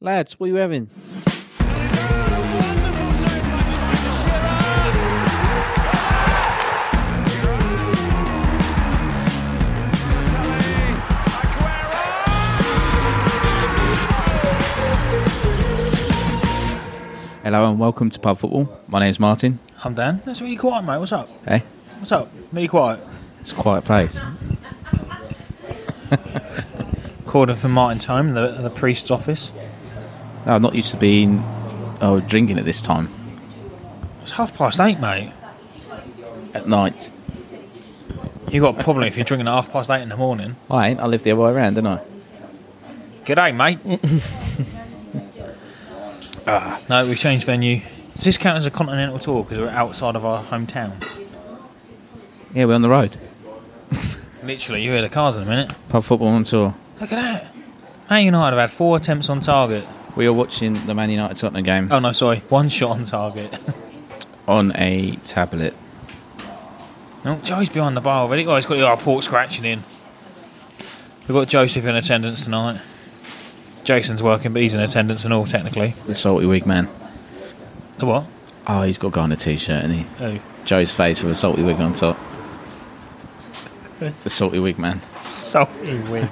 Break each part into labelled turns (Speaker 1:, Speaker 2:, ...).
Speaker 1: Lads, what are you having?
Speaker 2: Hello and welcome to Pub Football. My name's Martin.
Speaker 3: I'm Dan. That's really quiet, mate. What's up?
Speaker 2: Hey,
Speaker 3: What's up? Really quiet.
Speaker 2: it's a quiet place.
Speaker 3: Calling for Martin Tome, the, the priest's office.
Speaker 2: No, I'm not used to being oh drinking at this time
Speaker 3: It's half past eight, mate.
Speaker 2: at night.
Speaker 3: you got a problem if you're drinking at half past eight in the morning.
Speaker 2: I ain't. I live the other way around, don't I?
Speaker 3: G'day, mate. ah, no, we've changed venue. Does this count as a continental tour because we're outside of our hometown?
Speaker 2: Yeah, we're on the road.
Speaker 3: Literally, you hear the cars in a minute.
Speaker 2: Pub Football on tour.
Speaker 3: Look at that. Man United have had four attempts on target.
Speaker 2: We are watching the Man United Tottenham game
Speaker 3: Oh, no, sorry. One shot on target.
Speaker 2: on a tablet.
Speaker 3: No, Joe's behind the bar already. Oh, he's got our port scratching in. We've got Joseph in attendance tonight. Jason's working, but he's in attendance and all, technically.
Speaker 2: The salty wig man.
Speaker 3: The what?
Speaker 2: Oh, he's got a guy in a t-shirt, and he
Speaker 3: Oh.
Speaker 2: Joe's face with a salty wig on top. The salty wig man.
Speaker 3: So weird.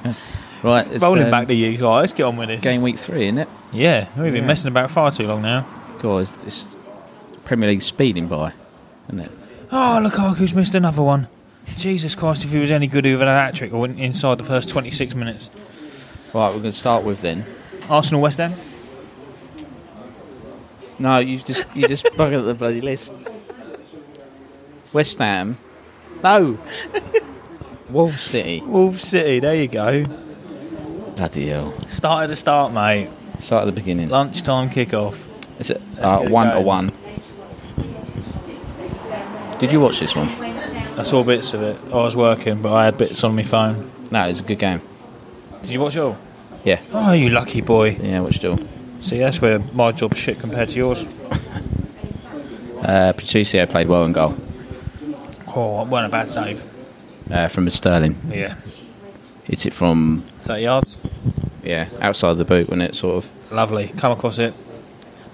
Speaker 2: Right, it's
Speaker 3: Rolling
Speaker 2: um,
Speaker 3: back to you. Right, let's get on with this.
Speaker 2: game week three, isn't it?
Speaker 3: Yeah, we've been
Speaker 2: Yeah.
Speaker 3: messing about far too long now.
Speaker 2: God, it's, it's Premier League speeding by, isn't it?
Speaker 3: Oh, Lukaku's missed another one. Jesus Christ, if he was any good, he would have had a hat trick or in- inside the first 26 minutes.
Speaker 2: Right, we're going to start with then.
Speaker 3: Arsenal West Ham?
Speaker 2: No, you just you just buggered the bloody list. West Ham. No. Wolves City.
Speaker 3: Wolves City, there you go.
Speaker 2: Bloody hell.
Speaker 3: Start at the start, mate.
Speaker 2: Start at the beginning.
Speaker 3: Lunchtime kickoff.
Speaker 2: Is it uh,
Speaker 3: get it
Speaker 2: one
Speaker 3: going.
Speaker 2: or one? Did you watch this one?
Speaker 3: I saw bits of it. I was working, but I had bits on my phone.
Speaker 2: No, it was a good game.
Speaker 3: Did you watch it all?
Speaker 2: Yeah.
Speaker 3: Oh, you lucky boy.
Speaker 2: Yeah, I watched it all.
Speaker 3: See, that's where my job's shit compared to yours.
Speaker 2: Uh, Patricio played well in goal
Speaker 3: Oh, it weren't a bad save.
Speaker 2: uh, from Sterling.
Speaker 3: Yeah.
Speaker 2: Hits it from,
Speaker 3: 30 yards.
Speaker 2: yeah, outside the boot, wasn't it, sort of?
Speaker 3: Lovely. Come across it.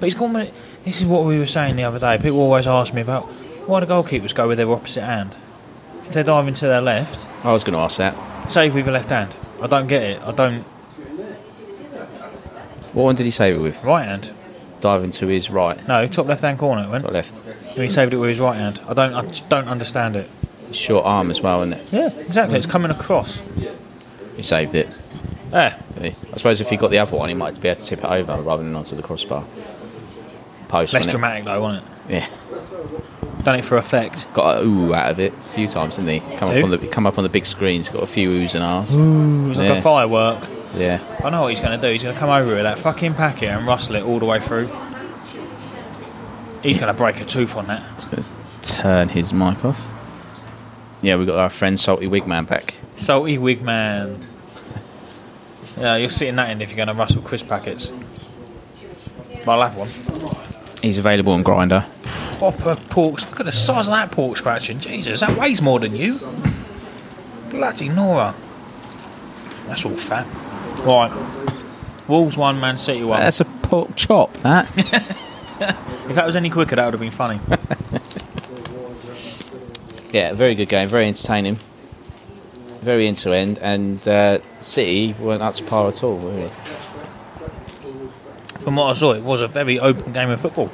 Speaker 3: But he's gone with This is what we were saying the other day. People always ask me about why do goalkeepers go with their opposite hand? If they're diving to their left,
Speaker 2: I was going to ask that.
Speaker 3: save with your left hand. I don't get it. I don't.
Speaker 2: What one did he save it with?
Speaker 3: Right hand.
Speaker 2: Diving to his right,
Speaker 3: No, top left hand corner it went.
Speaker 2: not left.
Speaker 3: And he saved it with his right hand. I don't, I just don't understand it.
Speaker 2: Short arm as well, isn't it?
Speaker 3: Yeah, exactly. It's coming across.
Speaker 2: He saved it.
Speaker 3: There.
Speaker 2: I suppose if he got the other one, he might be able to tip it over rather than onto the crossbar. Post. wasn't
Speaker 3: Less
Speaker 2: it?
Speaker 3: dramatic though, wasn't it?
Speaker 2: Yeah.
Speaker 3: Done it for effect.
Speaker 2: Got a ooh out of it a few times, didn't he? Come up
Speaker 3: Who?
Speaker 2: on the come up on the big screen. He's got a few oohs and ahs.
Speaker 3: It was
Speaker 2: Yeah.
Speaker 3: like a firework.
Speaker 2: Yeah.
Speaker 3: I know what he's going to do. He's going to come over with that fucking packet and rustle it all the way through. He's going to break a tooth on that.
Speaker 2: Just gonna turn his mic off. Yeah, we got our friend Salty Wigman back.
Speaker 3: Salty wig man. Yeah, you're sitting that in if you're going to rustle crisp packets. But I'll have one.
Speaker 2: He's available on Grinder.
Speaker 3: Proper pork. Look at the size of that pork scratching. Jesus, that weighs more than you. Bloody Nora. That's all fat. Right. Wolves one, Man City one.
Speaker 2: That's a pork chop. That.
Speaker 3: If that was any quicker, that would have been funny.
Speaker 2: Yeah, very good game, very entertaining, very end to end, and uh, City weren't up to par at all, really.
Speaker 3: From what I saw, it was a very open game of football.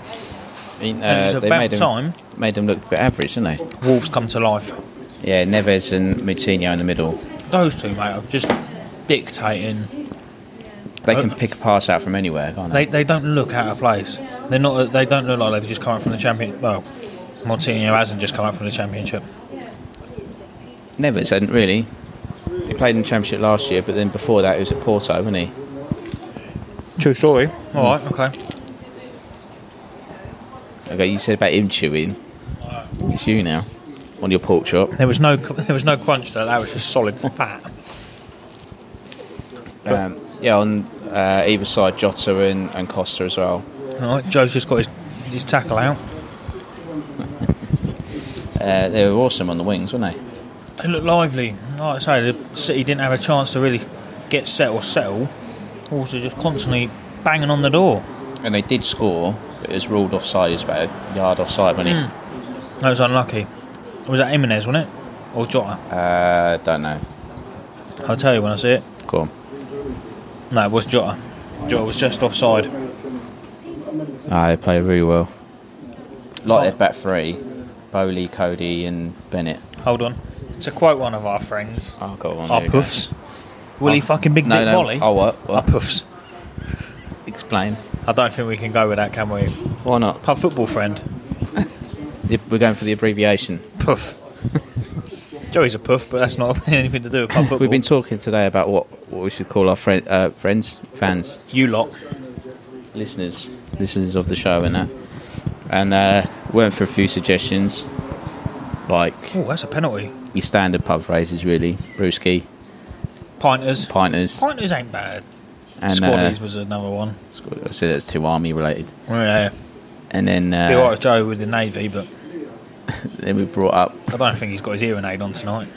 Speaker 2: I mean,
Speaker 3: And it's
Speaker 2: uh, they
Speaker 3: about
Speaker 2: made them,
Speaker 3: time.
Speaker 2: made them look a bit average, didn't they?
Speaker 3: Wolves come to life.
Speaker 2: Yeah, Neves and Moutinho in the middle.
Speaker 3: Those two, mate, are just dictating.
Speaker 2: They can pick a pass out from anywhere, can't they?
Speaker 3: They, they don't look out of place. They're not. They don't look like they've just come up from the champion. Well, Martinho hasn't just come up from the championship.
Speaker 2: Neves hadn't really. He played in the Championship last year, but then before that he was at Porto, wasn't he?
Speaker 3: True story.
Speaker 2: Hmm.
Speaker 3: All right. Okay.
Speaker 2: Okay, you said about him chewing. It's you now, on your pork chop.
Speaker 3: There was no. There was no crunch though. That was just solid fat.
Speaker 2: Um, yeah, on uh, either side, Jota and, and Costa as well.
Speaker 3: All right. Joe's just got his, his tackle out.
Speaker 2: Uh, they were awesome on the wings, weren't they?
Speaker 3: They looked lively. Like I say, the city didn't have a chance to really get set or settle. Wolves are just constantly banging on the door.
Speaker 2: And they did score, but it was ruled offside. It was about a yard offside, wasn't it?
Speaker 3: That was unlucky. It was that Jimenez, wasn't it? Or Jota?
Speaker 2: Uh, don't know.
Speaker 3: I'll tell you when I see it.
Speaker 2: Go on.
Speaker 3: No, it was Jota. Jota was just offside.
Speaker 2: Ah, they play really well. Like their
Speaker 3: Fine.
Speaker 2: back three, Bowley, Cody, and Bennett.
Speaker 3: Hold on. To quote one of our friends,
Speaker 2: Oh, go on.
Speaker 3: our
Speaker 2: there you go.
Speaker 3: poofs, Willie fucking Big
Speaker 2: No,
Speaker 3: Dick
Speaker 2: no.
Speaker 3: Molly.
Speaker 2: Oh, what? what?
Speaker 3: Our poofs.
Speaker 2: Explain.
Speaker 3: I don't think we can go with that, can we?
Speaker 2: Why not?
Speaker 3: Pub football friend.
Speaker 2: We're going for the abbreviation.
Speaker 3: Poof. Joey's a poof, but that's not anything to do with pub football.
Speaker 2: We've been talking today about what, what we should call our friend, uh, friends, fans,
Speaker 3: you lot.
Speaker 2: listeners, listeners of the show, and that. And uh, went for a few suggestions, like
Speaker 3: Oh, that's a penalty.
Speaker 2: your standard pub phrases, really, brewski,
Speaker 3: Pinters.
Speaker 2: pinters,
Speaker 3: Pinters ain't bad.
Speaker 2: and uh,
Speaker 3: Squaddies was another one.
Speaker 2: squad- I said that's two army related.
Speaker 3: Yeah.
Speaker 2: And then
Speaker 3: Be alright
Speaker 2: uh,
Speaker 3: with Joey with the Navy, but
Speaker 2: then we brought up
Speaker 3: I don't think he's got his hearing aid on tonight.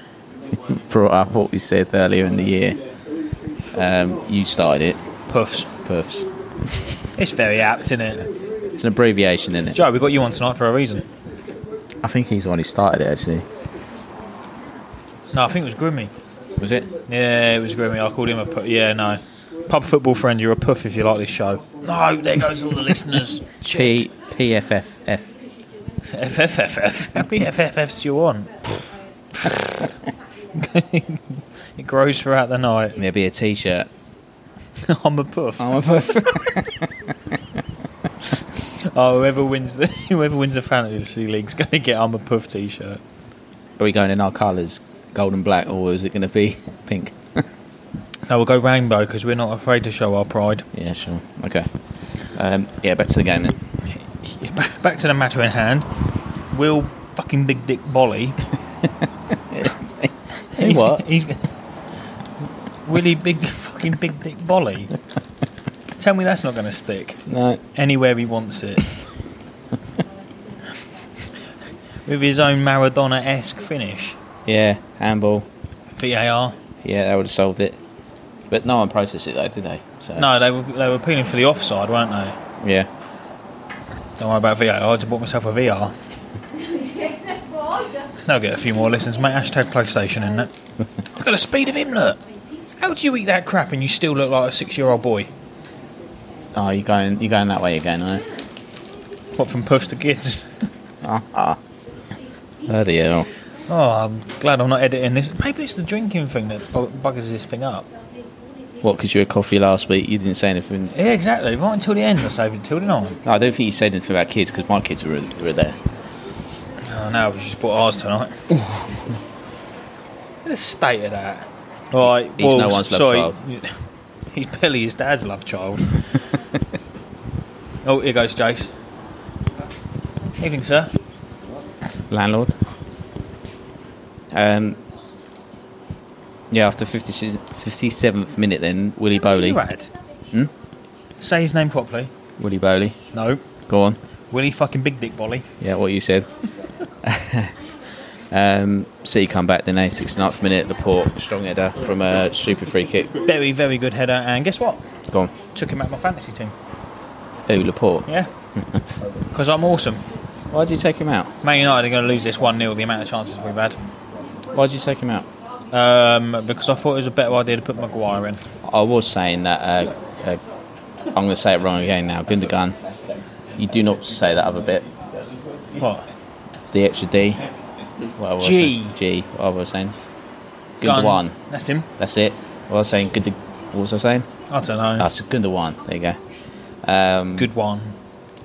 Speaker 2: brought up what we said earlier in the year. Um, you started it,
Speaker 3: Puffs.
Speaker 2: puffs.
Speaker 3: It's very apt, isn't it?
Speaker 2: It's an abbreviation, isn't it?
Speaker 3: Joe, we got you on tonight for a reason.
Speaker 2: I think he's the one who started it actually.
Speaker 3: No, I think it was Grimmy.
Speaker 2: Was it?
Speaker 3: Yeah, it was Grimmy. I called him a puff. Yeah, no. Pub football friend, you're a puff if you like this show. No, there goes all the listeners.
Speaker 2: P P F F F.
Speaker 3: FFFF. How many FFFs do you want? it grows throughout the night.
Speaker 2: There'll be a T-shirt.
Speaker 3: I'm a puff.
Speaker 2: I'm a puff.
Speaker 3: Oh, whoever wins the whoever wins the fantasy league's going to get I'm a puff t-shirt.
Speaker 2: Are we going in our colours, gold and black, or is it going to be pink?
Speaker 3: No, we'll go rainbow because we're not afraid to show our pride.
Speaker 2: Yeah, sure. Okay. Um, yeah, back to the game then.
Speaker 3: Yeah, ba- Back to the matter in hand. Will fucking Big Dick Bolly.
Speaker 2: Hey, what?
Speaker 3: He's, he's, Willie Big fucking Big Dick Bolly. Tell me that's not going to stick
Speaker 2: No.
Speaker 3: anywhere he wants it. With his own Maradona esque finish.
Speaker 2: Yeah, handball.
Speaker 3: VAR.
Speaker 2: Yeah, that would have solved it. But no one processed it though, did they? So,
Speaker 3: No, they were, they were appealing for the offside, weren't they?
Speaker 2: Yeah.
Speaker 3: Don't worry about VR. I just bought myself a VR. That'll get a few more listens, mate. Hashtag PlayStation in that. Look at the speed of him, look. How do you eat that crap and you still look like a six-year-old boy?
Speaker 2: Oh, you going? You going that way again? Are you? Ah,
Speaker 3: What from puffs to kids?
Speaker 2: Bloody hell.
Speaker 3: Oh, I'm glad I'm not editing this. Maybe it's the drinking thing that bu- buggers this thing up.
Speaker 2: What? Because you had coffee last week, you didn't say anything.
Speaker 3: Yeah, exactly. Right until the end, I saved it till the end.
Speaker 2: No, I don't think you said anything about kids because my kids were, were there.
Speaker 3: Oh, no, we just bought ours tonight. what a state of that. All right,
Speaker 2: He's no one's
Speaker 3: Wolves,
Speaker 2: love
Speaker 3: sorry.
Speaker 2: child.
Speaker 3: He's barely his dad's love child. oh, here goes Jace. Evening, sir.
Speaker 2: Landlord. Um. Yeah, after 50, 57th minute, then Willie Bowley.
Speaker 3: You had.
Speaker 2: Hmm?
Speaker 3: Say his name properly.
Speaker 2: Willie Bowley.
Speaker 3: No.
Speaker 2: Go on.
Speaker 3: Willie fucking Big Dick Bolly.
Speaker 2: Yeah, what you said. um, City come back then, eh? 69th minute, Laporte, strong header from a stupid free kick.
Speaker 3: Very, very good header. And guess what?
Speaker 2: Gone.
Speaker 3: Took him out of my fantasy team.
Speaker 2: Who, Laporte?
Speaker 3: Yeah. Because I'm awesome.
Speaker 2: Why did you take him out?
Speaker 3: Man United are going to lose this 1 0, the amount of chances we've had.
Speaker 2: Why did you take him out?
Speaker 3: Um, because I thought it was a better idea to put Maguire in.
Speaker 2: I was saying that, uh, uh, I'm going to say it wrong again now. Gundogan, you do not say that other bit.
Speaker 3: What?
Speaker 2: The extra D. What I was
Speaker 3: G.
Speaker 2: saying- G. What I was saying.
Speaker 3: Gun.
Speaker 2: Gundogan.
Speaker 3: That's him.
Speaker 2: That's it. What I was saying. Good. What was I saying?
Speaker 3: I don't know.
Speaker 2: Ah, so Gundogan. There you go. Um,
Speaker 3: Good one.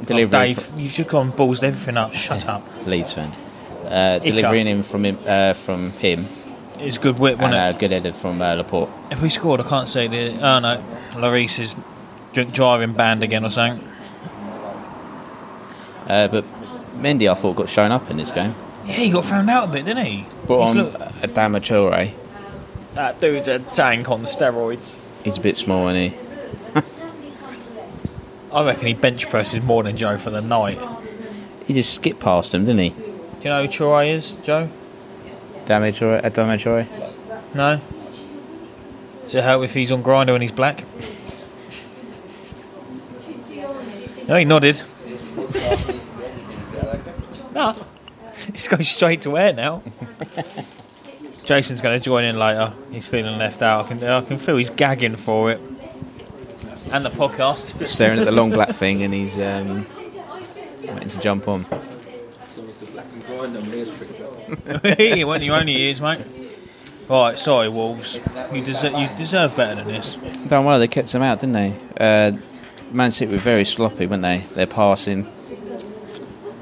Speaker 3: Oh,
Speaker 2: delivery
Speaker 3: Dave,
Speaker 2: fr-
Speaker 3: you've just gone balls everything up. Shut up.
Speaker 2: Leeds fan. Uh, delivering him from him, uh, from him
Speaker 3: It's good whip,
Speaker 2: and
Speaker 3: wasn't
Speaker 2: a
Speaker 3: it?
Speaker 2: good header from uh, Laporte.
Speaker 3: If we scored, I can't say the. Oh no, Lloris is drink driving banned again or something.
Speaker 2: Uh, but Mendy, I thought, got shown up in this game.
Speaker 3: Yeah, he got found out a bit, didn't he?
Speaker 2: Brought
Speaker 3: He's
Speaker 2: on
Speaker 3: look-
Speaker 2: Adama Traore.
Speaker 3: that dude's a tank on steroids.
Speaker 2: He's a bit small, isn't he?
Speaker 3: I reckon he bench presses more than Joe for the night.
Speaker 2: He just skipped past him, didn't he?
Speaker 3: Do you know who Troy is, Joe?
Speaker 2: Adama Traore. Adama Traore.
Speaker 3: No. Does it help if he's on grinder and he's black? No, he nodded. nah. He's going straight to air now. Jason's going to join in later. He's feeling left out. I can, I can feel he's gagging for it. And the podcast.
Speaker 2: Staring at the long black thing, and he's um, waiting to jump on.
Speaker 3: you went your only ears, mate. Right, sorry, Wolves. You deserve, you deserve better than this.
Speaker 2: Done well. They kept them out, didn't they? Uh, Man City were very sloppy, weren't they? Their passing.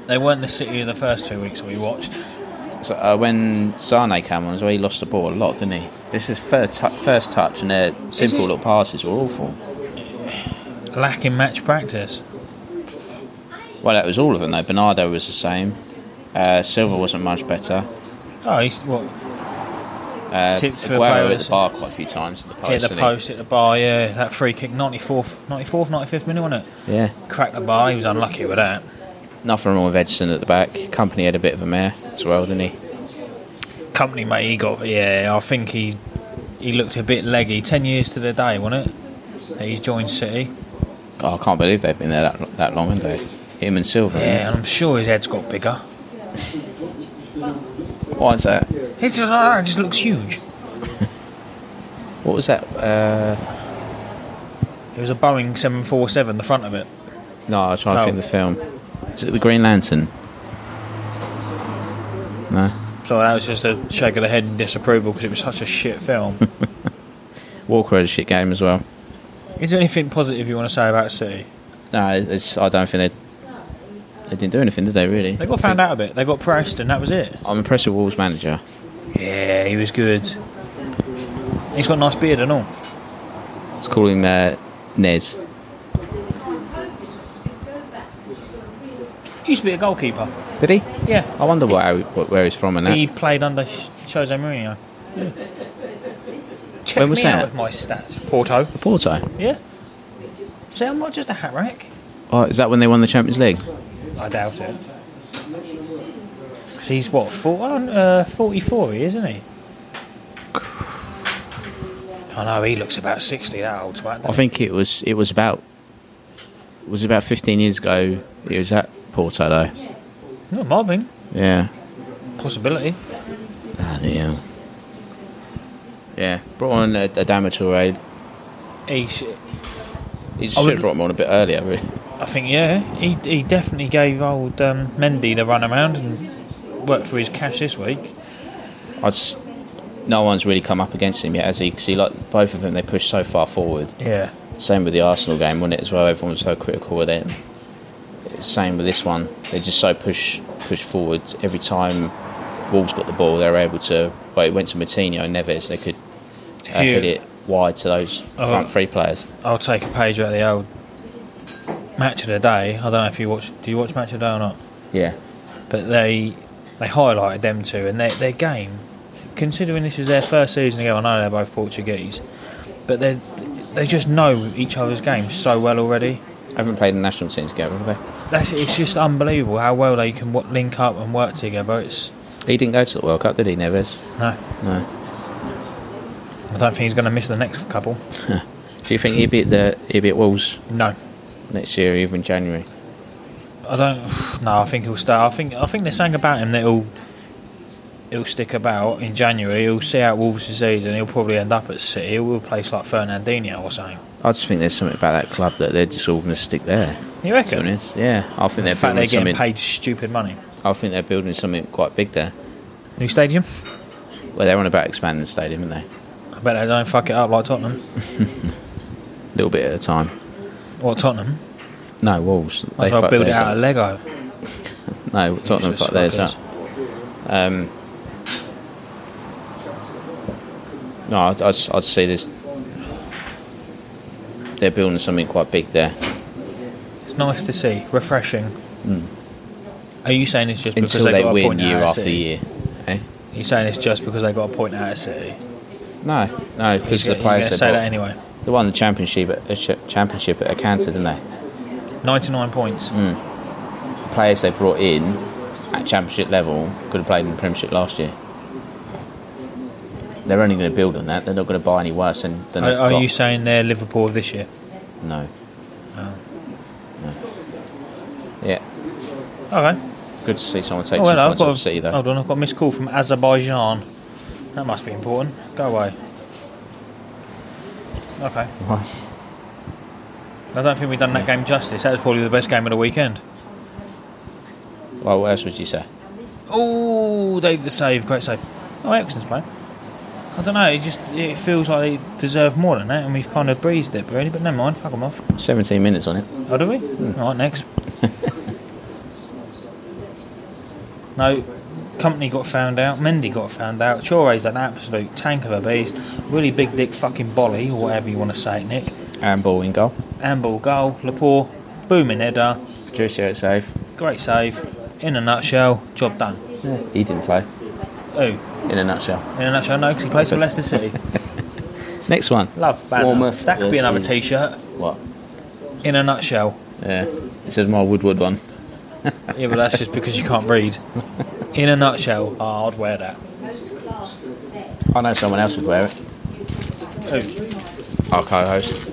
Speaker 3: They weren't the City of the first two weeks we watched.
Speaker 2: So, uh, when Sane came on as well, he lost the ball a lot, didn't he? This is first, tou first touch, and their simple little passes were awful.
Speaker 3: Lacking match practice.
Speaker 2: Well, that was all of them though. Bernardo was the same. Uh, Silva wasn't much better.
Speaker 3: Oh, he's what?
Speaker 2: Uh,
Speaker 3: Tipped for
Speaker 2: Aguero at
Speaker 3: Palace.
Speaker 2: the bar quite a few times at the post.
Speaker 3: Hit the
Speaker 2: didn't he?
Speaker 3: post, hit the bar, yeah. That free kick, 94th, 94th 95th minute, wasn't it?
Speaker 2: Yeah,
Speaker 3: Cracked the bar, he was unlucky with that.
Speaker 2: nothing wrong with Edson at the back. Company had a bit of a mare as well, didn't he?
Speaker 3: Company mate, he got, yeah, I think he he looked a bit leggy. 10 years to the day, wasn't it? That he's joined City.
Speaker 2: Oh, I can't believe they've been there that, that long, haven't they? Him and Silva.
Speaker 3: Yeah, and I'm sure his head's got bigger.
Speaker 2: Why is that?
Speaker 3: He just, ah, just looks huge.
Speaker 2: What was that? Uh,
Speaker 3: It was a Boeing 747, the front of it.
Speaker 2: no, I was trying
Speaker 3: Oh.
Speaker 2: to think of the film. Is it the Green Lantern? No.
Speaker 3: So that was just a shake of the head in disapproval because it was such a shit film.
Speaker 2: Walker had a shit game as well.
Speaker 3: Is there anything positive you want to say about City?
Speaker 2: No, it's, I don't think they they didn't do anything, did they? Really?
Speaker 3: They got found out a bit. They got pressed, and that was it.
Speaker 2: I'm impressed with Wolves manager.
Speaker 3: Yeah, he was good. He's got a nice beard and all.
Speaker 2: Let's call him uh, Nez.
Speaker 3: He used to be a goalkeeper.
Speaker 2: Did he?
Speaker 3: Yeah.
Speaker 2: I wonder what, what where he's from and that.
Speaker 3: He played under Sh- Jose Mourinho. Check
Speaker 2: When was
Speaker 3: me
Speaker 2: that?
Speaker 3: out with my stats. Porto.
Speaker 2: Porto.
Speaker 3: Yeah. See, I'm not just a hat rack.
Speaker 2: Oh, is that when they won the Champions League?
Speaker 3: I doubt it. Because he's what, four, uh, 44 he is, isn't he? I know, he looks about 60, that old twat.
Speaker 2: I think it was it was about it was about 15 years ago. It was at Porto though.
Speaker 3: No, mobbing.
Speaker 2: Yeah.
Speaker 3: Possibility.
Speaker 2: Bloody hell. Yeah. Brought on a, a damage already.
Speaker 3: He sh-
Speaker 2: He
Speaker 3: I
Speaker 2: should
Speaker 3: would-
Speaker 2: have brought him on a bit earlier. Really.
Speaker 3: I think, yeah, he, he definitely gave old um, Mendy the run around and worked for his cash this week.
Speaker 2: I just, no one's really come up against him yet, has he? Because he like both of them, they pushed so far forward.
Speaker 3: Yeah.
Speaker 2: Same with the Arsenal game, wasn't it? As well, everyone was so critical with it. Same with this one. They just so push push forward every time. Wolves got the ball, they were able to. Well, it went to Matinho and Neves. They could uh,
Speaker 3: you-
Speaker 2: hit it wide to those
Speaker 3: Oh.
Speaker 2: front three players.
Speaker 3: I'll take a page out of the old match of the day. I don't know if you watch, do you watch match of the day or not?
Speaker 2: Yeah,
Speaker 3: but they they highlighted them two and their their game. Considering this is their first season together, I know they're both Portuguese, but they they just know each other's games so well already.
Speaker 2: haven't played the national team together, have
Speaker 3: That's it's just unbelievable how well they can wo- link up and work together. It's
Speaker 2: they? He didn't go to the World Cup, did he, Neves?
Speaker 3: no,
Speaker 2: No.
Speaker 3: I don't think he's going to miss the next couple.
Speaker 2: Do you think he'd be at the he'd be at Wolves
Speaker 3: No,
Speaker 2: next year, even January?
Speaker 3: I don't. No, I think he'll stay. I think I think they're saying about him that he'll he'll stick about in January. He'll see out Wolves' season. He'll probably end up at City. He'll replace like Fernandinho or something.
Speaker 2: I just think there's something about that club that they're just all going to stick there.
Speaker 3: You
Speaker 2: To be
Speaker 3: reckon?
Speaker 2: honest, yeah, I think they're
Speaker 3: In fact, they're
Speaker 2: building
Speaker 3: getting
Speaker 2: something.
Speaker 3: paid stupid money.
Speaker 2: I think they're building something quite big there.
Speaker 3: New stadium?
Speaker 2: Well, they're on about expanding the stadium, aren't they?
Speaker 3: I bet they don't fuck it up like Tottenham.
Speaker 2: A little bit at a time.
Speaker 3: Or Tottenham.
Speaker 2: No, Wolves.
Speaker 3: They
Speaker 2: They
Speaker 3: well
Speaker 2: fucked
Speaker 3: build it
Speaker 2: theirs
Speaker 3: out of
Speaker 2: up.
Speaker 3: Lego.
Speaker 2: No, Tottenham
Speaker 3: Useless
Speaker 2: fucked theirs up.
Speaker 3: fuckers.
Speaker 2: Um, no, I'd, I'd, I'd say this. They're building something quite big there.
Speaker 3: It's nice to see. Refreshing. Are you saying it's just because
Speaker 2: Hmm. Until they
Speaker 3: got a
Speaker 2: win
Speaker 3: point
Speaker 2: year
Speaker 3: out of
Speaker 2: after
Speaker 3: City?
Speaker 2: year. Eh?
Speaker 3: You're saying it's just because they got a point out of City?
Speaker 2: No, no, because
Speaker 3: You're
Speaker 2: the
Speaker 3: going
Speaker 2: players
Speaker 3: to
Speaker 2: they
Speaker 3: say
Speaker 2: bought.
Speaker 3: that anyway.
Speaker 2: They won the championship at, a championship at Acanto, didn't they?
Speaker 3: 99 points.
Speaker 2: The players they brought in at championship level could have played in the Premiership last year. They're only going to build on that. They're not going to buy any worse than, than
Speaker 3: Are,
Speaker 2: they've
Speaker 3: are
Speaker 2: got.
Speaker 3: Oh. you saying they're Liverpool of this year?
Speaker 2: No. Yeah,
Speaker 3: Okay.
Speaker 2: good to see someone take
Speaker 3: Oh,
Speaker 2: two
Speaker 3: hello. I've
Speaker 2: points
Speaker 3: got
Speaker 2: off
Speaker 3: a,
Speaker 2: City though.
Speaker 3: hold on, I've got a missed call from Azerbaijan. That must be important. Go away. Okay.
Speaker 2: Right.
Speaker 3: I don't think we've done that game justice. That was probably the best game of the weekend.
Speaker 2: Well, what else would you say?
Speaker 3: Oh, Dave the save. Great save. Oh, Erickson's playing. I don't know. It just it feels like they deserve more than that, and we've kind of breezed it, really. But never mind. Fuck 'em off.
Speaker 2: 17 minutes on it.
Speaker 3: Oh, do we? All right, next. no, company got found out. Mendy got found out. Chore's an absolute tank of a beast. Really big dick fucking bolly, or whatever you want to say, it, Nick.
Speaker 2: And ball in goal.
Speaker 3: Amble goal. Laporte, booming header.
Speaker 2: Patricio save.
Speaker 3: Great save. In a nutshell, job done.
Speaker 2: He didn't play.
Speaker 3: Oh,
Speaker 2: In a nutshell.
Speaker 3: in a nutshell, no, because he plays for Leicester City.
Speaker 2: Next one.
Speaker 3: Love banner.
Speaker 2: Bournemouth
Speaker 3: that could be another
Speaker 2: versus-
Speaker 3: T-shirt.
Speaker 2: What?
Speaker 3: In a nutshell.
Speaker 2: Yeah. It says my Woodward one.
Speaker 3: Yeah, but that's just because you can't read. In a nutshell, oh, I'd wear that.
Speaker 2: I know someone else would wear it.
Speaker 3: Oh.
Speaker 2: Our co-host.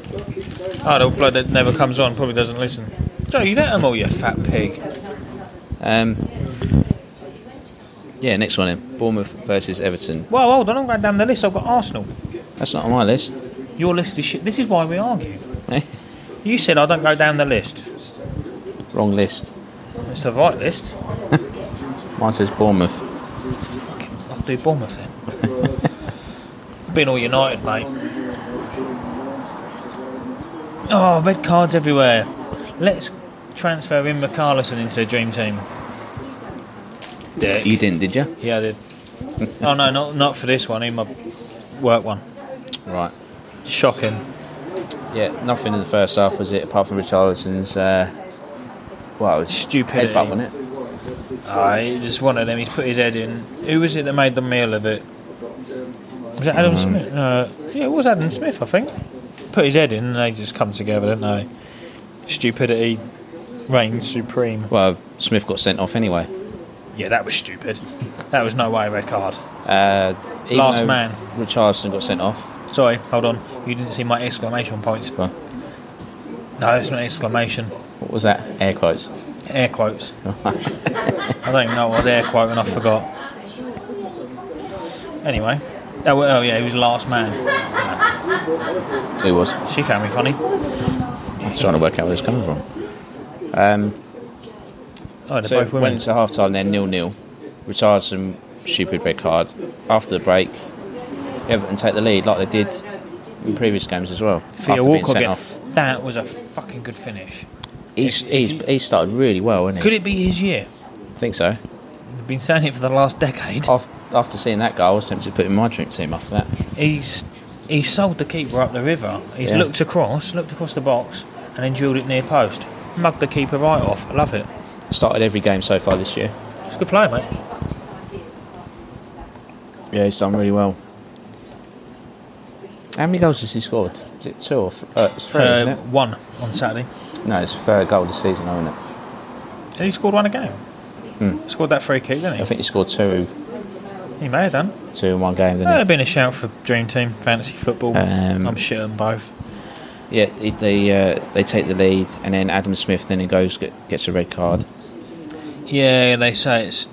Speaker 3: Oh, the blood that never comes on probably doesn't listen. Joe, you let them all, you fat pig.
Speaker 2: Um, yeah, next one in. Bournemouth versus Everton.
Speaker 3: Well, hold on, I'm going down the list. I've got Arsenal.
Speaker 2: That's not on my list. Eh?
Speaker 3: Your list is shit. This is why we argue. you said I don't go down the list.
Speaker 2: Wrong list.
Speaker 3: It's the right list.
Speaker 2: Mine says Bournemouth.
Speaker 3: I'll do Bournemouth then. Been all United, mate. Oh, red cards everywhere. Let's transfer in McCarlison into the dream team. Dick.
Speaker 2: You didn't, did you?
Speaker 3: Yeah, I did. oh no, not not for this one. In my work one.
Speaker 2: Right.
Speaker 3: Shocking.
Speaker 2: Yeah, nothing in the first half was it, apart from Richarlison's. Uh, well, it's
Speaker 3: Stupidity.
Speaker 2: headbutt, wasn't it?
Speaker 3: Ah, it was one of them. He's put his head in. Who was it that made the meal of it? Was it Adam Smith? Uh, yeah, it was Adam Smith, I think. Put his head in, and they just come together, didn't they? Stupidity reigns supreme.
Speaker 2: Well, Smith got sent off anyway.
Speaker 3: Yeah, that was stupid. That was no way a red card.
Speaker 2: Uh, even
Speaker 3: Last
Speaker 2: though
Speaker 3: man.
Speaker 2: Richarlison got sent off.
Speaker 3: Sorry, hold on. You didn't see my exclamation points.
Speaker 2: Go on.
Speaker 3: No, it's not exclamation.
Speaker 2: What was that? Air quotes.
Speaker 3: Air quotes. I don't even know what was air quote and I forgot. Anyway. Oh, well, oh yeah, he was last man.
Speaker 2: It was.
Speaker 3: She found me funny.
Speaker 2: I was trying to work out where it's coming from. Um,
Speaker 3: Oh, they're
Speaker 2: so
Speaker 3: both
Speaker 2: it
Speaker 3: women.
Speaker 2: went to half time then nil nil. Richarlison stupid red card. After the break, Everton take the lead like they did in previous games as well.
Speaker 3: Thea
Speaker 2: after being
Speaker 3: Walcott
Speaker 2: sent
Speaker 3: again.
Speaker 2: off,
Speaker 3: That was a fucking good finish.
Speaker 2: he's, he's, he started really well, isn't he?
Speaker 3: Could it be his year?
Speaker 2: I think so.
Speaker 3: We've been saying it for the last decade.
Speaker 2: Af- After seeing that goal, I was tempted to put in my drink team after that.
Speaker 3: He's he sold the keeper up the river. He's
Speaker 2: Yeah.
Speaker 3: looked across, looked across the box, and then drilled it near post. Mugged the keeper right off. I love it.
Speaker 2: Started every game so far this year.
Speaker 3: It's a good play, mate.
Speaker 2: Yeah, he's done really well. How many goals has he scored? Is it two or th- uh, it's three? isn't
Speaker 3: Uh,
Speaker 2: it?
Speaker 3: one on Saturday.
Speaker 2: No, it's third goal this season, isn't it?
Speaker 3: And he scored one a game. Scored that free kick,
Speaker 2: Hmm. I
Speaker 3: didn't
Speaker 2: think he scored two,
Speaker 3: he? He may have done.
Speaker 2: two in one game.
Speaker 3: That'd
Speaker 2: Didn't
Speaker 3: have been a shout for Dream Team Fantasy Football.
Speaker 2: Um,
Speaker 3: I'm shit on both.
Speaker 2: he? Yeah, he- they uh, they take the lead, and then Adam Smith then he goes get, gets a red card.
Speaker 3: Yeah, they say it's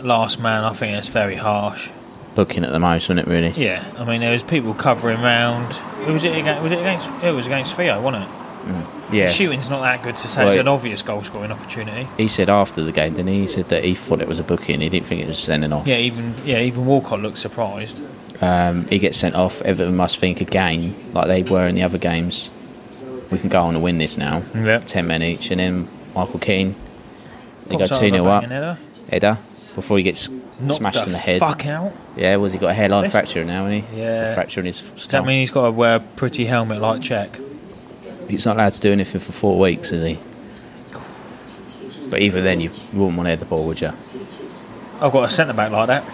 Speaker 3: last man. I think that's very harsh.
Speaker 2: Booking at the most, wasn't it? Really?
Speaker 3: Yeah, I mean there was people covering round. Who was it against? Was it against? It was against Theo, wasn't it? Shooting's not that good to say it's
Speaker 2: Right.
Speaker 3: an obvious goal scoring opportunity.
Speaker 2: He said after the game, then he He said that he thought it was a booking. He didn't think it was sending off.
Speaker 3: Yeah, even yeah, even Walcott looked surprised.
Speaker 2: Um, he gets sent off. Everton must think again, like they were in the other games. We can go on and win this now.
Speaker 3: Yep.
Speaker 2: Ten men each, and then Michael Keane. They
Speaker 3: Pops
Speaker 2: go
Speaker 3: out
Speaker 2: two 0
Speaker 3: of a
Speaker 2: up.
Speaker 3: backing header,
Speaker 2: Header before he gets
Speaker 3: knocked
Speaker 2: smashed
Speaker 3: the
Speaker 2: in the head.
Speaker 3: Fuck out.
Speaker 2: Yeah, was he got a hairline
Speaker 3: Let's-
Speaker 2: fracture now? Hasn't he?
Speaker 3: Yeah.
Speaker 2: a fracture in his
Speaker 3: Does that
Speaker 2: skull.
Speaker 3: mean he's got to wear a pretty helmet like Czech?
Speaker 2: He's not allowed to do anything for four weeks, is he? But even then, you wouldn't want to head the ball, would you?
Speaker 3: I've got a centre back like that.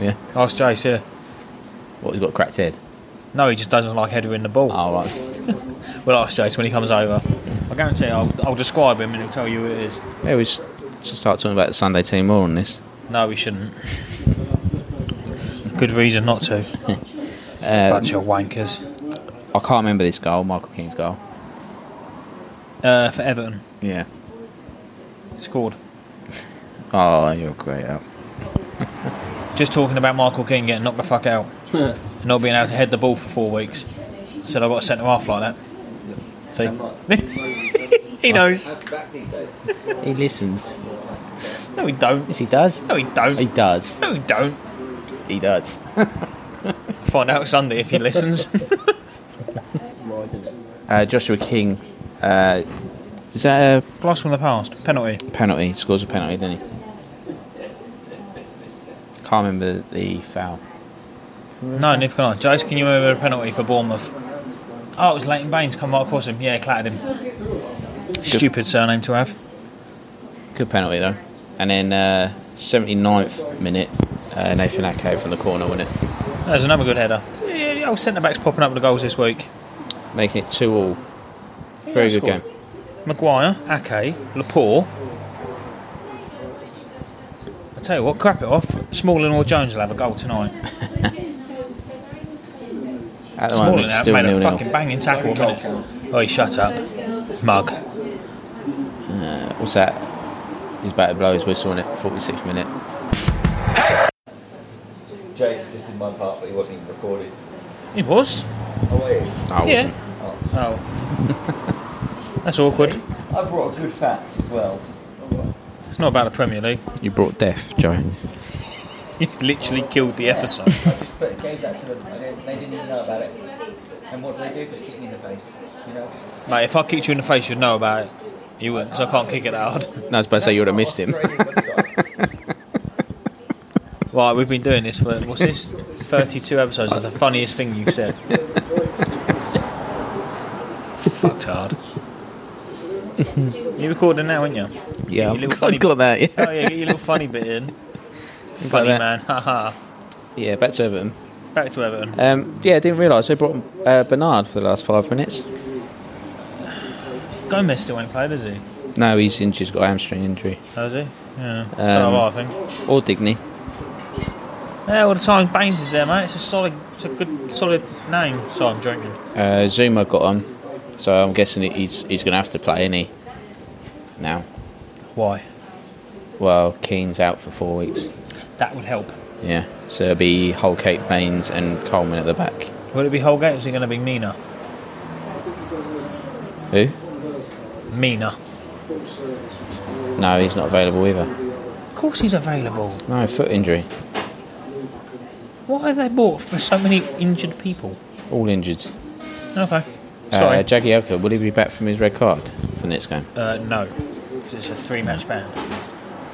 Speaker 2: Yeah.
Speaker 3: Ask Jace here.
Speaker 2: What he's got a cracked head.
Speaker 3: No, he just doesn't like header in the ball.
Speaker 2: Oh right.
Speaker 3: We'll ask Jace when he comes over. I guarantee I'll, I'll describe him and he'll tell you who it is.
Speaker 2: Yeah, we s- should start talking about the Sunday team more on this.
Speaker 3: No, we shouldn't. Good reason not to.
Speaker 2: Uh,
Speaker 3: Bunch of wankers.
Speaker 2: I can't remember this goal, Michael Keane's goal.
Speaker 3: Uh, for Everton.
Speaker 2: Yeah.
Speaker 3: Scored.
Speaker 2: Oh, you're great up.
Speaker 3: Just talking about Michael Keane getting knocked the fuck out and not being able to head the ball for four weeks. I said I got sent off like
Speaker 2: So
Speaker 3: that. he knows.
Speaker 2: he listens.
Speaker 3: No, he don't.
Speaker 2: Yes, he does.
Speaker 3: No, he don't.
Speaker 2: He does.
Speaker 3: No, he don't.
Speaker 2: He does.
Speaker 3: Find out Sunday if he listens.
Speaker 2: Uh, Joshua King. Uh, is that a
Speaker 3: Blast from the past. Penalty.
Speaker 2: penalty? He scores a penalty, doesn't he? Can't remember the foul.
Speaker 3: No, neither can I. Jace, can you remember a penalty for Bournemouth? Oh, it was Leighton Baines come right across him. Yeah, clattered him. Stupid surname to have.
Speaker 2: Good penalty though. And then uh, 79th minute, uh, Nathan Ake from the corner, won it,
Speaker 3: There's another good header. Yeah, the old centre backs popping up with the goals this week.
Speaker 2: making it two all. Very good game.
Speaker 3: Maguire, Ake, Laporte. I tell you what, crap it off. Smalling or Jones will have a goal tonight.
Speaker 2: At the
Speaker 3: Smalling
Speaker 2: moment, it's
Speaker 3: out,
Speaker 2: still
Speaker 3: made
Speaker 2: nil
Speaker 3: a
Speaker 2: nil.
Speaker 3: fucking banging tackle. a minute. Oh, he shut up. Mug.
Speaker 2: What's that? He's about to blow his whistle in it. 46th minute.
Speaker 1: Jason just did my part, but he wasn't even recorded.
Speaker 3: He was.
Speaker 1: Oh, wait.
Speaker 2: Oh,
Speaker 3: Yeah. Oh. That's awkward.
Speaker 1: I brought a good fact as well.
Speaker 3: It's not about the Premier League.
Speaker 2: You brought death, Joe.
Speaker 3: You literally killed the episode.
Speaker 1: I just put, gave that to them, and they- they didn't even know about it. And what did they do? Just kick me in the face. You know, just
Speaker 3: Mate, if I kicked you in the face, you'd know about it. You wouldn't, because I can't kick it that hard.
Speaker 2: No, I was about to say you would have missed him.
Speaker 3: Right, we've been doing this for, what's this? 32 episodes of the funniest thing you've said. Fucked hard. you recording now, aren't you?
Speaker 2: yeah,
Speaker 3: You little
Speaker 2: I've
Speaker 3: funny-
Speaker 2: got that. Yeah.
Speaker 3: Oh, yeah, get your little funny bit in. Funny
Speaker 2: that.
Speaker 3: man, haha.
Speaker 2: yeah, back to Everton.
Speaker 3: Back to Everton.
Speaker 2: Um, yeah, I didn't realise they brought uh, Bernard for the last five minutes.
Speaker 3: Gomez still ain't played, has he?
Speaker 2: No, he's injured, got a hamstring injury.
Speaker 3: Has he? Yeah. so have I, I think.
Speaker 2: Or Digny.
Speaker 3: Yeah, all the time Baines is there, mate. It's a solid, it's a good, solid name. So I'm drinking.
Speaker 2: Uh, Zuma got on, so I'm guessing he's he's going to have to play, isn't he? Now.
Speaker 3: Why?
Speaker 2: Well, Keane's out for four weeks.
Speaker 3: That would help.
Speaker 2: Yeah, so it'll be Holgate, Baines, and Coleman at the back.
Speaker 3: Will it be Holgate or is it going to be Mina?
Speaker 2: Who?
Speaker 3: Mina.
Speaker 2: No, he's not available either.
Speaker 3: Of course he's available.
Speaker 2: No, foot injury.
Speaker 3: What have they bought for so many injured people?
Speaker 2: All injured.
Speaker 3: Okay.
Speaker 2: Uh,
Speaker 3: Sorry.
Speaker 2: Jagielka, will he be back from his red card for next game?
Speaker 3: Uh, no. Because it's a three match ban.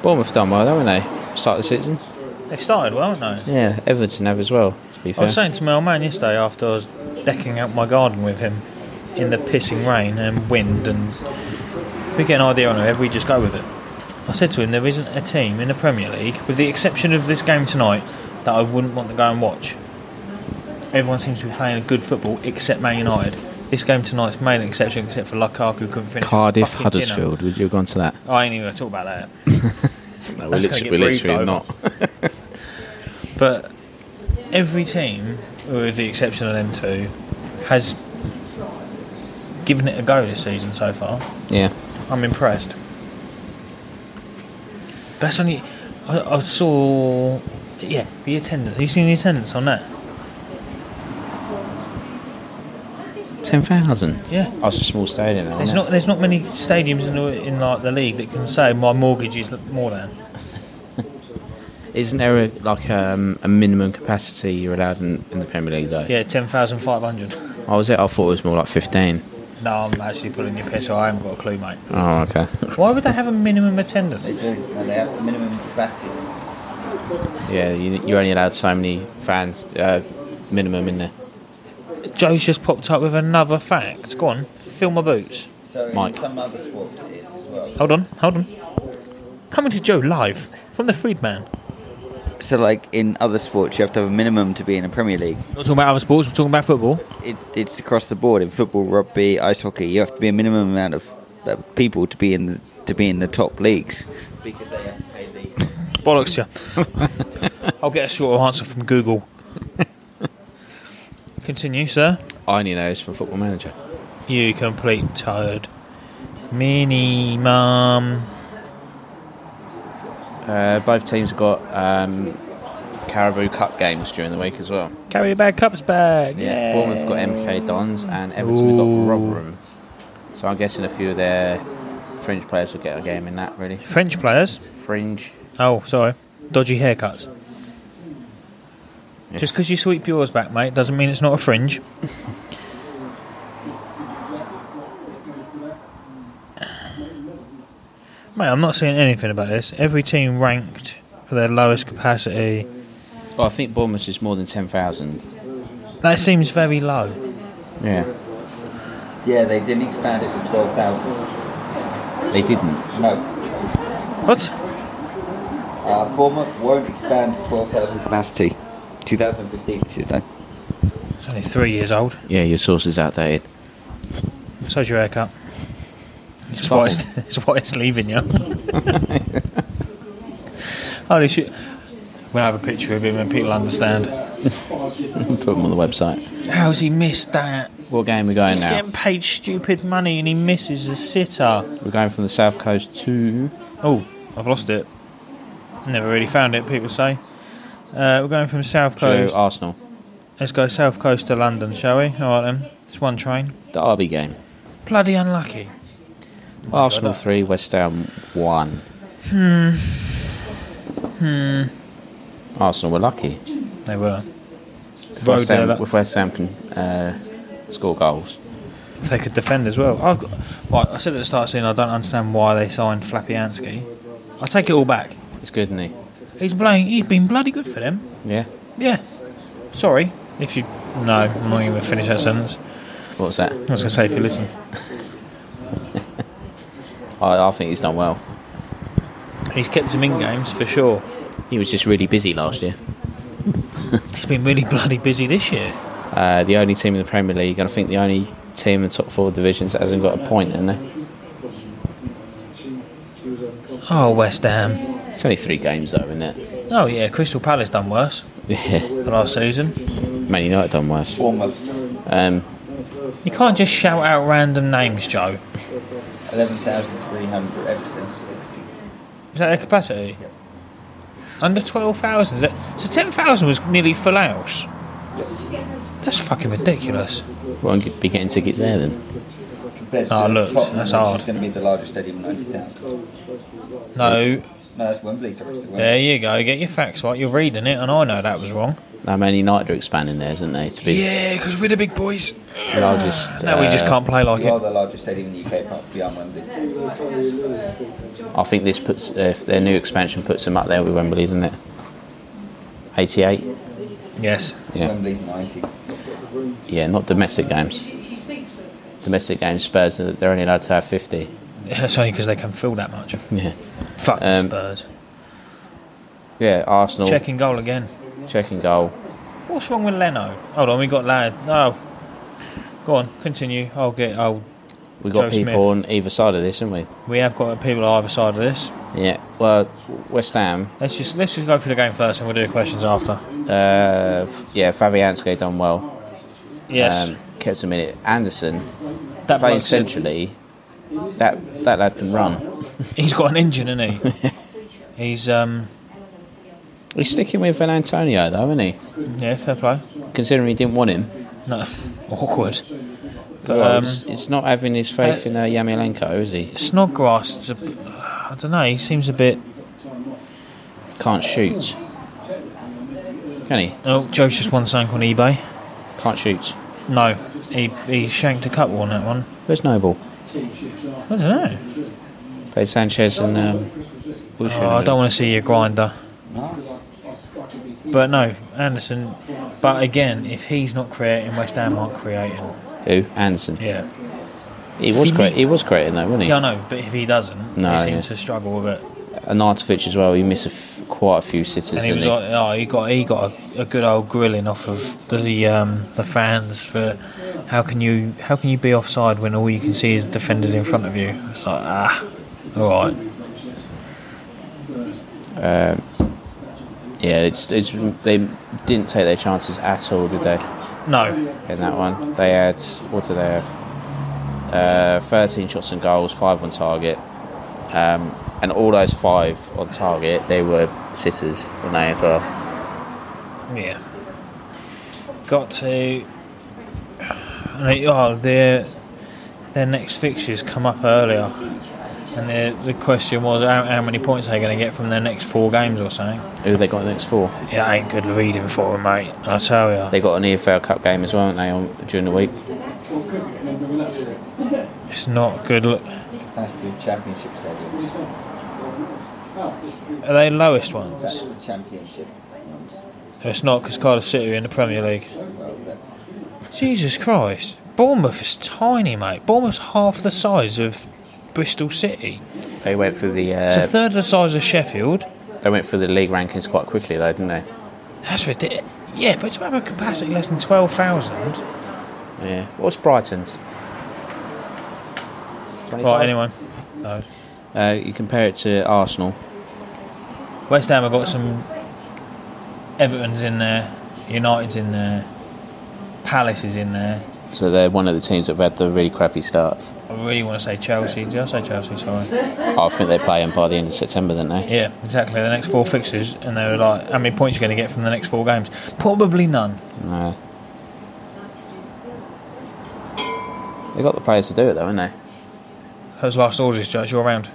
Speaker 2: Bournemouth done well, haven't they? Start the season.
Speaker 3: They've started well, haven't they?
Speaker 2: Yeah, Everton have as well. To be
Speaker 3: I
Speaker 2: fair.
Speaker 3: was saying to my old man yesterday after I was decking out my garden with him in the pissing rain and wind and we get an idea on whoever we just go with it. I said to him there isn't a team in the Premier League, with the exception of this game tonight, that I wouldn't want to go and watch. Everyone seems to be playing good football except Man United. This game tonight's made an exception except for Lukaku who couldn't finish.
Speaker 2: Cardiff,
Speaker 3: fucking
Speaker 2: Huddersfield. Would you have gone to that?
Speaker 3: Dinner. Oh, I ain't even gonna talk about that.
Speaker 2: No,
Speaker 3: That's gonna get breathed over.
Speaker 2: not.
Speaker 3: But every team, with the exception of them two, has given it a go this season so far.
Speaker 2: Yeah.
Speaker 3: I'm impressed. But that's only. I, I saw. Yeah, the attendance. Have you seen the attendance on that?
Speaker 2: Ten thousand.
Speaker 3: Yeah.
Speaker 2: That's a small stadium. Though,
Speaker 3: There's
Speaker 2: isn't
Speaker 3: not
Speaker 2: it?
Speaker 3: there's not many stadiums in the, in like the league that can say my mortgage is more than.
Speaker 2: Isn't there a, like um, a minimum capacity you're allowed in, in the Premier League though?
Speaker 3: Yeah, ten thousand five hundred.
Speaker 2: I was it. I thought it was more like fifteen.
Speaker 3: No, I'm actually pulling your piss. I haven't got a clue, mate.
Speaker 2: Oh, okay.
Speaker 3: Why would they have a minimum attendance?
Speaker 1: and they have the minimum capacity.
Speaker 2: yeah, you, you're only allowed so many fans uh, minimum in there.
Speaker 3: Joe's just popped up with another fact. Go on, fill my boots.
Speaker 1: So in
Speaker 2: Mike.
Speaker 1: some other sports it is as well.
Speaker 3: Hold on, hold on. Coming to Joe live from the Freedman.
Speaker 4: Oh, So, like in other sports, you have to have a minimum to be in a Premier League.
Speaker 3: Not talking about other sports, we're talking about football.
Speaker 4: It, it's across the board in football, rugby, ice hockey. You have to be a minimum amount of uh, people to be in the, to be in the top leagues.
Speaker 1: Because they have to pay the
Speaker 3: Bollocks, yeah. I'll get a shorter answer from Google. Continue, sir.
Speaker 2: I only know it's from Football Manager.
Speaker 3: You complete toad. Minimum
Speaker 2: Uh, both teams have got um, Caribou Cup games during the week as well.
Speaker 3: Carry your bag, cups bag.
Speaker 2: Yeah,
Speaker 3: Yay.
Speaker 2: Bournemouth got MK Dons and Everton have
Speaker 3: Ooh.
Speaker 2: got Rotherham. So I'm guessing a few of their fringe players will get a game in that. Really,
Speaker 3: French players.
Speaker 2: fringe.
Speaker 3: Oh, sorry. Dodgy haircuts. Just because you sweep yours back, mate, doesn't mean it's not a fringe. mate, I'm not seeing anything about this. Every team ranked for their lowest capacity.
Speaker 2: Well, I think Bournemouth is more than ten thousand.
Speaker 3: That seems very low.
Speaker 2: Yeah,
Speaker 1: Yeah, they didn't expand it to 12,000.
Speaker 2: they didn't.
Speaker 1: No.
Speaker 3: What?
Speaker 1: Uh, Bournemouth won't expand to 12,000 capacity. 2015, this is though.
Speaker 3: It's only three years old.
Speaker 2: Yeah, your source is outdated.
Speaker 3: So's your haircut. It's why it's, it's why it's leaving you. Holy shit. We'll have a picture of him and people understand.
Speaker 2: Put them on the website.
Speaker 3: How's he missed that?
Speaker 2: What game are we going
Speaker 3: He's
Speaker 2: now?
Speaker 3: getting paid stupid money and he misses a sitter.
Speaker 2: We're going from the south coast to.
Speaker 3: Oh, I've lost it. Never really found it, people say. Uh, we're going from South
Speaker 2: to
Speaker 3: Coast.
Speaker 2: Arsenal.
Speaker 3: Let's go South Coast to London, shall we? Alright then. It's one train.
Speaker 2: Derby game.
Speaker 3: Bloody unlucky.
Speaker 2: Arsenal 3, West Ham 1. Hmm. Hmm. Arsenal were lucky.
Speaker 3: They were.
Speaker 2: If
Speaker 3: Road
Speaker 2: West
Speaker 3: there,
Speaker 2: Ham,
Speaker 3: that-
Speaker 2: if West Ham can uh, score goals.
Speaker 3: If they could defend as well. I've got, right, I said at the start of the season I don't understand why they signed Flapianski. I take it all back.
Speaker 2: It's good, isn't he?
Speaker 3: He's playing. He's been bloody good for them.
Speaker 2: Yeah.
Speaker 3: Yeah. Sorry if you. No, I'm not even going to finish that sentence.
Speaker 2: What's that?
Speaker 3: I was going to say if you listen.
Speaker 2: I, I think he's done well.
Speaker 3: He's kept him in games for sure.
Speaker 2: He was just really busy last year.
Speaker 3: He's been really bloody busy this year.
Speaker 2: Uh, the only team in the Premier League, and I think the only team in the top four divisions that hasn't got a point, isn't there?
Speaker 3: Oh, West Ham.
Speaker 2: It's only three games, though, isn't it?
Speaker 3: Oh yeah, Crystal Palace done worse
Speaker 2: Yeah.
Speaker 3: the last season.
Speaker 2: Man United done worse.
Speaker 1: Bournemouth,
Speaker 2: Um,
Speaker 3: You can't just shout out random names, Joe.
Speaker 1: 11,300, Everton 60.
Speaker 3: Is that their capacity? Under twelve thousand. is it? So ten thousand was nearly full house. That's fucking ridiculous.
Speaker 2: won't be getting tickets there then.
Speaker 1: Compared to
Speaker 3: Ah, look,
Speaker 1: Tottenham,
Speaker 3: that's
Speaker 1: which
Speaker 3: hard.
Speaker 1: is going to be the largest stadium, 90,000. No,
Speaker 3: No,
Speaker 1: that's Wembley, sorry. it's the Wembley.
Speaker 3: there you go. Get your facts right. You're reading it, and I know that was wrong.
Speaker 2: No, Man United are expanding there, isn't they? To be
Speaker 3: Yeah, because we're the big boys.
Speaker 2: the largest.
Speaker 3: No, we just
Speaker 2: uh,
Speaker 3: can't play like
Speaker 1: You are
Speaker 3: it.
Speaker 1: the largest stadium in the UK apart from beyond Wembley.
Speaker 2: I think this puts if their new expansion puts them up there with Wembley, doesn't it? Eighty-eight.
Speaker 3: Yes.
Speaker 2: Yeah,
Speaker 1: Wembley's 90.
Speaker 2: yeah. Not domestic games. Domestic games, Spurs. They're only allowed to have fifty.
Speaker 3: It's only because they can fill that much.
Speaker 2: Yeah.
Speaker 3: Fuck
Speaker 2: Um,
Speaker 3: Spurs.
Speaker 2: Yeah. Arsenal
Speaker 3: Checking goal again.
Speaker 2: checking goal.
Speaker 3: What's wrong with Leno? Hold on, we got Lad. Oh, go on, continue. I'll get. I'll.
Speaker 2: We got
Speaker 3: Joe Smith.
Speaker 2: people on either side of this, haven't
Speaker 3: We have got people either side of this.
Speaker 2: we? Yeah. Well, West Ham.
Speaker 3: Let's just let's just go through the game first, and we'll do the questions after.
Speaker 2: Uh, yeah, Fabianski done well.
Speaker 3: Yes,
Speaker 2: um, kept him in it. Anderson
Speaker 3: that
Speaker 2: playing
Speaker 3: bloke's
Speaker 2: centrally. That that lad can run.
Speaker 3: He's got an engine, isn't he? he's um.
Speaker 2: He's sticking with an Antonio though, isn't he?
Speaker 3: Yeah, fair play.
Speaker 2: considering he didn't want him.
Speaker 3: No, awkward. But
Speaker 2: Well,
Speaker 3: um,
Speaker 2: it's, it's not having his faith in uh, Yamilenko, is he?
Speaker 3: Snodgrass. is a b- I don't know. He seems a bit.
Speaker 2: Can't shoot. Can he?
Speaker 3: Oh, Joe's just one sank on eBay.
Speaker 2: Can't shoot.
Speaker 3: No, he he shanked a couple on that one.
Speaker 2: Where's Noble?
Speaker 3: I don't know.
Speaker 2: Played Sanchez and um, Wilshere,
Speaker 3: Oh, I
Speaker 2: hasn't
Speaker 3: don't want to see your grinder. But no, Anderson. But again, if he's not creating, West Ham aren't creating.
Speaker 2: he? Who? Anderson.
Speaker 3: Yeah,
Speaker 2: He was great. He was creating though, wasn't he?
Speaker 3: yeah, I know. But if he doesn't,
Speaker 2: No,
Speaker 3: he seems
Speaker 2: yeah.
Speaker 3: to struggle with it.
Speaker 2: And Artovich as well. He missed a f- quite a few sitters.
Speaker 3: And he was
Speaker 2: didn't
Speaker 3: like, oh, he got he got a, a good old grilling off of the um, the fans for how can you how can you be offside when all you can see is defenders in front of you? It's like ah, all right.
Speaker 2: Yeah, it's, it's they didn't take their chances at all, did they?
Speaker 3: No,
Speaker 2: in that one. They had what did they have? Uh, 13 shots and goals, five on target. Um, And all those five on target, they were sitters, weren't they, as well?
Speaker 3: Yeah. Got to. Right, Oh, their their next fixtures come up earlier, and the the question was how, how many points are they going to get from their next four games or something.
Speaker 2: Who have they got next four?
Speaker 3: Yeah, ain't good reading for them, mate. I tell ya.
Speaker 2: They got an EFL Cup game as well, haven't they, on, during the week?
Speaker 3: It's not good. Look,
Speaker 1: That's the championship stadiums.
Speaker 3: are they lowest ones?
Speaker 1: That's the championship ones.
Speaker 3: It's not because Cardiff City are in the Premier League.
Speaker 1: Well, that's
Speaker 3: Jesus Christ. Bournemouth is tiny, mate. Bournemouth's half the size of Bristol City.
Speaker 2: They went through the
Speaker 3: It's a
Speaker 2: uh,
Speaker 3: third the size of Sheffield.
Speaker 2: they went through the league rankings quite quickly though, didn't they?
Speaker 3: That's ridiculous. Yeah, but to have a capacity less than 12,000.
Speaker 2: Yeah. What's Brighton's?
Speaker 3: Right, anyway. No.
Speaker 2: Uh, you compare it to Arsenal.
Speaker 3: West Ham have got some. Everton's in there. United's in there. Palace is in there.
Speaker 2: So they're one of the teams that have had the really crappy starts.
Speaker 3: I really want to say Chelsea. Did I say Chelsea? Sorry.
Speaker 2: I think they play them by the end of September, don't they?
Speaker 3: Yeah, exactly. The next four fixtures, and they were like, how many points are you going to get from the next four games? Probably none.
Speaker 2: No. They got the players to do it though, haven't they?
Speaker 3: Those last orders, Judge. You're around.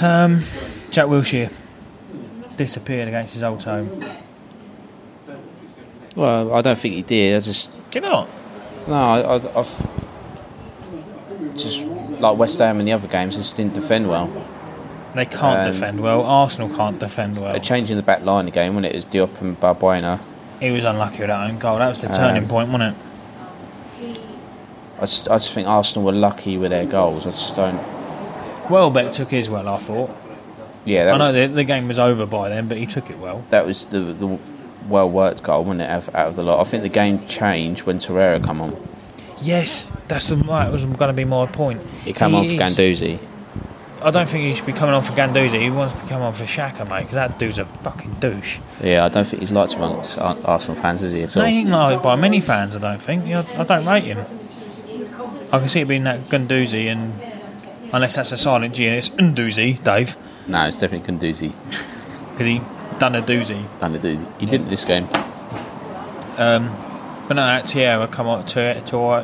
Speaker 3: Um, Jack Wilshere disappeared against his old home.
Speaker 2: Well, I don't think he did. I just
Speaker 3: Do you not?
Speaker 2: no, I, I've, I've just like West Ham and the other games, just didn't defend well.
Speaker 3: They can't
Speaker 2: Um,
Speaker 3: defend well. Arsenal can't defend well.
Speaker 2: A change in the back line again when it was Diop and Barbuena.
Speaker 3: He was unlucky with that own goal. That was the turning
Speaker 2: Um,
Speaker 3: point, wasn't it?
Speaker 2: I just, I just think Arsenal were lucky with their goals. I just don't.
Speaker 3: Welbeck took his well, I thought.
Speaker 2: Yeah,
Speaker 3: I
Speaker 2: that
Speaker 3: know
Speaker 2: was,
Speaker 3: the, the game was over by then, but he took it well.
Speaker 2: that was the, the well worked goal, wasn't it? Out of- out of the lot. I think the game changed when Torreira come on.
Speaker 3: Yes, that's the that was going to be my point.
Speaker 2: He came on for
Speaker 3: is-
Speaker 2: Ganduzi.
Speaker 3: I don't think he should be coming on for Ganduzi. He wants to be coming on for Shaka, mate, because that dude's a fucking douche.
Speaker 2: Yeah, I don't think he's liked amongst Ar- Arsenal fans, is he at
Speaker 3: So, he
Speaker 2: all?
Speaker 3: ain't liked by many fans, I don't think. Yeah, I, I don't rate him. I can see it being that Ganduzi, and unless that's a silent G and it's Nduzi, Dave,
Speaker 2: No, it's definitely Ganduzi.
Speaker 3: because he done a doozy.
Speaker 2: Ganduzi. He didn't this game.
Speaker 3: But no, that Tierra come on to to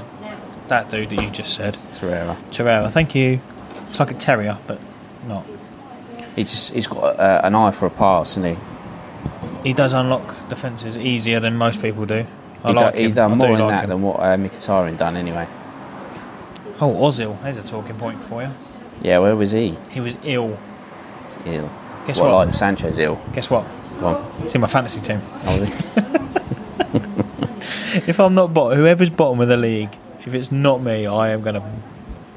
Speaker 3: that dude that you just said,
Speaker 2: Torreira.
Speaker 3: Terrell. Thank you. It's like a terrier, but not.
Speaker 2: He just he's got uh, an eye for a pass, isn't he?
Speaker 3: He does unlock defences easier than most people do. I
Speaker 2: he do-
Speaker 3: like him.
Speaker 2: he's done
Speaker 3: I do
Speaker 2: more in
Speaker 3: like
Speaker 2: that
Speaker 3: him.
Speaker 2: than what uh, Mkhitaryan done anyway.
Speaker 3: Oh, Ozil. There's a talking point for you.
Speaker 2: Yeah, where was he?
Speaker 3: He was ill.
Speaker 2: He's Ill.
Speaker 3: Guess
Speaker 2: what,
Speaker 3: what?
Speaker 2: Like Sanchez ill. Oh,
Speaker 3: Guess what?
Speaker 2: Well,
Speaker 3: It's in my fantasy team.
Speaker 2: I was-
Speaker 3: If I'm not bottom, whoever's bottom of the league, if it's not me, I am gonna.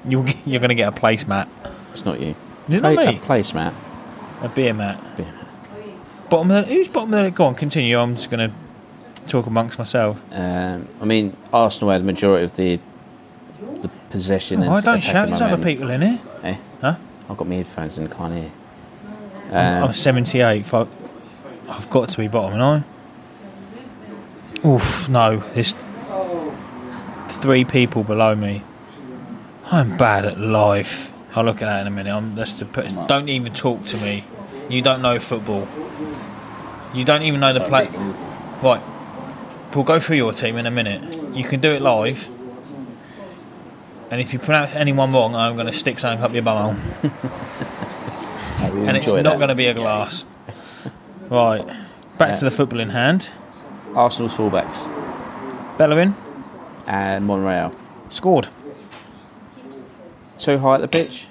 Speaker 3: You'll, get- you're gonna get a place mat,
Speaker 2: it's not you.
Speaker 3: Isn't it
Speaker 2: Play-
Speaker 3: me?
Speaker 2: a place, Matt.
Speaker 3: a beer mat.
Speaker 2: Beer
Speaker 3: Bottom of the, who's bottom of the league? Go on, continue. I'm just gonna talk amongst myself.
Speaker 2: Um, I mean, Arsenal had the majority of the the possession. and
Speaker 3: Oh, I don't
Speaker 2: attacking
Speaker 3: shout. There's other
Speaker 2: momentum.
Speaker 3: people in here,
Speaker 2: Eh?
Speaker 3: huh?
Speaker 2: I've got my headphones and can't hear.
Speaker 3: I'm Oh,
Speaker 2: Um,
Speaker 3: 78. Fuck. I've got to be bottom, and I. Oof, no. There's three people below me. I'm bad at life. I'll look at that in a minute. I'm that's the, put- don't even talk to me. You don't know football. You don't even know the play. Right. We'll go through your team in a minute. You can do it live. And if you pronounce anyone wrong, I'm going to stick something up your bum hole
Speaker 2: Um,
Speaker 3: and it's not going to be a glass. right, back to the football in hand.
Speaker 2: to Arsenal's fullbacks
Speaker 3: Bellerin
Speaker 2: and Monreal.
Speaker 3: scored.
Speaker 2: Too high at the pitch.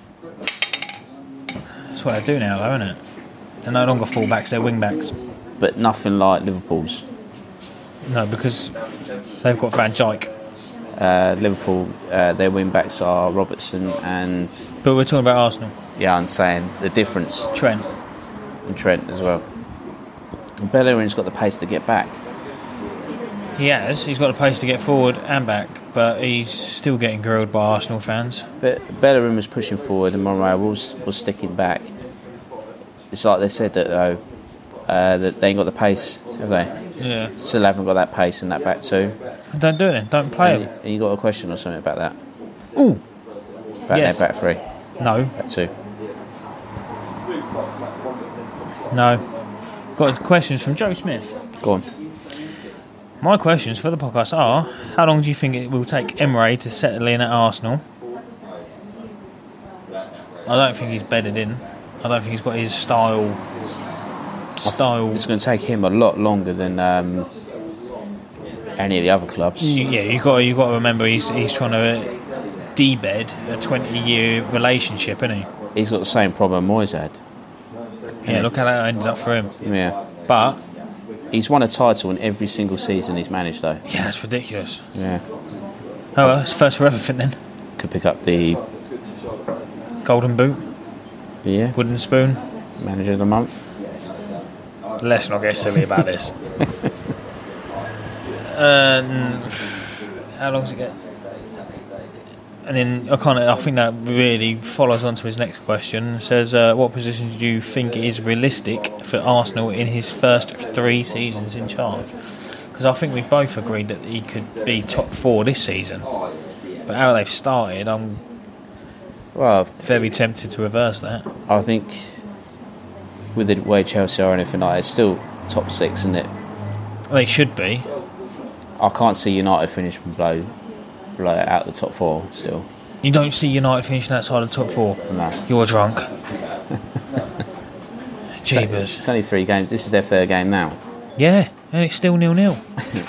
Speaker 3: That's what I do now, though, isn't it? They're no longer fullbacks; they're wingbacks.
Speaker 2: but nothing like Liverpool's.
Speaker 3: No, because they've got Van Dijk.
Speaker 2: Uh, Liverpool, uh, their wing backs are Robertson and
Speaker 3: But we're talking about Arsenal.
Speaker 2: yeah, I'm saying the difference
Speaker 3: Trent.
Speaker 2: and Trent as well. And Bellerin's got the pace to get back.
Speaker 3: He has. He's got a pace to get forward and back, but he's still getting grilled by Arsenal fans.
Speaker 2: Be- Bellerin was pushing forward and Monreal was, was sticking back. It's like they said that though, uh, that they ain't got the pace, have they?
Speaker 3: Yeah,
Speaker 2: Still haven't got that pace in that back two.
Speaker 3: don't do it then. Don't play
Speaker 2: And,
Speaker 3: it.
Speaker 2: and you got a question or something about that?
Speaker 3: Ooh,
Speaker 2: About
Speaker 3: Yes.
Speaker 2: their back three,
Speaker 3: no,
Speaker 2: back two.
Speaker 3: no. Got questions from Joe Smith.
Speaker 2: Go on.
Speaker 3: My questions for the podcast are: How long do you think it will take Emre to settle in at Arsenal? I don't think he's bedded in. I don't think he's got his style. Style.
Speaker 2: It's going to take him a lot longer than um, any of the other clubs.
Speaker 3: You- yeah, you got you got to remember he's he's trying to debed a twenty year relationship, isn't he?
Speaker 2: He's got the same problem Moyes had.
Speaker 3: Yeah, look how that ended up for him.
Speaker 2: Yeah.
Speaker 3: But
Speaker 2: He's won a title in every single season he's managed, though.
Speaker 3: yeah, that's ridiculous.
Speaker 2: Yeah.
Speaker 3: Oh well, it's first for everything then.
Speaker 2: Could pick up the
Speaker 3: Golden boot,
Speaker 2: yeah
Speaker 3: wooden spoon.
Speaker 2: manager of the month.
Speaker 3: Let's not get silly about this. um, how long's it get? And then I kind of I think that really follows on to his next question. It says, uh, what position do you think is realistic for Arsenal in his first three seasons in charge? Because I think we both agreed that he could be top four this season. But how they've started, I'm
Speaker 2: Well,
Speaker 3: very tempted to reverse that.
Speaker 2: I think with the way Chelsea are and everything like, that, it's still top six, isn't it?
Speaker 3: They should be.
Speaker 2: I can't see United finishing below, below out the top four still.
Speaker 3: You don't see United finishing outside of the top four.
Speaker 2: No.
Speaker 3: You're drunk.
Speaker 2: It's
Speaker 3: Jeebus.
Speaker 2: only three games. This is their third game now
Speaker 3: Yeah, and it's still nil nil.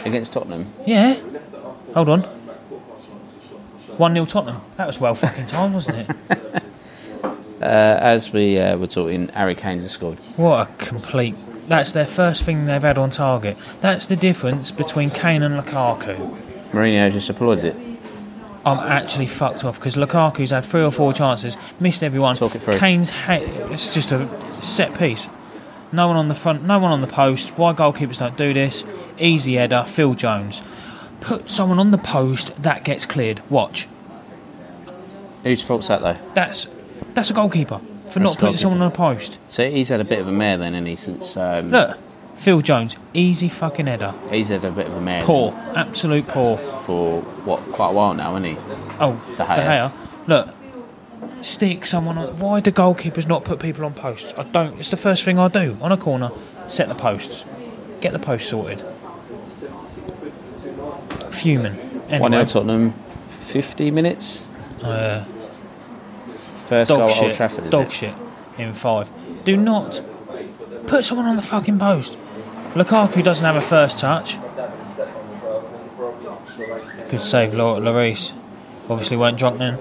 Speaker 2: against Tottenham.
Speaker 3: Yeah. Hold on. One 0 Tottenham. That was well fucking time, wasn't it?
Speaker 2: Uh, as we uh, were talking, Harry Kane has scored.
Speaker 3: What a complete. That's their first thing they've had on target. That's the difference between Kane and Lukaku.
Speaker 2: Mourinho just applauded it.
Speaker 3: I'm actually fucked off because Lukaku's had three or four chances, missed every one.
Speaker 2: Talk it through.
Speaker 3: Kane's ha- it's just a set piece. No one on the front, no one on the post. Why goalkeepers don't do this? Easy header, Phil Jones. Put someone on the post that gets cleared. Watch.
Speaker 2: Whose fault's that though?
Speaker 3: That's that's a goalkeeper for not
Speaker 2: a
Speaker 3: putting someone
Speaker 2: goalkeeper.
Speaker 3: on a post.
Speaker 2: So he's had a bit of a mare then, and he since um,
Speaker 3: Look, Phil Jones, easy fucking header.
Speaker 2: he's had a bit of a mare
Speaker 3: Poor, absolute poor.
Speaker 2: for what quite a while now, isn't he?
Speaker 3: Oh,
Speaker 2: De
Speaker 3: De
Speaker 2: Gea.
Speaker 3: Gea. Look, stick someone on. Why do goalkeepers not put people on posts? I don't. It's the first thing I do on a corner. Set the posts. Get the post sorted. Fuming.
Speaker 2: One
Speaker 3: Anyway,
Speaker 2: nil Tottenham, fifty minutes.
Speaker 3: uh,
Speaker 2: First goal
Speaker 3: dog
Speaker 2: at Old
Speaker 3: shit.
Speaker 2: Trafford. Is
Speaker 3: Dog
Speaker 2: it?
Speaker 3: shit in five. Do not put someone on the fucking post. Lukaku doesn't have a first touch. Good save, Lau- Lloris. Obviously, weren't drunk then.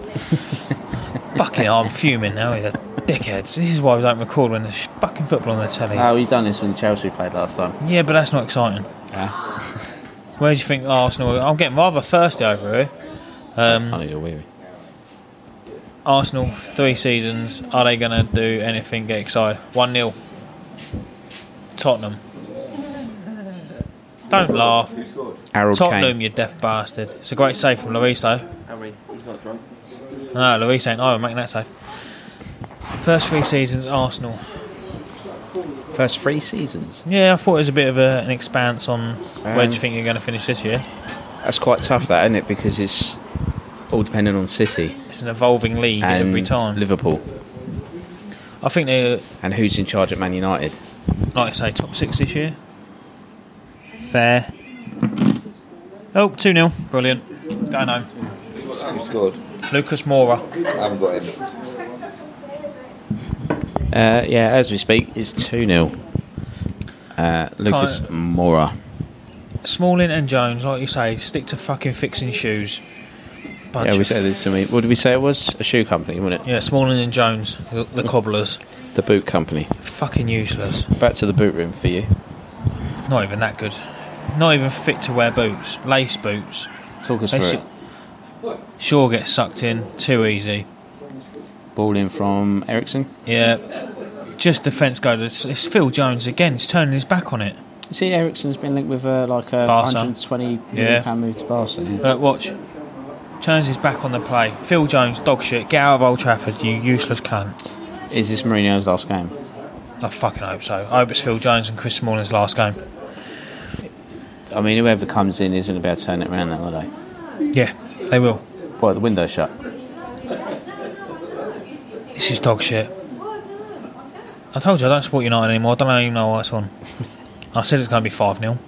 Speaker 3: fucking, I'm fuming now. You're dickheads. This is why we don't record when there's fucking football on the telly.
Speaker 2: Oh, you done this when Chelsea played last time.
Speaker 3: yeah, but that's not exciting.
Speaker 2: Ah.
Speaker 3: Where do you think Arsenal? I'm getting rather thirsty over here. Um,
Speaker 2: I know Oh, you're weary.
Speaker 3: Arsenal, three seasons. Are they going to do anything? Get excited. 1 0. Tottenham. Don't laugh.
Speaker 2: Harold
Speaker 3: Tottenham,
Speaker 2: Kane.
Speaker 3: you deaf bastard. It's a great save from Lloris, though.
Speaker 5: Harry, he's not drunk.
Speaker 3: No, Lloris ain't. Oh, making that save. First three seasons, Arsenal.
Speaker 2: First three seasons.
Speaker 3: Yeah, I thought it was a bit of a, an expanse on where do
Speaker 2: Um,
Speaker 3: you think you're going to finish this year.
Speaker 2: That's quite tough, that isn't it? Because it's all dependent on City
Speaker 3: It's an evolving league
Speaker 2: and
Speaker 3: every time.
Speaker 2: Liverpool
Speaker 3: I think they're,
Speaker 2: and who's in charge at Man United.
Speaker 3: like I say, top six this year. Fair. Oh, 2 0. Brilliant. Going home.
Speaker 6: Who scored?
Speaker 3: Lucas Mora.
Speaker 6: I haven't got him.
Speaker 2: Uh, yeah, as we speak, it's two 0 uh, Lucas
Speaker 3: Can't-
Speaker 2: Moura.
Speaker 3: Smalling and Jones, like you say, stick to fucking fixing shoes. Bunch
Speaker 2: Yeah, we
Speaker 3: of-
Speaker 2: said this to me. What did we say it was? A shoe company, wasn't it?
Speaker 3: Yeah, Smalling and Jones, the- the cobblers,
Speaker 2: The boot company.
Speaker 3: fucking useless.
Speaker 2: Back to the boot room for you.
Speaker 3: Not even that good. Not even fit to wear boots, lace boots.
Speaker 2: Talk us
Speaker 3: They
Speaker 2: through
Speaker 3: should- Sure, gets sucked in too
Speaker 2: it.
Speaker 3: easy.
Speaker 2: Ball in from Ericsson.
Speaker 3: Yeah, just defence go. to- It's, it's Phil Jones again. He's turning his back on it.
Speaker 2: See, Ericsson's been linked with uh, like a
Speaker 3: Barca.
Speaker 2: 120
Speaker 3: Yeah.
Speaker 2: pound move to Barca. yeah.
Speaker 3: Look, Uh, watch. turns his back on the play. Phil Jones, dog shit, get out of Old Trafford, you useless cunt.
Speaker 2: Is this Mourinho's last game?
Speaker 3: I fucking hope so. I hope it's Phil Jones and Chris Smalling's last game.
Speaker 2: I mean, whoever comes in isn't about to turn it around, then, are they?
Speaker 3: Yeah, they will.
Speaker 2: Well, the window's shut.
Speaker 3: This is dog shit. I told you I don't support United anymore. I don't even know why it's on. I said it's going to be 5 0.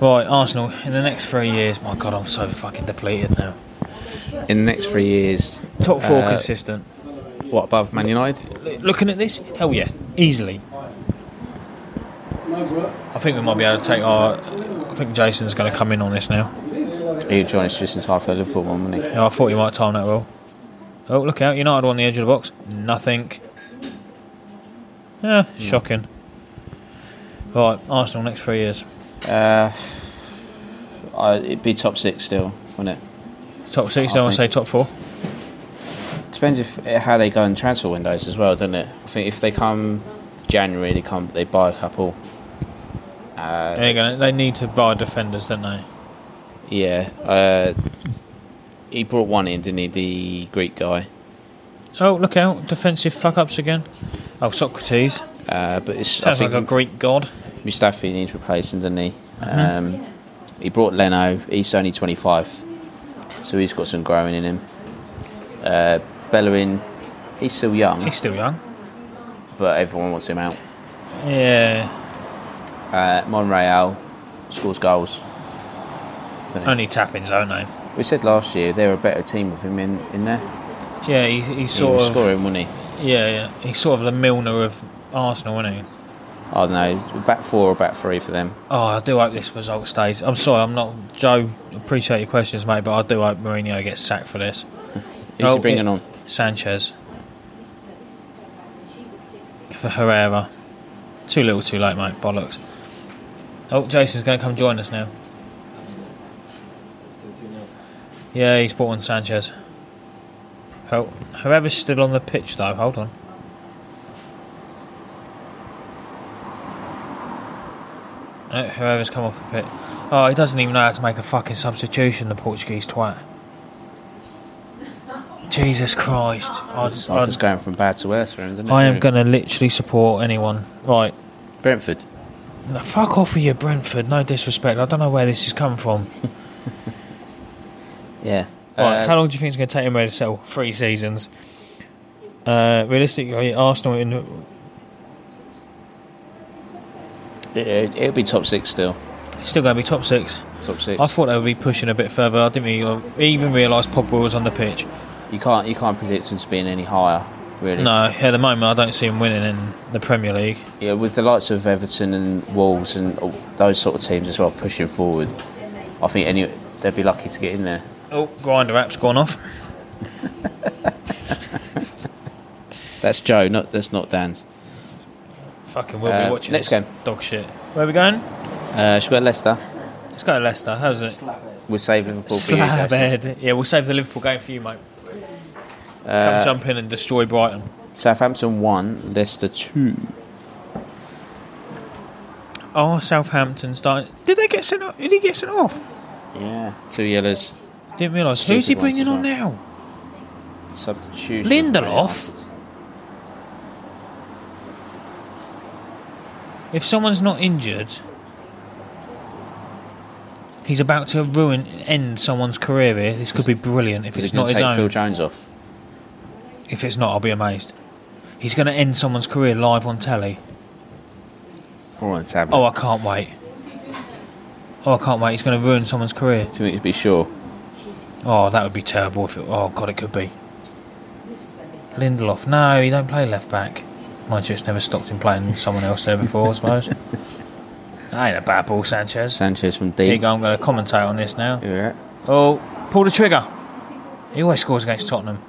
Speaker 3: Right, Arsenal, in the next three years, my God, I'm so fucking depleted now.
Speaker 2: In the next three years,
Speaker 3: Top four
Speaker 2: uh,
Speaker 3: consistent.
Speaker 2: What above Man United?
Speaker 3: L- Looking at this, hell yeah, easily. I think we might be able to take our. I think Jason's going to come in on this now.
Speaker 2: He'd join us just in time for the Liverpool one, wouldn't he?
Speaker 3: Yeah, I thought you might time that well. Oh, look out, United on the edge of the box. Nothing.
Speaker 2: Hmm.
Speaker 3: Yeah, shocking. Right, Arsenal next three years.
Speaker 2: Uh, I, it'd be top six still, wouldn't it?
Speaker 3: Top six,
Speaker 2: I
Speaker 3: don't want to say
Speaker 2: think-
Speaker 3: top four.
Speaker 2: Depends if how they go in transfer windows as well, doesn't it? I think if they come January, they come they buy a couple. Uh,
Speaker 3: They're gonna, they need to buy defenders, don't they?
Speaker 2: yeah, uh, he brought one in, didn't he? The Greek guy,
Speaker 3: Oh, look out, defensive fuck ups again. Oh, Socrates.
Speaker 2: uh, but it's, I
Speaker 3: Sounds
Speaker 2: think
Speaker 3: like a Greek Mm-hmm. god.
Speaker 2: Mustafi needs replacing, doesn't he? Um, he brought Leno. He's only 25, so he's got some growing in him. Uh, Bellerin, he's still young,
Speaker 3: He's still young.
Speaker 2: but everyone wants him out.
Speaker 3: Yeah,
Speaker 2: Uh, Monreal scores goals.
Speaker 3: only tap ins, don't they?
Speaker 2: We said last year they were a better team with him in, in there.
Speaker 3: Yeah, he, he's
Speaker 2: He was
Speaker 3: sort of.
Speaker 2: scoring, wasn't he?
Speaker 3: Yeah, yeah, he's sort of the Milner of Arsenal, isn't he?
Speaker 2: I don't know, back four or back three for them.
Speaker 3: Oh, I do hope this result stays. I'm sorry, I'm not Joe. Appreciate your questions, mate, but I do hope Mourinho gets sacked for this.
Speaker 2: Who's
Speaker 3: Oh,
Speaker 2: he bringing
Speaker 3: it-
Speaker 2: on?
Speaker 3: Sanchez for Herrera. Too little, too late, mate. Bollocks. Oh, Jason's going to come join us now. Yeah, he's brought on Sanchez. Oh, Herrera's still on the pitch though. Hold on. Oh, Herrera's come off the pitch. Oh, he doesn't even know how to make a fucking substitution. The Portuguese twat. Jesus Christ! I'd,
Speaker 2: It's like
Speaker 3: I'd
Speaker 2: it's going from bad to worse for him, isn't it?
Speaker 3: I am going to literally support anyone. Right.
Speaker 2: Brentford.
Speaker 3: No, Fuck off with you, Brentford. No disrespect. I don't know where this is coming from.
Speaker 2: Yeah.
Speaker 3: Right,
Speaker 2: Uh,
Speaker 3: how long do you think it's going to take him to sell? Three seasons. Uh, realistically, Arsenal in
Speaker 2: it, it'll be top six still.
Speaker 3: still going to be top six.
Speaker 2: Top six.
Speaker 3: I thought they would be pushing a bit further. I didn't really, even realise Pogba was on the pitch.
Speaker 2: you can't you can't predict him to being any higher, really.
Speaker 3: No, at the moment I don't see him winning in the Premier League.
Speaker 2: Yeah, with the likes of Everton and Wolves and all those sort of teams as well pushing forward, I think any they'd be lucky to get in there.
Speaker 3: Oh, grinder app's gone off.
Speaker 2: That's Joe. Not that's not Dan's.
Speaker 3: Fucking, we'll
Speaker 2: Uh,
Speaker 3: be watching
Speaker 2: next
Speaker 3: this.
Speaker 2: game.
Speaker 3: Dog shit. Where are we going?
Speaker 2: Uh, should we go Leicester?
Speaker 3: Let's go to Leicester. How's it?
Speaker 2: We'll save Liverpool for you,
Speaker 3: Slab
Speaker 2: Jason.
Speaker 3: head. Yeah, we'll save the Liverpool game for you, mate. Come
Speaker 2: Uh,
Speaker 3: jump in and destroy Brighton.
Speaker 2: Southampton one, Leicester two.
Speaker 3: Are Oh, Southampton starting? Did they get sent? off? Did he get sent off?
Speaker 2: Yeah, two yellows.
Speaker 3: Didn't realise. Who's he
Speaker 2: Stupid ones
Speaker 3: bringing
Speaker 2: as
Speaker 3: on now?
Speaker 2: Substitution.
Speaker 3: Lindelof? If someone's not injured, he's about to ruin end someone's career here. This could be brilliant if
Speaker 2: Is
Speaker 3: it's
Speaker 2: it going
Speaker 3: not
Speaker 2: to
Speaker 3: his
Speaker 2: take Phil
Speaker 3: own.
Speaker 2: Jones off?
Speaker 3: If it's not, I'll be amazed. He's going to end someone's career live on telly.
Speaker 2: Or on the tablet?
Speaker 3: Oh, I can't wait. Oh, I can't wait. He's going to ruin someone's career.
Speaker 2: Do you want me to be sure?
Speaker 3: Oh, that would be terrible if it. Oh God, it could be. Lindelof. No, he don't play left back. Mind you, it's never stopped him playing someone else there before, I suppose. that ain't a bad ball, Sanchez.
Speaker 2: Sanchez from
Speaker 3: Here you
Speaker 2: deep.
Speaker 3: go. I'm going to commentate on this now.
Speaker 2: Yeah.
Speaker 3: Oh, pull the trigger. He always scores against Tottenham.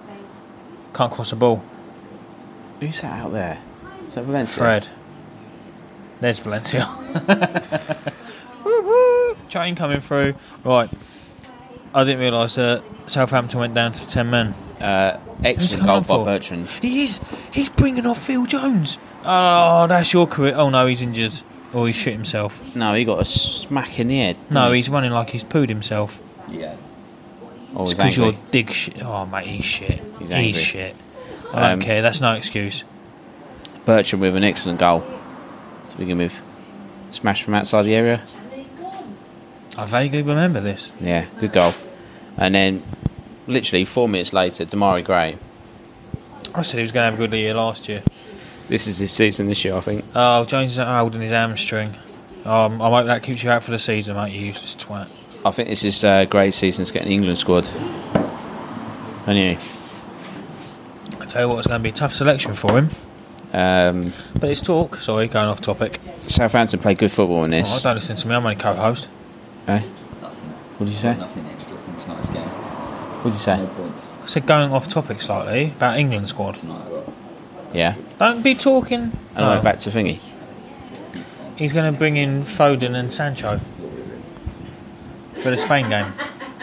Speaker 3: Can't cross the ball.
Speaker 2: Who's that out there? Is that Valencia?
Speaker 3: Fred. There's Valencia. Chain coming through. Right. I didn't realise that Southampton went down to ten men.
Speaker 2: Uh, excellent
Speaker 3: come
Speaker 2: goal
Speaker 3: on
Speaker 2: by
Speaker 3: for?
Speaker 2: Bertrand.
Speaker 3: He is. He's bringing off Phil Jones. Oh, that's your career. Oh no, he's injured. Or he's shit himself.
Speaker 2: No, he got a smack in the head.
Speaker 3: No,
Speaker 2: he?
Speaker 3: he's running like he's pooed himself.
Speaker 1: Yes.
Speaker 2: Always
Speaker 3: because
Speaker 2: Oh, angry.
Speaker 3: you're dig shit. Oh, mate, he's shit.
Speaker 2: He's
Speaker 3: He's,
Speaker 2: angry.
Speaker 3: shit. I don't
Speaker 2: Um,
Speaker 3: care. That's no excuse.
Speaker 2: Bertram with an excellent goal to begin with. Smash from outside the area.
Speaker 3: I vaguely remember this.
Speaker 2: Yeah, good goal. And then, literally four minutes later, Damari Gray.
Speaker 3: I said he was going to have a good year last year.
Speaker 2: This is his season this year, I think.
Speaker 3: Oh, Jones is holding his hamstring. Um, I hope that keeps you out for the season, mate. You useless twat.
Speaker 2: I think this is uh, Gray's season to get an England squad. Anyway,
Speaker 3: I tell you what, it's going to be a tough selection for him.
Speaker 2: um,
Speaker 3: But it's talk. Sorry, going off topic.
Speaker 2: Southampton played good football in
Speaker 3: Oh,
Speaker 2: this.
Speaker 3: don't listen to me. I'm only co-host.
Speaker 2: Eh?
Speaker 1: Nothing.
Speaker 2: What did you say?
Speaker 1: Nothing extra from tonight's game.
Speaker 2: What did you
Speaker 1: No
Speaker 2: say?
Speaker 1: points
Speaker 3: I said going off topic slightly about England squad.
Speaker 1: tonight. I got
Speaker 2: Yeah.
Speaker 3: Don't be talking.
Speaker 2: And I
Speaker 3: Oh.
Speaker 2: went back to thingy.
Speaker 3: He's going to bring in Foden and Sancho for the Spain game.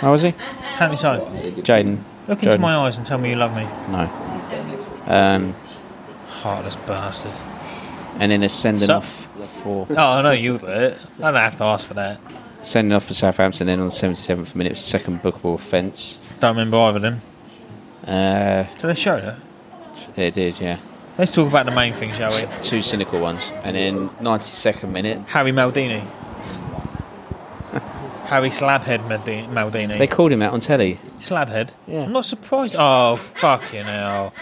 Speaker 2: Oh, was he?
Speaker 3: Apparently so.
Speaker 2: Jaden.
Speaker 3: Look into
Speaker 2: Jordan.
Speaker 3: my eyes and tell me you love me.
Speaker 2: No. Um,
Speaker 3: Heartless bastard.
Speaker 2: and then a sending
Speaker 3: So-
Speaker 2: off for
Speaker 3: Oh, I know you do it. I don't have to ask for that.
Speaker 2: sending off for Southampton. Then on the seventy seventh minute, second bookable offence.
Speaker 3: Don't remember either of them.
Speaker 2: Uh,
Speaker 3: So let's show that.
Speaker 2: it is, yeah.
Speaker 3: Let's talk about the main thing, shall we?
Speaker 2: Two cynical ones, and then ninety second minute.
Speaker 3: Harry Maldini. Harry Slabhead Maldi- Maldini.
Speaker 2: They called him out on telly.
Speaker 3: Slabhead?
Speaker 2: Yeah.
Speaker 3: I'm not surprised. Oh, fucking hell.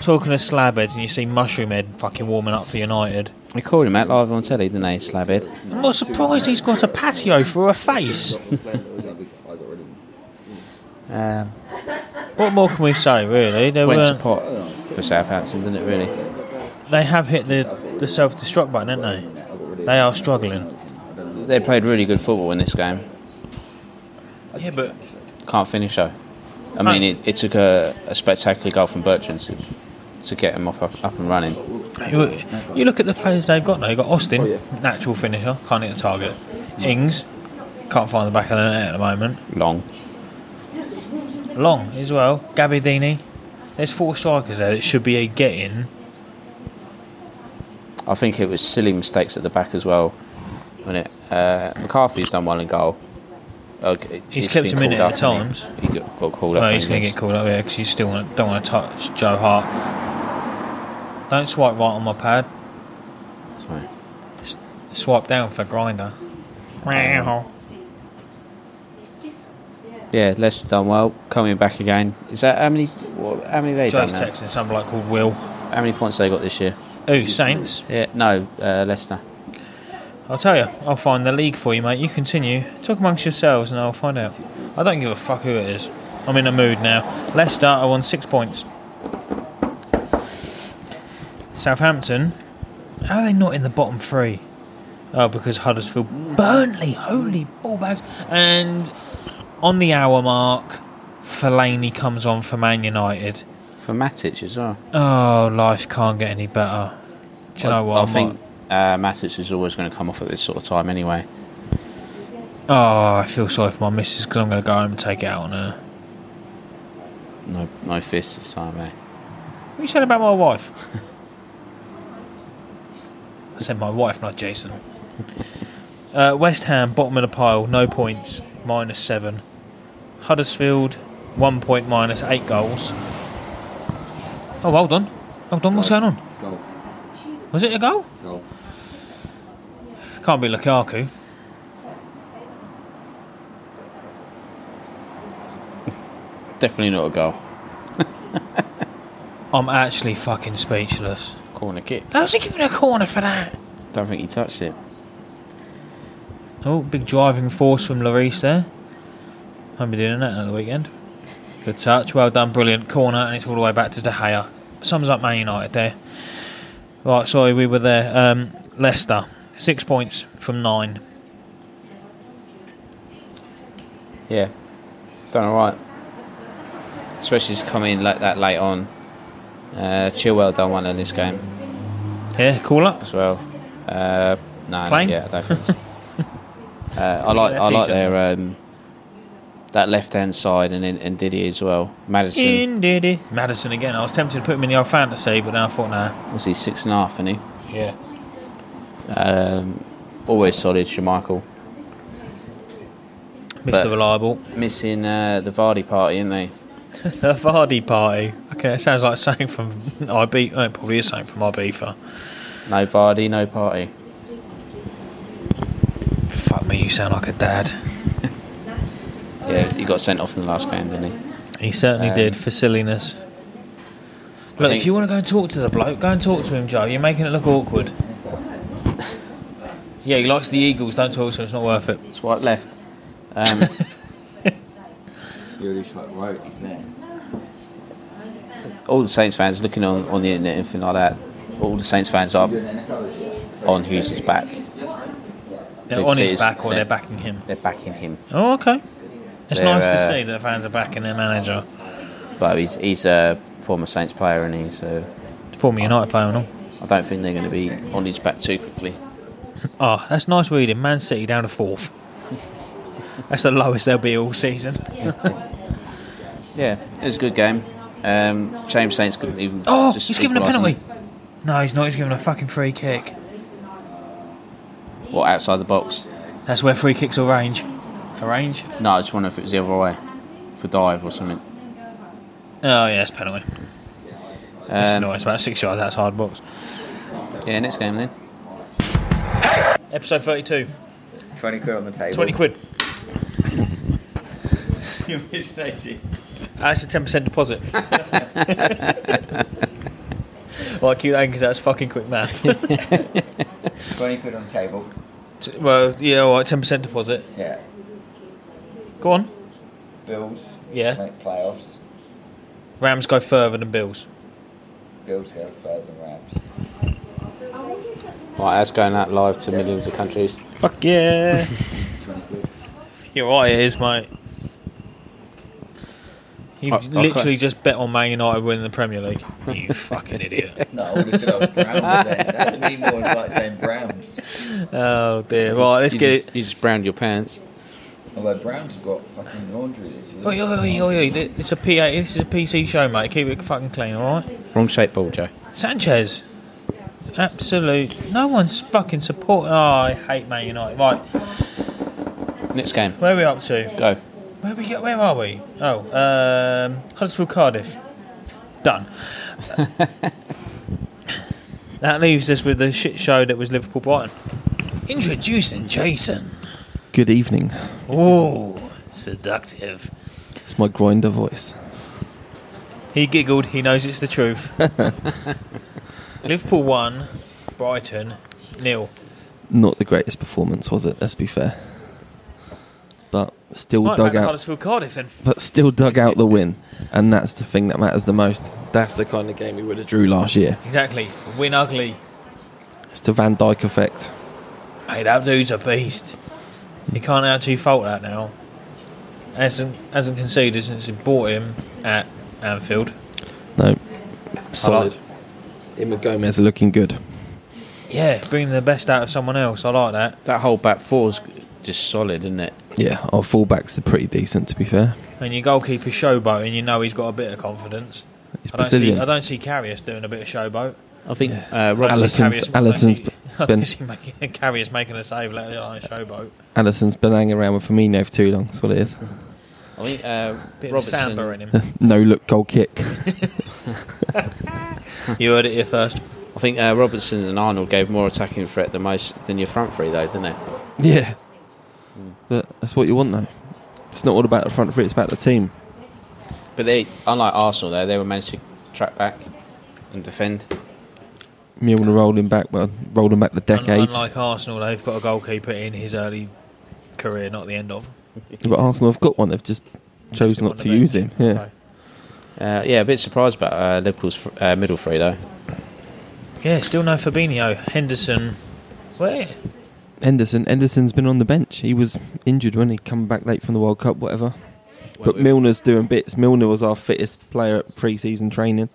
Speaker 3: Talking of Slabheads and you see Mushroom Head fucking warming up for United.
Speaker 2: They called him out live on telly, didn't they, slabhead?
Speaker 3: I'm not surprised he's got a patio for a face.
Speaker 1: rid of
Speaker 2: Um,
Speaker 3: What more can we say, really? They,
Speaker 2: went to
Speaker 3: weren't-
Speaker 2: pot for Southampton, didn't it? Really?
Speaker 3: they have hit the, the self destruct button, haven't they? They are struggling.
Speaker 2: They played really good football in this game.
Speaker 3: Yeah, but
Speaker 2: Can't finish though. I mean, it, it took a, a spectacular goal from Bertrand to, to get him off up, up and running.
Speaker 3: you, you look at the players they've got now. You've got Austin, natural finisher, can't hit the target. Ings, can't find the back of the net at the moment.
Speaker 2: Long.
Speaker 3: Long as well. Gabbiadini. There's four strikers there. It should be a get in.
Speaker 2: I think it was silly mistakes at the back as well. When it uh, McCarthy's done well in goal. Okay,
Speaker 3: He's kept
Speaker 2: been
Speaker 3: him in
Speaker 2: called
Speaker 3: it at
Speaker 2: up, hasn't
Speaker 3: times.
Speaker 2: He He got, got called
Speaker 3: No,
Speaker 2: up.
Speaker 3: he's
Speaker 2: for
Speaker 3: going
Speaker 2: England.
Speaker 3: to get called up here because you still want, don't want to touch Joe Hart. Don't swipe right on my pad.
Speaker 2: Sorry.
Speaker 3: Swipe down for grinder. Meow.
Speaker 2: Yeah, Leicester done well. Coming back again. Is that how many? What, how many they done?
Speaker 3: Joe's
Speaker 2: now?
Speaker 3: texting some bloke called Will.
Speaker 2: How many points they got this year?
Speaker 3: Ooh, Saints.
Speaker 2: Yeah, no, uh, Leicester.
Speaker 3: I'll tell you, I'll find the league for you, mate. You continue. Talk amongst yourselves and I'll find out. I don't give a fuck who it is. I'm in a mood now. Leicester are on six points. Southampton, how are they not in the bottom three? Oh, because Huddersfield, Burnley, holy ballbags. And on the hour mark, Fellaini comes on for Man United.
Speaker 2: For Matic as well.
Speaker 3: Oh, life can't get any better. Do you know what?
Speaker 2: I, I
Speaker 3: I'm
Speaker 2: think uh, Matic is always going to come off at this sort of time anyway.
Speaker 3: Oh, I feel sorry for my missus because I'm going to go home and take it out on her.
Speaker 2: No, no fist this time, eh?
Speaker 3: What are you saying about my wife? I said my wife, not Jason. Uh, West Ham, bottom of the pile, no points, minus seven. Huddersfield, one point, minus eight goals. Oh, hold on. Hold on, what's going on?
Speaker 1: Goal.
Speaker 3: Was it a goal?
Speaker 1: Goal.
Speaker 3: Can't be Lukaku.
Speaker 2: Definitely not a goal.
Speaker 3: I'm actually fucking speechless.
Speaker 2: Corner kick.
Speaker 3: How's he giving a corner for that?
Speaker 2: Don't think he touched it.
Speaker 3: Oh, big driving force from Lloris there. I'll be doing that another weekend. Good touch, well done, brilliant corner, and it's all the way back to De Gea. Sums up Man United there. Right, sorry, we were there. Um, Leicester, six points from nine.
Speaker 2: Yeah, done all right. Especially just coming like that late on. Uh, Chilwell done one in this game
Speaker 3: Here, call up.
Speaker 2: as well. Uh, no, no,
Speaker 3: Playing?
Speaker 2: yeah, I don't think. So. uh, I like I
Speaker 3: That's
Speaker 2: like
Speaker 3: easy.
Speaker 2: their um, that left hand side and in- and Diddy as well. Madison
Speaker 3: In Diddy. Madison again. I was tempted to put him in the old fantasy, but then I thought, nah.
Speaker 2: was he six and a half, isn't he?
Speaker 3: Yeah.
Speaker 2: Um, always solid, Schmeichel.
Speaker 3: Mr. Reliable.
Speaker 2: Missing uh, the Vardy party, aren't they?
Speaker 3: The Vardy party. Okay, that sounds like something from IB. Oh, it probably is something from Ibiza.
Speaker 2: No Vardy, no party.
Speaker 3: Fuck me, you sound like a dad.
Speaker 2: Yeah, he got sent off in the last game, didn't he?
Speaker 3: He certainly
Speaker 2: Um,
Speaker 3: did for silliness. Look,
Speaker 2: think-
Speaker 3: if you want to go and talk to the bloke, go and talk to him, Joe. You're making it look awkward. yeah, he likes the Eagles. Don't talk to him. It's not worth it.
Speaker 2: It's white left. Um,
Speaker 6: You're like right, he's there.
Speaker 2: all the Saints fans looking on, on the internet, anything like that. All the Saints fans are on Hughes' back.
Speaker 3: They're
Speaker 2: They
Speaker 3: on
Speaker 2: see
Speaker 3: his
Speaker 2: it's-
Speaker 3: back or
Speaker 2: they-
Speaker 3: they're backing him.
Speaker 2: They're backing him,
Speaker 3: Oh, okay. It's
Speaker 2: They're,
Speaker 3: nice
Speaker 2: uh,
Speaker 3: to see that fans are backing their manager.
Speaker 2: but he's he's a former Saints player, and he's. Uh,
Speaker 3: Former United player and all.
Speaker 2: I don't think they're going to be on his back too quickly.
Speaker 3: Oh, that's nice reading. Man City down to fourth. that's the lowest they'll be all season.
Speaker 2: Yeah, it was a good game. Um, James Saints couldn't even.
Speaker 3: Oh,
Speaker 2: just
Speaker 3: he's given a
Speaker 2: equalise
Speaker 3: penalty.
Speaker 2: him.
Speaker 3: No, he's not. He's given a fucking free kick.
Speaker 2: What outside the box?
Speaker 3: That's where free kicks are range. Arrange?
Speaker 2: No, I just wonder if it was the other way, for dive or something.
Speaker 3: Oh, yeah, it's penalty. It's
Speaker 2: Um,
Speaker 3: nice. About six yards outside box.
Speaker 2: yeah, next game then.
Speaker 3: Episode 32.
Speaker 4: 20 quid on the table.
Speaker 3: 20 quid.
Speaker 4: You missed 80.
Speaker 3: That's Ah, a 10% deposit. well, keep that in because that's fucking quick math.
Speaker 4: 20 quid on the table.
Speaker 3: T- well, yeah, all right, 10% deposit.
Speaker 4: Yeah.
Speaker 3: Go on.
Speaker 4: Bills.
Speaker 3: Yeah.
Speaker 4: Make playoffs.
Speaker 3: Rams go further than Bills.
Speaker 4: Bills go further than Rams.
Speaker 2: Right, that's going out live to millions of countries.
Speaker 3: Fuck yeah. You're right, it is, mate. You
Speaker 2: I- I can't-
Speaker 3: literally just bet on Man United winning the Premier League. You fucking idiot.
Speaker 1: No, I would have said I was Browns then. That's me more like saying Browns.
Speaker 3: Oh dear. Right, let's
Speaker 2: you
Speaker 3: get it.
Speaker 2: just, You just browned your pants.
Speaker 1: Although Browns have got fucking laundry this year.
Speaker 3: Oi, oi, oi, oi. th- It's a PA. This is a PC show, mate. Keep it fucking clean, all right?
Speaker 2: Wrong shape ball, Joe.
Speaker 3: Sanchez. Absolute. No one's fucking supporting. Oh, I hate Man United. Right,
Speaker 2: Next game.
Speaker 3: where are we up to?
Speaker 2: Go.
Speaker 3: Where we get? Where are we? Oh, um, Huddersfield, Cardiff. Done. that leaves us with the shit show that was Liverpool Brighton. Introducing Jason.
Speaker 5: Good evening.
Speaker 3: Ooh, seductive.
Speaker 5: It's my grinder voice.
Speaker 3: He giggled. He knows it's the truth. Liverpool won. Brighton nil.
Speaker 5: Not the greatest performance, was it? Let's be fair. But still
Speaker 3: Right, back
Speaker 5: dug
Speaker 3: to
Speaker 5: out.
Speaker 3: Huddersfield, Cardiff. Then
Speaker 5: But still dug out the win, and that's the thing that matters the most. That's the kind of game we would have drew last year.
Speaker 3: exactly. Win ugly.
Speaker 5: It's the Van Dyke effect.
Speaker 3: Mate, that dude's a beast. You can't actually fault that now. Hasn't hasn't conceded since he bought him at Anfield.
Speaker 5: No, solid. Ima Gomez are looking good.
Speaker 3: Yeah, bringing the best out of someone else. I like that.
Speaker 2: That whole back four's just solid, isn't it?
Speaker 5: Yeah, our fullbacks are pretty decent, to be fair.
Speaker 3: And your goalkeeper showboating, you know he's got a bit of confidence.
Speaker 5: He's
Speaker 3: I don't see
Speaker 5: Brazilian.
Speaker 3: I don't see Carrius doing a bit of showboat.
Speaker 2: I think uh,
Speaker 3: I don't see
Speaker 5: Alisson's-
Speaker 3: Carrius- I don't
Speaker 5: Alisson's
Speaker 3: see-
Speaker 5: b-
Speaker 3: I
Speaker 5: been-
Speaker 3: don't see making- Carrius making a save, let alone a showboat.
Speaker 5: Allison's been hanging around with Firmino for too long. That's what it is.
Speaker 2: I think uh,
Speaker 3: Bit
Speaker 2: Robertson-
Speaker 3: of Samba in him.
Speaker 5: no look goal kick.
Speaker 3: you heard it here first.
Speaker 2: I think uh, Robertson and Arnold gave more attacking threat than most than your front three, though, didn't they?
Speaker 5: Yeah. But that's what you want, though. It's not all about the front three, it's about the team.
Speaker 2: But they, unlike Arsenal, though, they were managed to track back and defend.
Speaker 5: Milner rolling back, well, rolling back the
Speaker 3: Un-
Speaker 5: decades.
Speaker 3: Unlike Arsenal, they've got a goalkeeper in his early career, not the end of.
Speaker 5: But Arsenal have got one. They've just
Speaker 3: Just
Speaker 5: chosen
Speaker 3: him
Speaker 5: not
Speaker 3: on
Speaker 5: to
Speaker 3: the
Speaker 5: use him.
Speaker 3: bench.
Speaker 5: Yeah.
Speaker 3: No.
Speaker 2: Uh, yeah, a bit surprised about uh, Liverpool's fr- uh, middle three, though.
Speaker 3: Yeah, still no Fabinho. Henderson. Where?
Speaker 5: Henderson. Henderson's been on the bench. He was injured when he come back late from the World Cup, whatever. But Milner's doing bits. Milner was our fittest player at pre-season training.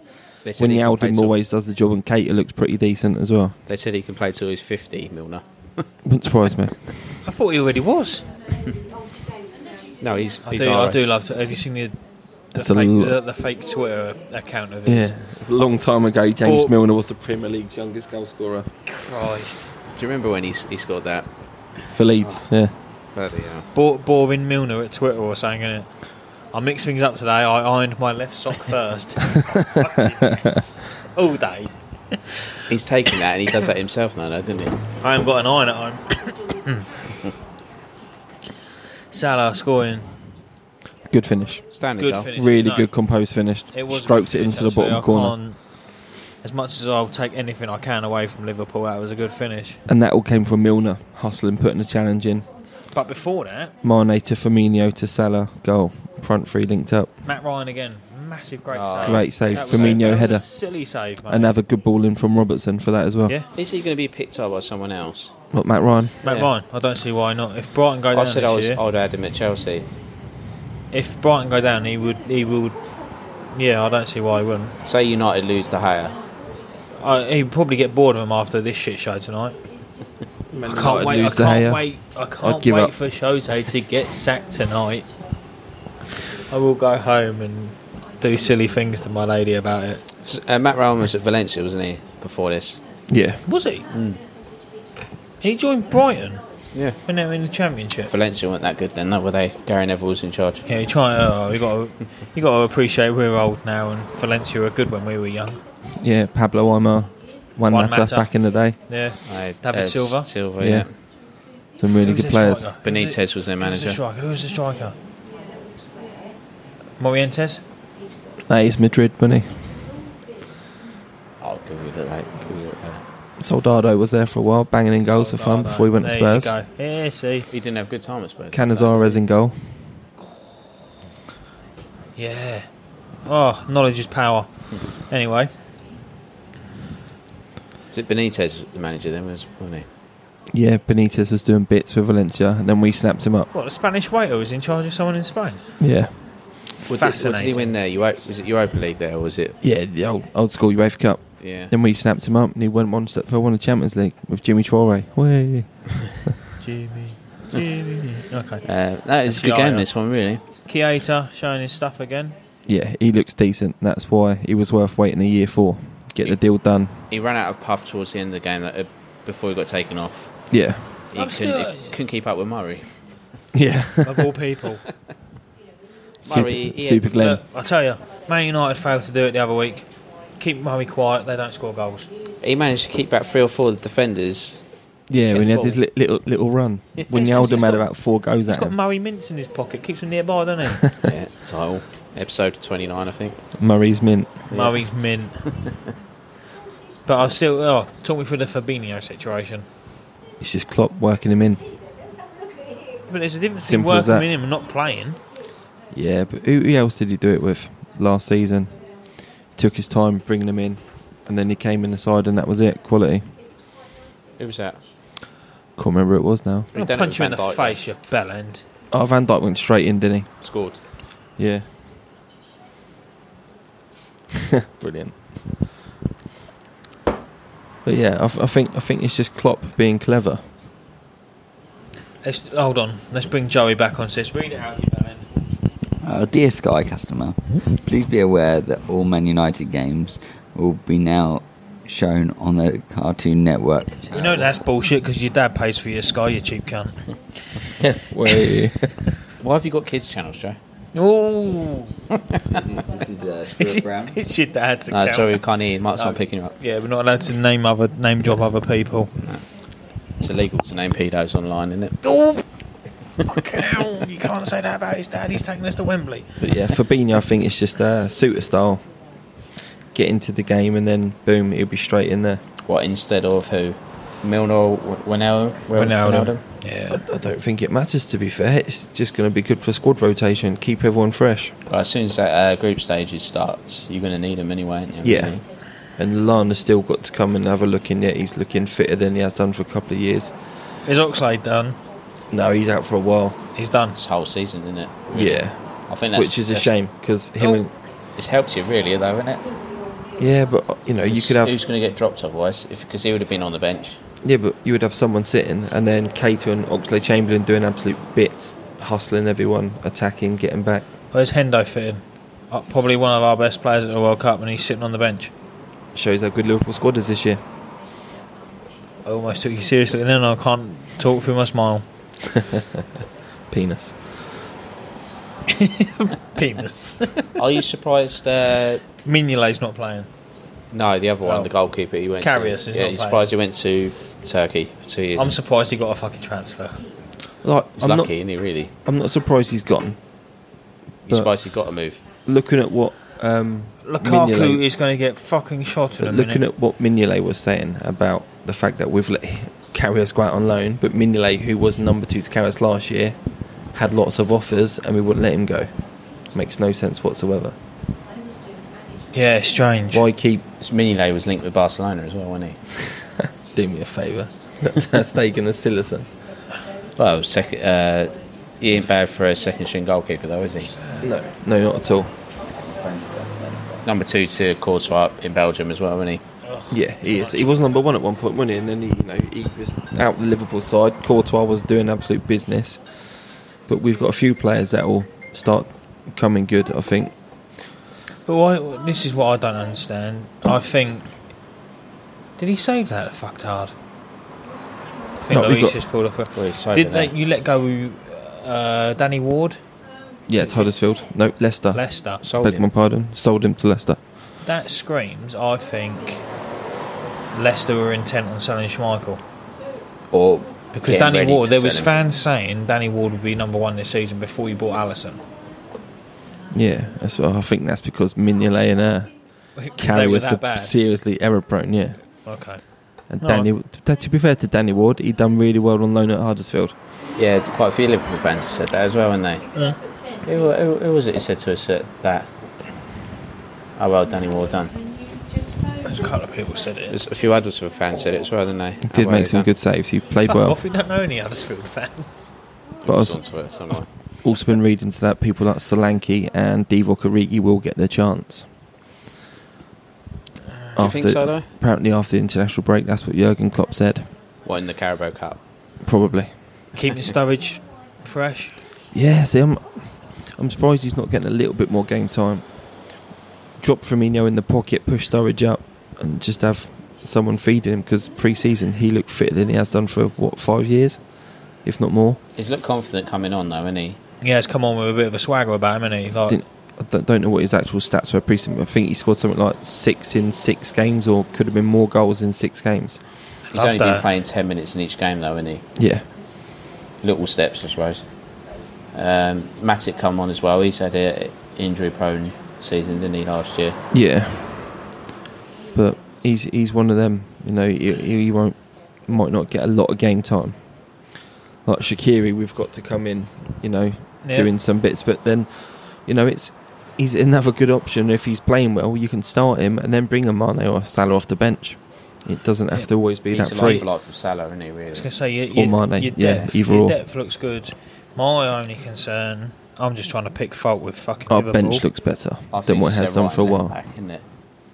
Speaker 2: They said
Speaker 5: When
Speaker 2: he can play
Speaker 5: Yaldum
Speaker 2: till-
Speaker 5: always does the job, and Cater looks pretty decent as well.
Speaker 2: They said he can play till he's fifty, Milner.
Speaker 5: Wouldn't surprise me.
Speaker 3: I thought he already was.
Speaker 2: No, he's.
Speaker 3: I
Speaker 2: he's
Speaker 3: do,
Speaker 2: our
Speaker 3: I
Speaker 2: age.
Speaker 3: do love to. Have you seen the, the,
Speaker 5: It's a
Speaker 3: fake,
Speaker 5: lo-
Speaker 3: the, the fake Twitter account of his?
Speaker 5: Yeah, it's a long time ago. James
Speaker 3: But-
Speaker 5: Milner was the Premier League's youngest goal scorer
Speaker 3: Christ.
Speaker 2: Do you remember when he s- he scored that?
Speaker 5: for Leeds. Yeah,
Speaker 7: Bloody hell.
Speaker 3: Bo- boring Milner at Twitter or something, innit? I mix things up today. I ironed my left sock first. Yes. All day.
Speaker 2: He's taking that and he does that himself now, though, doesn't he?
Speaker 3: I haven't got an iron at home. Salah scoring.
Speaker 5: Good finish.
Speaker 2: Standing
Speaker 3: Good
Speaker 2: goal.
Speaker 3: finish.
Speaker 5: Really
Speaker 3: No,
Speaker 5: good composed finish.
Speaker 3: It was a
Speaker 5: Stroked
Speaker 3: good
Speaker 5: it into the
Speaker 3: finish,
Speaker 5: bottom
Speaker 3: actually. I
Speaker 5: corner.
Speaker 3: can't- As much as I'll take anything I can away from Liverpool, that was a good finish.
Speaker 5: And that all came from Milner hustling, putting a challenge in.
Speaker 3: But before that,
Speaker 5: Mane to Firmino to Salah. Goal. Front three linked up.
Speaker 3: Matt Ryan again, massive great
Speaker 2: Oh.
Speaker 3: save.
Speaker 5: Great save.
Speaker 3: That was
Speaker 5: Firmino
Speaker 3: a- that was a
Speaker 5: header.
Speaker 3: silly save, mate.
Speaker 5: Another good ball in from Robertson for that as well.
Speaker 3: Yeah.
Speaker 2: Is he going to be picked up by someone else?
Speaker 5: What, Matt Ryan?
Speaker 3: Matt
Speaker 2: Yeah.
Speaker 3: Ryan. I don't see why not. If Brighton go
Speaker 2: I
Speaker 3: down
Speaker 2: said
Speaker 3: this
Speaker 2: I was,
Speaker 3: year,
Speaker 2: I'd add him at Chelsea.
Speaker 3: if Brighton go down, he would. He would. Yeah, I don't see why he wouldn't.
Speaker 2: Say United lose De Gea.
Speaker 3: I, he'd probably get bored of him after this shit show tonight. I can't
Speaker 5: United
Speaker 3: wait.
Speaker 5: lose
Speaker 3: I
Speaker 5: De
Speaker 3: can't
Speaker 5: Gea.
Speaker 3: wait. I can't
Speaker 5: give
Speaker 3: wait
Speaker 5: up.
Speaker 3: for Jose to get sacked tonight. I will go home and do silly things to my lady about it.
Speaker 2: Uh, Matt Ryan was at Valencia, wasn't he, before this?
Speaker 5: Yeah.
Speaker 3: Was he?
Speaker 5: Hmm.
Speaker 3: He joined Brighton.
Speaker 2: Yeah.
Speaker 3: When they were in the championship.
Speaker 2: Valencia weren't that good then, though, were they? Gary Neville was in charge.
Speaker 3: Yeah, you try. Oh, you got to, you got to appreciate we're old now, and Valencia were good when we were young.
Speaker 5: Yeah. Pablo Aymar. One
Speaker 3: Juan
Speaker 5: Mata
Speaker 3: Mata.
Speaker 5: back in the day.
Speaker 3: Yeah,
Speaker 2: I,
Speaker 3: David Silva?
Speaker 2: Silva,
Speaker 5: Yeah.
Speaker 2: yeah.
Speaker 5: Some really good players.
Speaker 2: Benitez was their
Speaker 3: Who's the
Speaker 2: manager.
Speaker 3: striker? Who's the striker? Morientes.
Speaker 5: That is Madrid, wasn't he?
Speaker 2: I'll give you the like. uh, Give you the,
Speaker 5: Soldado was there for a while, banging in goals for fun before he went to
Speaker 3: There you
Speaker 5: Spurs.
Speaker 3: go. Yeah, see.
Speaker 2: he didn't have a good time at Spurs.
Speaker 5: Canizares in goal.
Speaker 3: Yeah. Oh, knowledge is power. Anyway,
Speaker 2: Was it Benitez, the manager then, was, wasn't he?
Speaker 5: Yeah, Benitez was doing bits with Valencia, and then we snapped him up.
Speaker 3: what the Spanish waiter was in charge of someone in Spain?
Speaker 5: Yeah,
Speaker 2: What did, what did he
Speaker 3: Fascinating.
Speaker 2: win there? Euro, was it Europa League there, or was it?
Speaker 5: yeah, the old old school UEFA Cup.
Speaker 2: Yeah.
Speaker 5: Then we snapped him up, and he went one step for one of Champions League with Jimmy Traore. Way.
Speaker 3: Jimmy. Jimmy. Okay.
Speaker 2: Uh, that is a good
Speaker 3: Actually,
Speaker 2: game,
Speaker 3: I-
Speaker 2: this one, really.
Speaker 3: Keita showing his stuff again.
Speaker 5: Yeah, he looks decent. That's why he was worth waiting a year for. Get the deal done.
Speaker 2: He ran out of puff towards the end of the game that, uh, before he got taken off.
Speaker 5: Yeah,
Speaker 2: He
Speaker 3: I'm
Speaker 2: couldn't,
Speaker 3: still-
Speaker 2: he couldn't keep up with Murray.
Speaker 5: yeah.
Speaker 3: Of all people.
Speaker 5: Super,
Speaker 2: Murray, he had-
Speaker 5: Super Glenn.
Speaker 3: Look, I tell you, Man United failed to do it the other week. Keep Murray quiet. They don't score goals.
Speaker 2: He managed to keep back three or four of the defenders.
Speaker 5: yeah, when he had
Speaker 2: Kickball.
Speaker 5: his li- little little run, when
Speaker 3: He's-
Speaker 5: Yaldum
Speaker 3: he's
Speaker 5: had
Speaker 3: got-
Speaker 5: about four goes
Speaker 3: He's
Speaker 5: at
Speaker 3: got
Speaker 5: him,
Speaker 3: Murray mints in his pocket. Keeps him nearby, doesn't he?
Speaker 2: yeah, title. Episode 29, I think.
Speaker 5: Murray's mint.
Speaker 3: Murray's mint. but I still. Oh, talk me through the Fabinho situation.
Speaker 5: It's just Klopp working him in.
Speaker 3: But there's a difference between
Speaker 5: Simple as
Speaker 3: working
Speaker 5: that.
Speaker 3: in him and not playing.
Speaker 5: Yeah, but who, who else did he do it with last season? Took his time bringing him in, and then he came in the side, and that was it. Quality.
Speaker 2: Who was that?
Speaker 5: Can't remember who it was now.
Speaker 3: I'll
Speaker 2: done it with
Speaker 3: punch you in the
Speaker 2: Van Dijk.
Speaker 3: face, you bell end.
Speaker 5: Oh, Van Dyke went straight in, didn't
Speaker 2: Scored.
Speaker 5: he? Yeah. Brilliant. But yeah, I, th- I think I think it's just Klopp being clever.
Speaker 3: Let's, hold on. Let's bring Joey back on, sis. Read it out, you bell end.
Speaker 4: Uh, dear Sky customer, please be aware that all Man United games will be now shown on the Cartoon Network.
Speaker 3: We know that's bullshit because your dad pays for your Sky, you cheap cunt.
Speaker 5: Way.
Speaker 2: Why have you got kids' channels, Joe?
Speaker 3: Ooh,
Speaker 4: This is uh, Stuart Brown.
Speaker 3: it's your dad's
Speaker 2: No,
Speaker 3: account.
Speaker 2: sorry, we can't hear. you. Mike's
Speaker 3: No.
Speaker 2: not picking you up.
Speaker 3: Yeah, we're not allowed to name other name job other people.
Speaker 2: It's illegal to name pedos online, isn't it?
Speaker 3: Oh, hell, you can't say that about his dad. He's taking us to Wembley.
Speaker 5: but yeah, Fabinho, I think it's just uh, suitor style. Get into the game, and then boom, he'll be straight in there.
Speaker 2: What instead of who? Milner, Wijnaldum?
Speaker 3: Ronaldo. Yeah.
Speaker 5: I don't think it matters to be fair. It's just going to be good for squad rotation, keep everyone fresh.
Speaker 2: Well, as soon as that uh, group stages starts, you're going to need them anyway, aren't you?
Speaker 5: Yeah. And Lana's still got to come and have a look in there. He's looking fitter than he has done for a couple of years.
Speaker 3: Is Oxlade done?
Speaker 5: No, he's out for a while.
Speaker 3: He's done.
Speaker 2: This whole season, isn't it?
Speaker 5: Yeah,
Speaker 2: I think that's
Speaker 5: which is a
Speaker 2: that's- Oh.
Speaker 5: shame because him and
Speaker 2: It helps you really, though, isn't it?
Speaker 5: yeah, but uh, you know you could
Speaker 2: who's
Speaker 5: have
Speaker 2: going to get dropped otherwise? Because he would have been on the bench.
Speaker 5: yeah, but you would have someone sitting and then Cato and Oxley Chamberlain doing absolute bits, hustling everyone, attacking, getting back.
Speaker 3: Where's Hendo fitting? Uh, probably one of our best players at the World Cup, and he's sitting on the bench.
Speaker 5: Shows how good Liverpool squad is this year.
Speaker 3: I almost took you seriously, and then I can't talk through my smile.
Speaker 5: Penis.
Speaker 3: Penis.
Speaker 2: Are you surprised? Uh,
Speaker 3: Mignolet's not playing.
Speaker 2: no, the other one,
Speaker 3: Oh.
Speaker 2: the goalkeeper. He went.
Speaker 3: Karius
Speaker 2: to,
Speaker 3: is not
Speaker 2: yeah,
Speaker 3: playing.
Speaker 2: you surprised he went to Turkey for two years?
Speaker 3: I'm surprised he got a fucking transfer.
Speaker 5: Like,
Speaker 2: He's
Speaker 5: I'm
Speaker 2: lucky, isn't
Speaker 5: not,
Speaker 2: he? Really,
Speaker 5: I'm not surprised he's gone.
Speaker 2: he's
Speaker 5: But-
Speaker 2: surprised he got a move.
Speaker 5: Looking at what um,
Speaker 3: Lukaku
Speaker 5: Mignolet-
Speaker 3: is going to get fucking shot in a
Speaker 5: But looking
Speaker 3: minute.
Speaker 5: at what Mignolet was saying about the fact that we've let Carrius go out on loan, but Mignolet, who was number two to Carrius last year, had lots of offers and we wouldn't let him go. Makes no sense whatsoever.
Speaker 3: yeah, strange.
Speaker 5: Why keep
Speaker 2: This Mignolet was linked with Barcelona as well, wasn't he?
Speaker 5: do me a favour? That's taking a Sillison.
Speaker 2: Well, second. Uh, he ain't bad for a second string goalkeeper though, is he?
Speaker 5: No. No, not at all.
Speaker 2: Number two to Courtois in Belgium as well, isn't he?
Speaker 5: Yeah, he is. He was number one at one point, wasn't he? And then he, you know, he was out the Liverpool side. Courtois was doing absolute business. But we've got a few players that will start coming good, I think.
Speaker 3: But why? This is what I don't understand. I think. Did he save that? Fucked hard. I think
Speaker 5: No, we
Speaker 3: Luis
Speaker 5: got-
Speaker 3: just pulled off. A,
Speaker 2: Well, he's sober
Speaker 3: did they,
Speaker 2: now.
Speaker 3: you let go uh, Danny Ward,
Speaker 5: Yeah, it's Huddersfield. No, Leicester.
Speaker 3: Leicester?
Speaker 2: Sold
Speaker 5: Beg
Speaker 2: him.
Speaker 5: my pardon. Sold him to Leicester.
Speaker 3: That screams. I think Leicester were intent on selling Schmeichel
Speaker 2: Or
Speaker 3: because
Speaker 2: getting
Speaker 3: Danny
Speaker 2: ready
Speaker 3: Ward.
Speaker 2: to
Speaker 3: There
Speaker 2: sell
Speaker 3: was
Speaker 2: him.
Speaker 3: fans saying Danny Ward would be number one this season before you bought Allison.
Speaker 5: Yeah, that's what I think. That's because Mignolet and uh,
Speaker 3: 'Cause they were
Speaker 5: Carrius
Speaker 3: that
Speaker 5: are
Speaker 3: bad.
Speaker 5: seriously error prone. Yeah,
Speaker 3: Okay.
Speaker 5: and
Speaker 3: No,
Speaker 5: Danny. That, to be fair to Danny Ward, he done really well on loan at Huddersfield.
Speaker 2: Yeah, quite a few Liverpool fans said that as well, haven't they?
Speaker 3: Yeah.
Speaker 2: Who, who, who was it who said to us that, that? Oh well, Danny, well done.
Speaker 3: There's a couple of people said it.
Speaker 2: There's a few Huddersfield fans said it as well, didn't they?
Speaker 5: He did make some good saves. He played
Speaker 3: Fuck
Speaker 5: well.
Speaker 3: off, we don't know any Huddersfield fans.
Speaker 5: But I've also been reading to that people like Solanke and Divock Origi will get their chance.
Speaker 2: Do you think so though?
Speaker 5: apparently after the international break, that's what Jurgen Klopp said.
Speaker 2: What in the Carabao Cup?
Speaker 5: Probably.
Speaker 3: Keeping Sturridge fresh.
Speaker 5: Yeah, see, I'm, I'm surprised he's not getting a little bit more game time. Drop Firmino in the pocket, push Sturridge up, and just have someone feeding him because pre season he looked fitter than he has done for, what, five years? If not more.
Speaker 2: He's looked confident coming on though, isn't he?
Speaker 3: Yeah, it's come on with a bit of a swagger about him, isn't he? Like,
Speaker 5: Didn't- I don't, don't know what his actual stats were pre season. I think he scored something like six in six games, or could have been more goals in six games.
Speaker 2: He's
Speaker 3: Love
Speaker 2: only
Speaker 3: that.
Speaker 2: been playing ten minutes in each game though, isn't
Speaker 5: Yeah.
Speaker 2: he? Little steps, I suppose. Um, Matic come on as well. He's had a injury-prone season, didn't he, last year?
Speaker 5: Yeah. But he's he's one of them. You know, he, he won't might not get a lot of game time. Like Shakiri, we've got to come in. You know,
Speaker 3: yeah.
Speaker 5: doing some bits, but then you know it's he's another good option if he's playing well. You can start him and then bring a Mane or Salah off the bench. It doesn't have
Speaker 3: Yeah.
Speaker 5: to always be
Speaker 2: He's
Speaker 5: that
Speaker 2: a
Speaker 5: free.
Speaker 2: life like for Salah, isn't he? Really?
Speaker 3: I was going to say, your,
Speaker 5: Or
Speaker 3: your,
Speaker 5: Mane,
Speaker 3: your
Speaker 5: yeah,
Speaker 3: depth,
Speaker 5: either
Speaker 3: your
Speaker 5: or.
Speaker 3: depth looks good. My only concern, I'm just trying to pick fault with fucking
Speaker 5: Our
Speaker 3: Liverpool.
Speaker 5: bench looks better
Speaker 2: I
Speaker 5: than
Speaker 2: think
Speaker 5: what it
Speaker 2: it's
Speaker 5: has
Speaker 2: their
Speaker 5: done
Speaker 2: right
Speaker 5: for a
Speaker 2: and
Speaker 5: while.
Speaker 2: left Back, isn't it?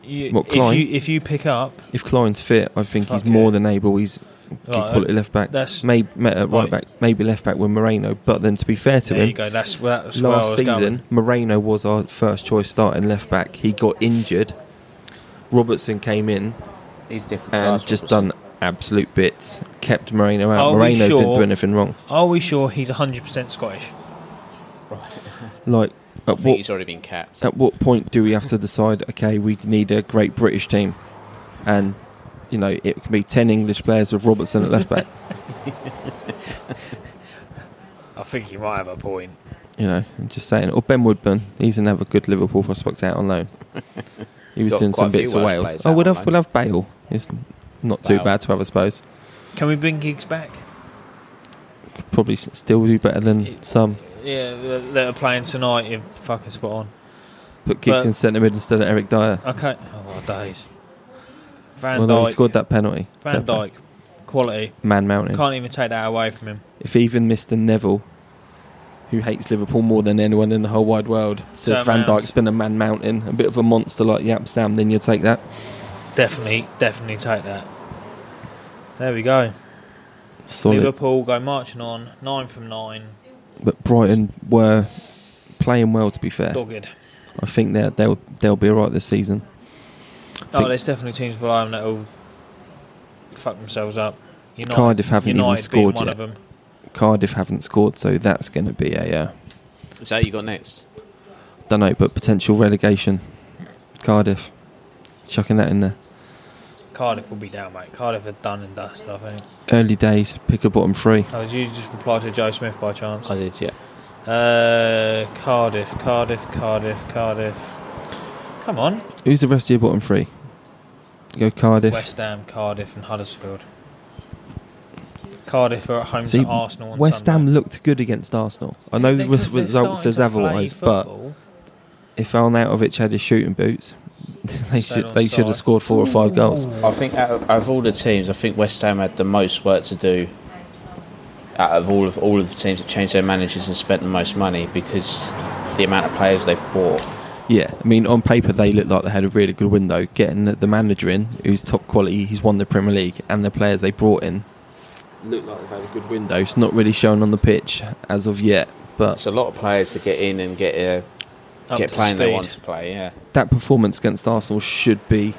Speaker 3: You-
Speaker 5: What,
Speaker 3: if,
Speaker 5: Klein?
Speaker 3: you, if you pick up,
Speaker 5: If Klein's fit, I think
Speaker 3: Fuck
Speaker 5: he's more
Speaker 3: yeah.
Speaker 5: than able. He's good
Speaker 3: Right,
Speaker 5: quality left back.
Speaker 3: that's-
Speaker 5: maybe uh, right
Speaker 3: Right.
Speaker 5: back, maybe left back with Moreno. But then to be fair to
Speaker 3: there you
Speaker 5: him,
Speaker 3: go. That's, that's where I
Speaker 5: last
Speaker 3: was going.
Speaker 5: season Moreno was our first choice starting left back. He got injured. Robertson came in
Speaker 2: He's different.
Speaker 5: and
Speaker 2: class,
Speaker 5: just
Speaker 2: Robertson.
Speaker 5: done absolute bits. Kept Moreno out.
Speaker 3: Are we
Speaker 5: Moreno didn't
Speaker 3: sure?
Speaker 5: do anything wrong.
Speaker 3: Are we sure he's 100% Scottish?
Speaker 5: Like at
Speaker 2: I think
Speaker 5: what
Speaker 2: he's already been capped.
Speaker 5: at what point do we have to decide? Okay, we need a great British team, and you know it can be ten English players with Robertson at left back.
Speaker 3: I think he might have a point.
Speaker 5: You know, I'm just saying. Or Ben Woodburn, he's another good Liverpool prospect out on loan. He was
Speaker 2: Got
Speaker 5: doing
Speaker 2: quite
Speaker 5: some
Speaker 2: a few
Speaker 5: bits for
Speaker 2: Welsh
Speaker 5: Wales.
Speaker 2: players
Speaker 5: Oh,
Speaker 2: out
Speaker 5: we'll
Speaker 2: on
Speaker 5: have
Speaker 2: loan.
Speaker 5: we'll have Bale. It's not too
Speaker 2: Bale.
Speaker 5: bad to have, I suppose.
Speaker 3: Can we bring gigs back?
Speaker 5: Could probably s- still do better than some.
Speaker 3: Yeah, that that are playing tonight. You're fucking spot on.
Speaker 5: Put Giggs
Speaker 3: But-
Speaker 5: in centre mid instead of Eric Dyer.
Speaker 3: Okay. Oh, days. Van
Speaker 5: Well, no, he
Speaker 3: Dyke.
Speaker 5: scored that penalty. Fair
Speaker 3: Van
Speaker 5: play.
Speaker 3: Dyke. Quality.
Speaker 5: Man mountain.
Speaker 3: Can't even take that away from him.
Speaker 5: If even Mr. Neville, who hates Liverpool more than anyone in the whole wide world, says
Speaker 3: Sam
Speaker 5: Van
Speaker 3: Mounds.
Speaker 5: Dijk's been a man mountain, a bit of a monster like Yapstam, then you take that.
Speaker 3: Definitely, definitely take that. There we go.
Speaker 5: Solid.
Speaker 3: Liverpool go marching on. Nine from nine.
Speaker 5: But Brighton were playing well, to be fair.
Speaker 3: Dogged.
Speaker 5: I think they're- they'll they'll be all right this season.
Speaker 3: Oh,
Speaker 5: Think-
Speaker 3: there's definitely teams below them that will fuck themselves up. United,
Speaker 5: Cardiff haven't even
Speaker 3: United being
Speaker 5: scored
Speaker 3: one
Speaker 5: yet.
Speaker 3: of them.
Speaker 5: Cardiff haven't scored, so that's going to be a uh,
Speaker 2: So you got next?
Speaker 5: don't know, but potential relegation. Cardiff, chucking that in there.
Speaker 3: Cardiff will be down, mate. Cardiff are done and dusted, I think.
Speaker 5: Early days, pick a bottom three.
Speaker 3: Oh, did you just reply to Joe Smith by chance?
Speaker 2: I did, yeah.
Speaker 3: Uh, Cardiff, Cardiff, Cardiff, Cardiff. Come on.
Speaker 5: Who's the rest of your bottom three? Go Cardiff.
Speaker 3: West Ham, Cardiff, and Huddersfield. Cardiff are at home
Speaker 5: See,
Speaker 3: to Arsenal. On
Speaker 5: West Ham
Speaker 3: Sunday.
Speaker 5: looked good against Arsenal. I know the
Speaker 3: Because
Speaker 5: res-
Speaker 3: they're
Speaker 5: result
Speaker 3: starting
Speaker 5: says
Speaker 3: to
Speaker 5: otherwise,
Speaker 3: play
Speaker 5: but
Speaker 3: football.
Speaker 5: if Alnautovic had his shooting boots, they
Speaker 3: Stayed
Speaker 5: should
Speaker 3: on
Speaker 5: they should
Speaker 3: side.
Speaker 5: have scored four or five goals.
Speaker 2: I think out of, out of all the teams, I think West Ham had the most work to do. Out of all of all of the teams that changed their managers and spent the most money, because the amount of players they bought,
Speaker 5: Yeah, I mean on paper they looked like they had a really good window. Getting the, the manager in, who's top quality, he's won the Premier League, and the players they brought in looked like they had a good window. It's not really shown on the pitch as of yet, but
Speaker 2: it's a lot of players to get in and get uh,
Speaker 3: Up
Speaker 2: get
Speaker 3: to
Speaker 2: playing they
Speaker 3: speed.
Speaker 2: want to play. Yeah,
Speaker 5: that performance against Arsenal should be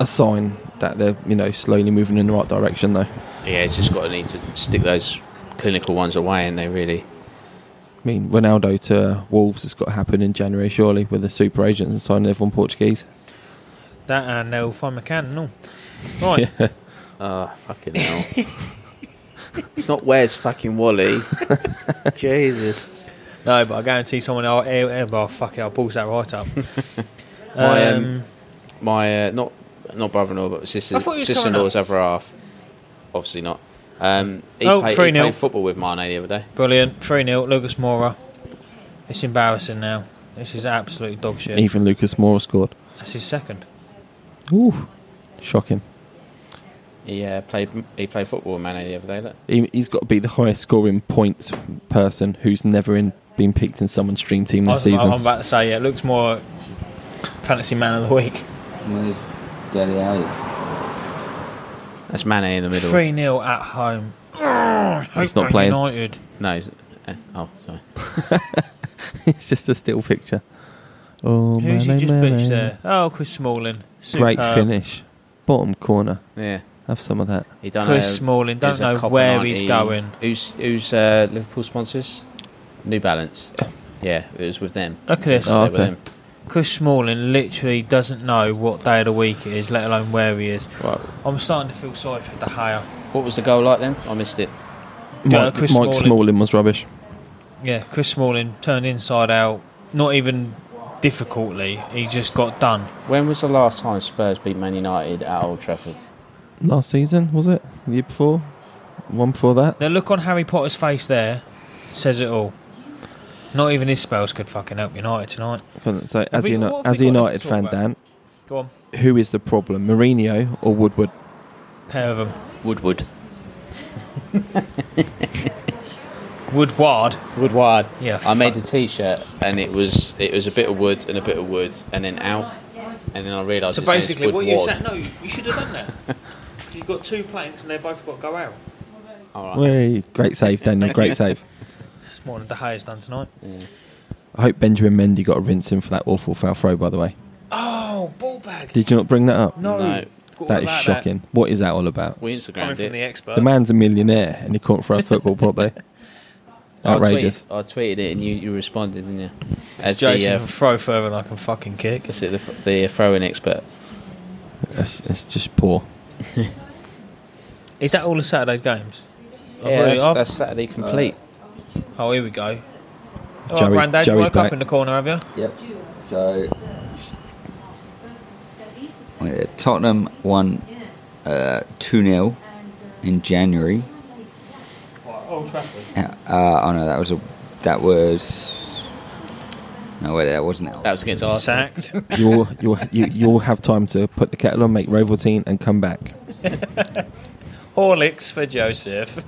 Speaker 5: a sign that they're you know slowly moving in the right direction though.
Speaker 2: yeah, it's just got to need to stick those clinical ones away, and they really
Speaker 5: I mean, Ronaldo to Wolves has got to happen in January, surely, with the super agents and signing everyone Portuguese.
Speaker 3: That and they'll find McCann and all. Right.
Speaker 2: Ah, fucking hell. it's not where's fucking Wally. Jesus.
Speaker 3: No, but I guarantee someone. I'll, I'll, I'll, oh, fuck it. I'll balls that right up.
Speaker 2: My, um,
Speaker 3: Um,
Speaker 2: My uh, not not brother-in-law, but sister
Speaker 3: I thought he was
Speaker 2: sister-in-law's other half. Obviously not. Um, he,
Speaker 3: Oh,
Speaker 2: played, he
Speaker 3: 3-0.
Speaker 2: played football with Mane the other day.
Speaker 3: brilliant. Three 0 Lucas Moura. It's embarrassing now. This is absolute dog shit.
Speaker 5: Even Lucas Moura scored.
Speaker 3: That's his second.
Speaker 5: Ooh, shocking.
Speaker 2: He uh, played he played football with Mane the other day. Look.
Speaker 5: He, he's got to be the highest scoring points person who's never in been picked in someone's dream team
Speaker 3: I
Speaker 5: this
Speaker 3: was, I'm
Speaker 5: season.
Speaker 3: about to say yeah. Looks more fantasy man of the week.
Speaker 4: Where's Deli Alley?
Speaker 2: That's Mane in the middle.
Speaker 3: Three 0 at home. Oh,
Speaker 5: He's not playing.
Speaker 3: United.
Speaker 2: No, he's, uh, oh sorry.
Speaker 5: it's just a still picture. Oh,
Speaker 3: Who's he
Speaker 5: Mane,
Speaker 3: just
Speaker 5: Mane.
Speaker 3: bitched there? Oh, Chris Smalling.
Speaker 5: Great
Speaker 3: Superb.
Speaker 5: finish. Bottom corner.
Speaker 2: Yeah,
Speaker 5: Have some of that.
Speaker 2: he done.
Speaker 3: Chris
Speaker 2: a,
Speaker 3: Smalling. Don't
Speaker 2: there's a
Speaker 3: know
Speaker 2: copper
Speaker 3: where
Speaker 2: 90.
Speaker 3: he's going.
Speaker 2: Who's who's uh, Liverpool sponsors? New Balance. Yeah, it was with them.
Speaker 3: Look at this.
Speaker 5: Oh,
Speaker 2: They were
Speaker 5: okay.
Speaker 2: them.
Speaker 3: Chris Smalling literally doesn't know what day of the week it is, let alone where he is.
Speaker 2: Right.
Speaker 3: I'm starting to feel sorry for De Gea.
Speaker 2: What was the goal like then? I missed it.
Speaker 3: Yeah,
Speaker 5: Mike,
Speaker 3: Chris
Speaker 5: Mike
Speaker 3: Smalling.
Speaker 5: Smalling was rubbish.
Speaker 3: Yeah, Chris Smalling turned inside out, not even difficultly. He just got done.
Speaker 2: When was the last time Spurs beat Man United at Old Trafford?
Speaker 5: Last season, was it? The year before? One before that?
Speaker 3: The look on Harry Potter's face there says it all. Not even his spells could fucking help United tonight.
Speaker 5: Couldn't- So, as,
Speaker 3: we-
Speaker 5: a Uni-
Speaker 3: what have
Speaker 5: as a
Speaker 3: we got
Speaker 5: United
Speaker 3: to talk
Speaker 5: fan,
Speaker 3: about?
Speaker 5: Dan,
Speaker 3: Go on,
Speaker 5: who is the problem, Mourinho or Woodward?
Speaker 3: pair of them.
Speaker 2: Woodward.
Speaker 3: Woodward.
Speaker 2: Woodward.
Speaker 3: Yeah,
Speaker 2: I made a
Speaker 3: fuck.
Speaker 2: T-shirt and it was it was a bit of wood and a bit of wood and then out and then I realised.
Speaker 3: So
Speaker 2: his name's
Speaker 3: basically, what you
Speaker 2: Woodward.
Speaker 3: said, no, you should have done that. You've got two planks and they both got to go out.
Speaker 2: All right.
Speaker 5: Way. Great save, Daniel. Great save.
Speaker 3: It's more than De Gea's done tonight.
Speaker 5: I hope Benjamin Mendy got a rinsing for that awful foul throw, by the way.
Speaker 3: Oh, ball bag.
Speaker 5: Did you not bring that up?
Speaker 3: No.
Speaker 2: No.
Speaker 3: Got
Speaker 5: that
Speaker 3: all
Speaker 5: is
Speaker 3: about
Speaker 5: shocking. What is that all about?
Speaker 2: We
Speaker 3: Coming
Speaker 2: Instagrammed
Speaker 3: from the
Speaker 2: it.
Speaker 3: expert.
Speaker 5: The man's a millionaire and he can't throw a football properly.
Speaker 2: I tweeted-
Speaker 5: Outrageous.
Speaker 2: I tweeted it and you, you responded, didn't you? As
Speaker 3: Jason
Speaker 2: the, uh,
Speaker 5: um,
Speaker 3: can throw further than I can fucking kick.
Speaker 2: that's it, the, f- the throwing expert.
Speaker 5: It's, it's just poor.
Speaker 3: Is that all the Saturday's games? I've
Speaker 2: Yeah,
Speaker 3: already-
Speaker 2: that's,
Speaker 3: I've-
Speaker 2: that's Saturday complete.
Speaker 3: oh, here we go. Oh,
Speaker 5: Joey's-
Speaker 3: Grandad, you
Speaker 5: Joey's
Speaker 3: woke
Speaker 5: back.
Speaker 3: up in the corner, have you?
Speaker 4: Yep. So uh, Tottenham won uh, 2 0 in January. Uh, uh, oh no, that was a that was no wait, that wasn't it.
Speaker 2: that was against Arsenal.
Speaker 3: Sacked.
Speaker 5: You'll, you'll, you, you'll have time to put the kettle on, make Rovaltine, and come back.
Speaker 3: Horlicks for Joseph.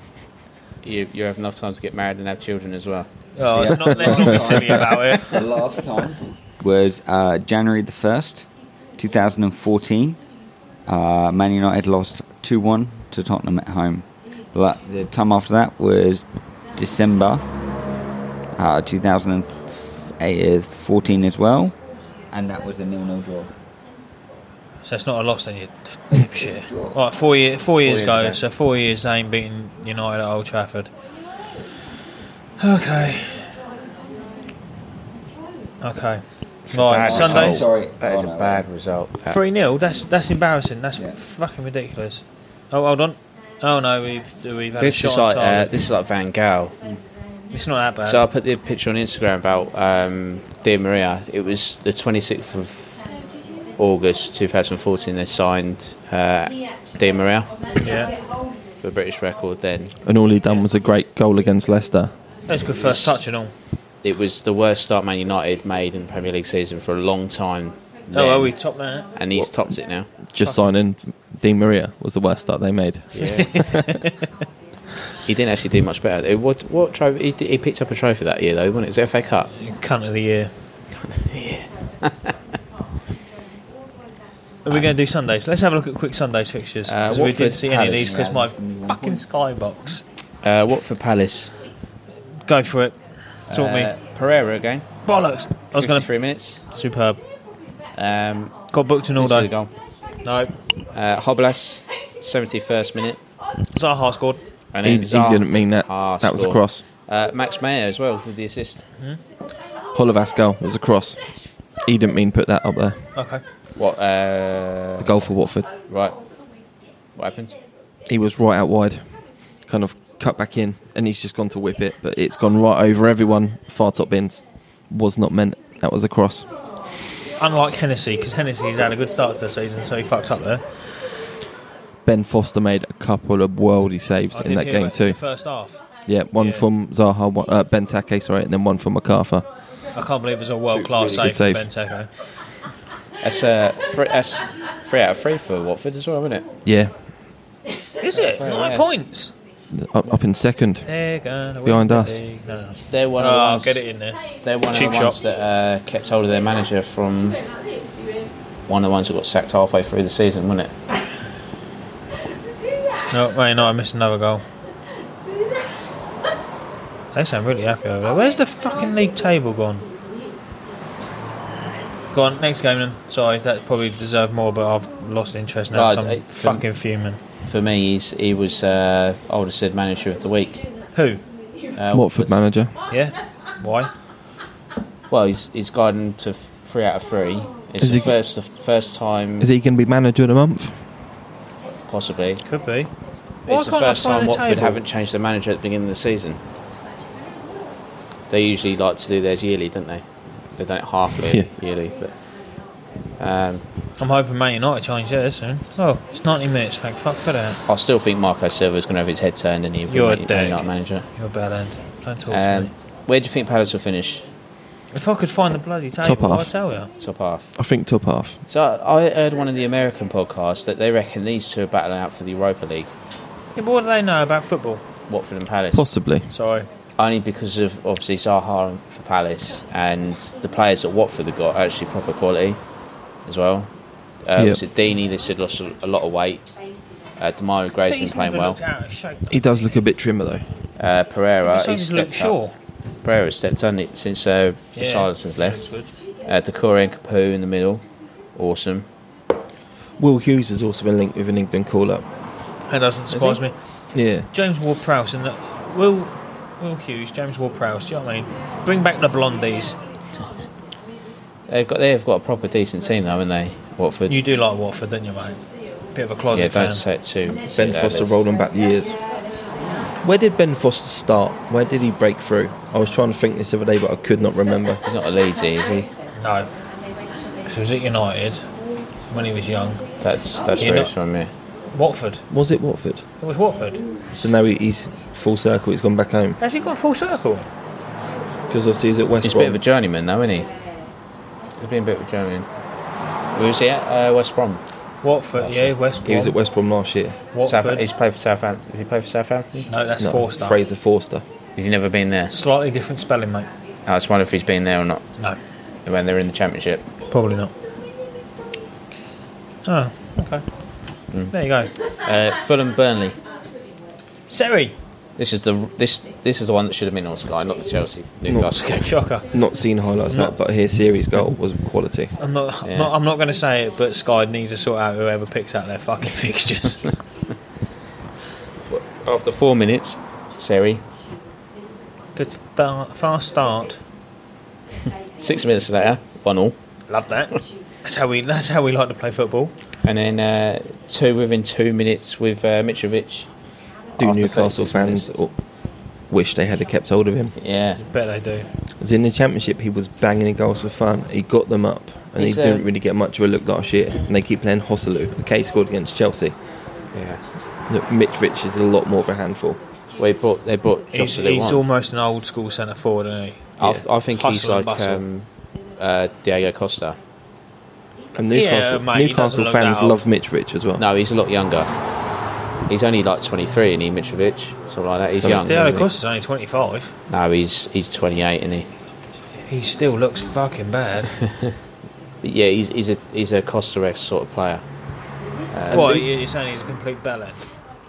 Speaker 2: You, you have enough time to get married and have children as well.
Speaker 3: Oh, it's not, let's not be silly about it.
Speaker 4: the last time was uh, January the first, two thousand and fourteen. Uh, Man United lost two one to Tottenham at home. La- the time after that was December uh, two thousand and fourteen as well, and that was a nil nil draw.
Speaker 3: So it's not a loss, then you dipshit. Right, four, year, four, years
Speaker 2: years
Speaker 3: ago,
Speaker 2: ago.
Speaker 3: so four years they ain't beaten United at Old Trafford. Okay. Okay.
Speaker 2: bad
Speaker 3: Right, Sunday.
Speaker 2: result.
Speaker 4: Sorry.
Speaker 2: That is
Speaker 4: Oh,
Speaker 2: a
Speaker 4: no.
Speaker 2: bad result. that.
Speaker 3: 3 0, that's that's embarrassing. That's
Speaker 4: Yeah.
Speaker 3: fucking ridiculous. Oh, hold on. Oh no, we've we've had
Speaker 2: This
Speaker 3: a
Speaker 2: is
Speaker 3: shot on
Speaker 2: like uh,
Speaker 3: target.
Speaker 2: this is like Van Gaal.
Speaker 3: It's not that bad.
Speaker 2: So I put the picture on Instagram about um, Di Maria. It was the 26th of August 2014. They signed uh, Di Maria
Speaker 3: yeah,
Speaker 2: for British record. Then
Speaker 5: And all he done was a great goal against Leicester.
Speaker 3: that was a good first touch and all.
Speaker 2: it was the worst start Man United made in the Premier League season for a long time. then,
Speaker 3: Oh, are we top that?
Speaker 2: And he's topped it now.
Speaker 5: Just signing Di Maria was the worst start they made.
Speaker 2: Yeah. he didn't actually do much better. What what trophy? He, he picked up a trophy that year though, wasn't it? It was the FA Cup.
Speaker 3: Cunt of the year. Are we going to do Sundays? Let's have a look at quick Sundays fixtures.
Speaker 2: Uh,
Speaker 3: 'cause we didn't
Speaker 2: Watford
Speaker 3: see any of
Speaker 2: Palace,
Speaker 3: these because
Speaker 1: yeah,
Speaker 3: my
Speaker 1: it's gonna be one
Speaker 3: fucking skybox.
Speaker 2: Uh, what for Palace?
Speaker 3: Go for it. Talk
Speaker 2: Uh,
Speaker 3: me.
Speaker 2: Pereira again.
Speaker 3: Bollocks. I was going to.
Speaker 2: three minutes.
Speaker 3: Superb.
Speaker 2: Um,
Speaker 3: Got booked in all
Speaker 2: this is the
Speaker 3: day.
Speaker 2: goal.
Speaker 3: No.
Speaker 2: Uh, Hoblas, 71st minute.
Speaker 3: Zaha scored.
Speaker 2: And
Speaker 5: He,
Speaker 2: then
Speaker 5: he
Speaker 2: Zaha.
Speaker 5: didn't mean that.
Speaker 2: Ah,
Speaker 5: that was a
Speaker 2: score.
Speaker 5: cross.
Speaker 2: Uh, Max Mayer as well with the assist.
Speaker 5: Holovas goal was a cross. He didn't mean put that up there.
Speaker 3: Okay.
Speaker 2: What? Uh,
Speaker 5: The goal for Watford.
Speaker 2: Right. What happened?
Speaker 5: He was right out wide, kind of cut back in, and he's just gone to whip it, but it's gone right over everyone. Far top bins was not meant. That was a cross.
Speaker 3: Unlike Hennessy, because Hennessy's had a good start to the season, so he fucked up there.
Speaker 5: Ben Foster made a couple of worldy saves
Speaker 3: I
Speaker 5: in
Speaker 3: did
Speaker 5: that
Speaker 3: hear
Speaker 5: game
Speaker 3: about
Speaker 5: too.
Speaker 3: the First half.
Speaker 5: Yeah, one
Speaker 3: Yeah.
Speaker 5: from Zaha, one, uh, Ben Take, sorry, and then one from MacArthur.
Speaker 3: I can't believe it was a world class
Speaker 5: really good
Speaker 3: save from
Speaker 5: saves.
Speaker 3: Benteke.
Speaker 2: That's, uh, three, that's three out of three for Watford as well, isn't it?
Speaker 5: Yeah,
Speaker 3: Is it? Nine
Speaker 2: yeah.
Speaker 3: points.
Speaker 5: up, up in second.
Speaker 3: They're gonna win
Speaker 5: Behind
Speaker 3: the
Speaker 5: us.
Speaker 3: league. No, no.
Speaker 2: They're one
Speaker 3: Oh,
Speaker 2: of the ones,
Speaker 3: get it in there.
Speaker 2: They're one
Speaker 3: Cheap
Speaker 2: of the ones
Speaker 3: shot.
Speaker 2: that uh, kept hold of their manager from one of the ones that got sacked halfway through the season, wasn't it?
Speaker 3: No, wait, no, I missed another goal. They sound really happy over there. Where's the fucking league table gone? Go on, next game then. Sorry, that probably deserved more, but I've lost interest now. 'cause
Speaker 2: God,
Speaker 3: I'm
Speaker 2: it-
Speaker 3: fucking fuming.
Speaker 2: For me, he's, he was uh, I would have said manager of the week.
Speaker 3: Who?
Speaker 2: Uh,
Speaker 5: Watford manager.
Speaker 3: Yeah? Why?
Speaker 2: Well, he's he's gotten to f- three out of three. It's
Speaker 5: Is
Speaker 2: the
Speaker 5: he-
Speaker 2: first the first time
Speaker 5: Is he going to be manager of the month?
Speaker 2: possibly.
Speaker 3: Could be.
Speaker 2: It's the
Speaker 3: can't I
Speaker 2: first
Speaker 3: find
Speaker 2: time
Speaker 3: the
Speaker 2: Watford
Speaker 3: table?
Speaker 2: haven't changed their manager at the beginning of the season. They usually like to do theirs yearly, don't they? They don't half yearly, yearly but um,
Speaker 3: I'm hoping Man United change theirs soon. Oh, it's 90 minutes. Thank fuck for that.
Speaker 2: I still think Marco Silva's going to have his head turned and he'll be
Speaker 3: You're a
Speaker 2: Man- Man
Speaker 3: dick.
Speaker 2: United manager.
Speaker 3: You're a bad end. Don't talk to
Speaker 2: Um,
Speaker 3: me.
Speaker 2: where do you think Palace will finish?
Speaker 3: If I could find the bloody
Speaker 5: Top
Speaker 3: table, I
Speaker 5: half.
Speaker 3: tell you.
Speaker 2: Top half.
Speaker 5: I think top half.
Speaker 2: So I I heard one of the American podcasts that they reckon these two are battling out for the Europa League,
Speaker 3: Yeah, but what do they know about football?
Speaker 2: Watford and Palace.
Speaker 5: Possibly.
Speaker 3: Sorry.
Speaker 2: Only because of obviously Zaha for Palace and the players that Watford have got are actually proper quality as well. Uh,
Speaker 5: Yeah.
Speaker 2: Was it Deeney? They said lost a, a lot of weight. Uh, Demario Gray's been playing well.
Speaker 5: He does look a bit trimmer though.
Speaker 2: Uh, Pereira
Speaker 3: so
Speaker 2: he's
Speaker 3: does
Speaker 2: stepped
Speaker 3: Luke Shaw.
Speaker 2: up. Pereira's stepped on it since uh,
Speaker 3: Yeah.
Speaker 2: Silencers left.
Speaker 3: Looks good.
Speaker 2: Uh, Decore and Capu in the middle, awesome.
Speaker 5: Will Hughes has also been linked with an England call up.
Speaker 3: That doesn't surprise me.
Speaker 5: Yeah.
Speaker 3: James Ward Prowse and the, Will Will Hughes, James Ward Prowse, do you know what I mean? Bring back the blondies.
Speaker 2: They've got they've got a proper decent team though, haven't they? Watford.
Speaker 3: You do like Watford, don't you, mate? Bit of a closet
Speaker 2: yeah,
Speaker 3: fan.
Speaker 2: don't say it too.
Speaker 5: Ben Foster rolling back the years. Where did Ben Foster start? Where did he break through? I was trying to think this other day, but I could not remember.
Speaker 2: He's not a Leedsy, is he?
Speaker 3: No. He was at United when he was young.
Speaker 2: That's that's
Speaker 3: You're
Speaker 2: where
Speaker 3: not-
Speaker 2: he's from. Yeah.
Speaker 3: Watford.
Speaker 5: Was it Watford?
Speaker 3: It was Watford.
Speaker 5: So now he- he's full circle. He's gone back home
Speaker 3: Has he gone full circle?
Speaker 5: because obviously he's at West
Speaker 2: He's a bit
Speaker 5: Brom.
Speaker 2: of a journeyman, though, isn't he? He's been a bit of a journeyman. Where was he at? Uh, West Brom.
Speaker 3: Watford, yeah, West Brom.
Speaker 5: he was at West Brom last year.
Speaker 2: South,
Speaker 3: Watford.
Speaker 2: he's played for Southampton. Has he played for Southampton?
Speaker 3: No, that's
Speaker 5: No,
Speaker 3: four star.
Speaker 5: Fraser Forster.
Speaker 2: Has he never been there?
Speaker 3: Slightly different spelling, mate.
Speaker 2: I was wondering if he's been there or not
Speaker 3: No,
Speaker 2: when they were in the Championship.
Speaker 3: probably not. Oh, okay. There you go.
Speaker 2: Uh, Fulham Burnley.
Speaker 3: Seri,
Speaker 2: This is the this this is the one that should have been on Sky, not the Chelsea Newcastle game.
Speaker 3: shocker.
Speaker 5: Not seen highlights of that, but here series goal was quality.
Speaker 3: I'm not. I'm
Speaker 2: Yeah.
Speaker 3: not, I'm not going to say it, but Sky needs to sort out whoever picks out their fucking fixtures.
Speaker 2: After four minutes, Seri
Speaker 3: Good fa- fast start.
Speaker 2: Six minutes later, one all.
Speaker 3: Love that. That's how we. That's how we like to play football.
Speaker 2: And then uh, two within two minutes with uh, Mitrovic.
Speaker 5: Do
Speaker 2: After
Speaker 5: Newcastle
Speaker 2: 36 minutes.
Speaker 5: fans or wish they had kept hold of him?
Speaker 2: Yeah.
Speaker 3: Bet they do.
Speaker 5: Because in the championship, he was banging in goals for fun. He got them up, and
Speaker 2: He's,
Speaker 5: he
Speaker 2: uh,
Speaker 5: didn't really get much of a look last year. And they keep playing Hosselu. Okay, he scored against Chelsea.
Speaker 2: Yeah.
Speaker 5: Look, Mitrovic is a lot more of a handful.
Speaker 2: We brought, they brought
Speaker 3: He's,
Speaker 2: Joselu
Speaker 3: he's
Speaker 2: on.
Speaker 3: almost an old school centre forward, isn't he?
Speaker 2: I, th- I think he's
Speaker 3: Hustle and
Speaker 2: like
Speaker 3: bustle.
Speaker 2: um, uh, Diego Costa.
Speaker 5: And Newcastle,
Speaker 3: mate, he doesn't
Speaker 5: Newcastle
Speaker 3: look
Speaker 5: fans
Speaker 3: that old.
Speaker 5: love Mitrovic as well.
Speaker 2: No, he's a lot younger. He's only like 23, and he Mitrovic, something like that. He's
Speaker 5: So
Speaker 2: young.
Speaker 3: Diego
Speaker 2: isn't he?
Speaker 3: Costa's only 25.
Speaker 2: No, he's he's 28, isn't he?
Speaker 3: He still looks fucking bad.
Speaker 2: But yeah, he's he's a he's a Costa Rex sort of player.
Speaker 3: well, you're saying he's a complete ballad.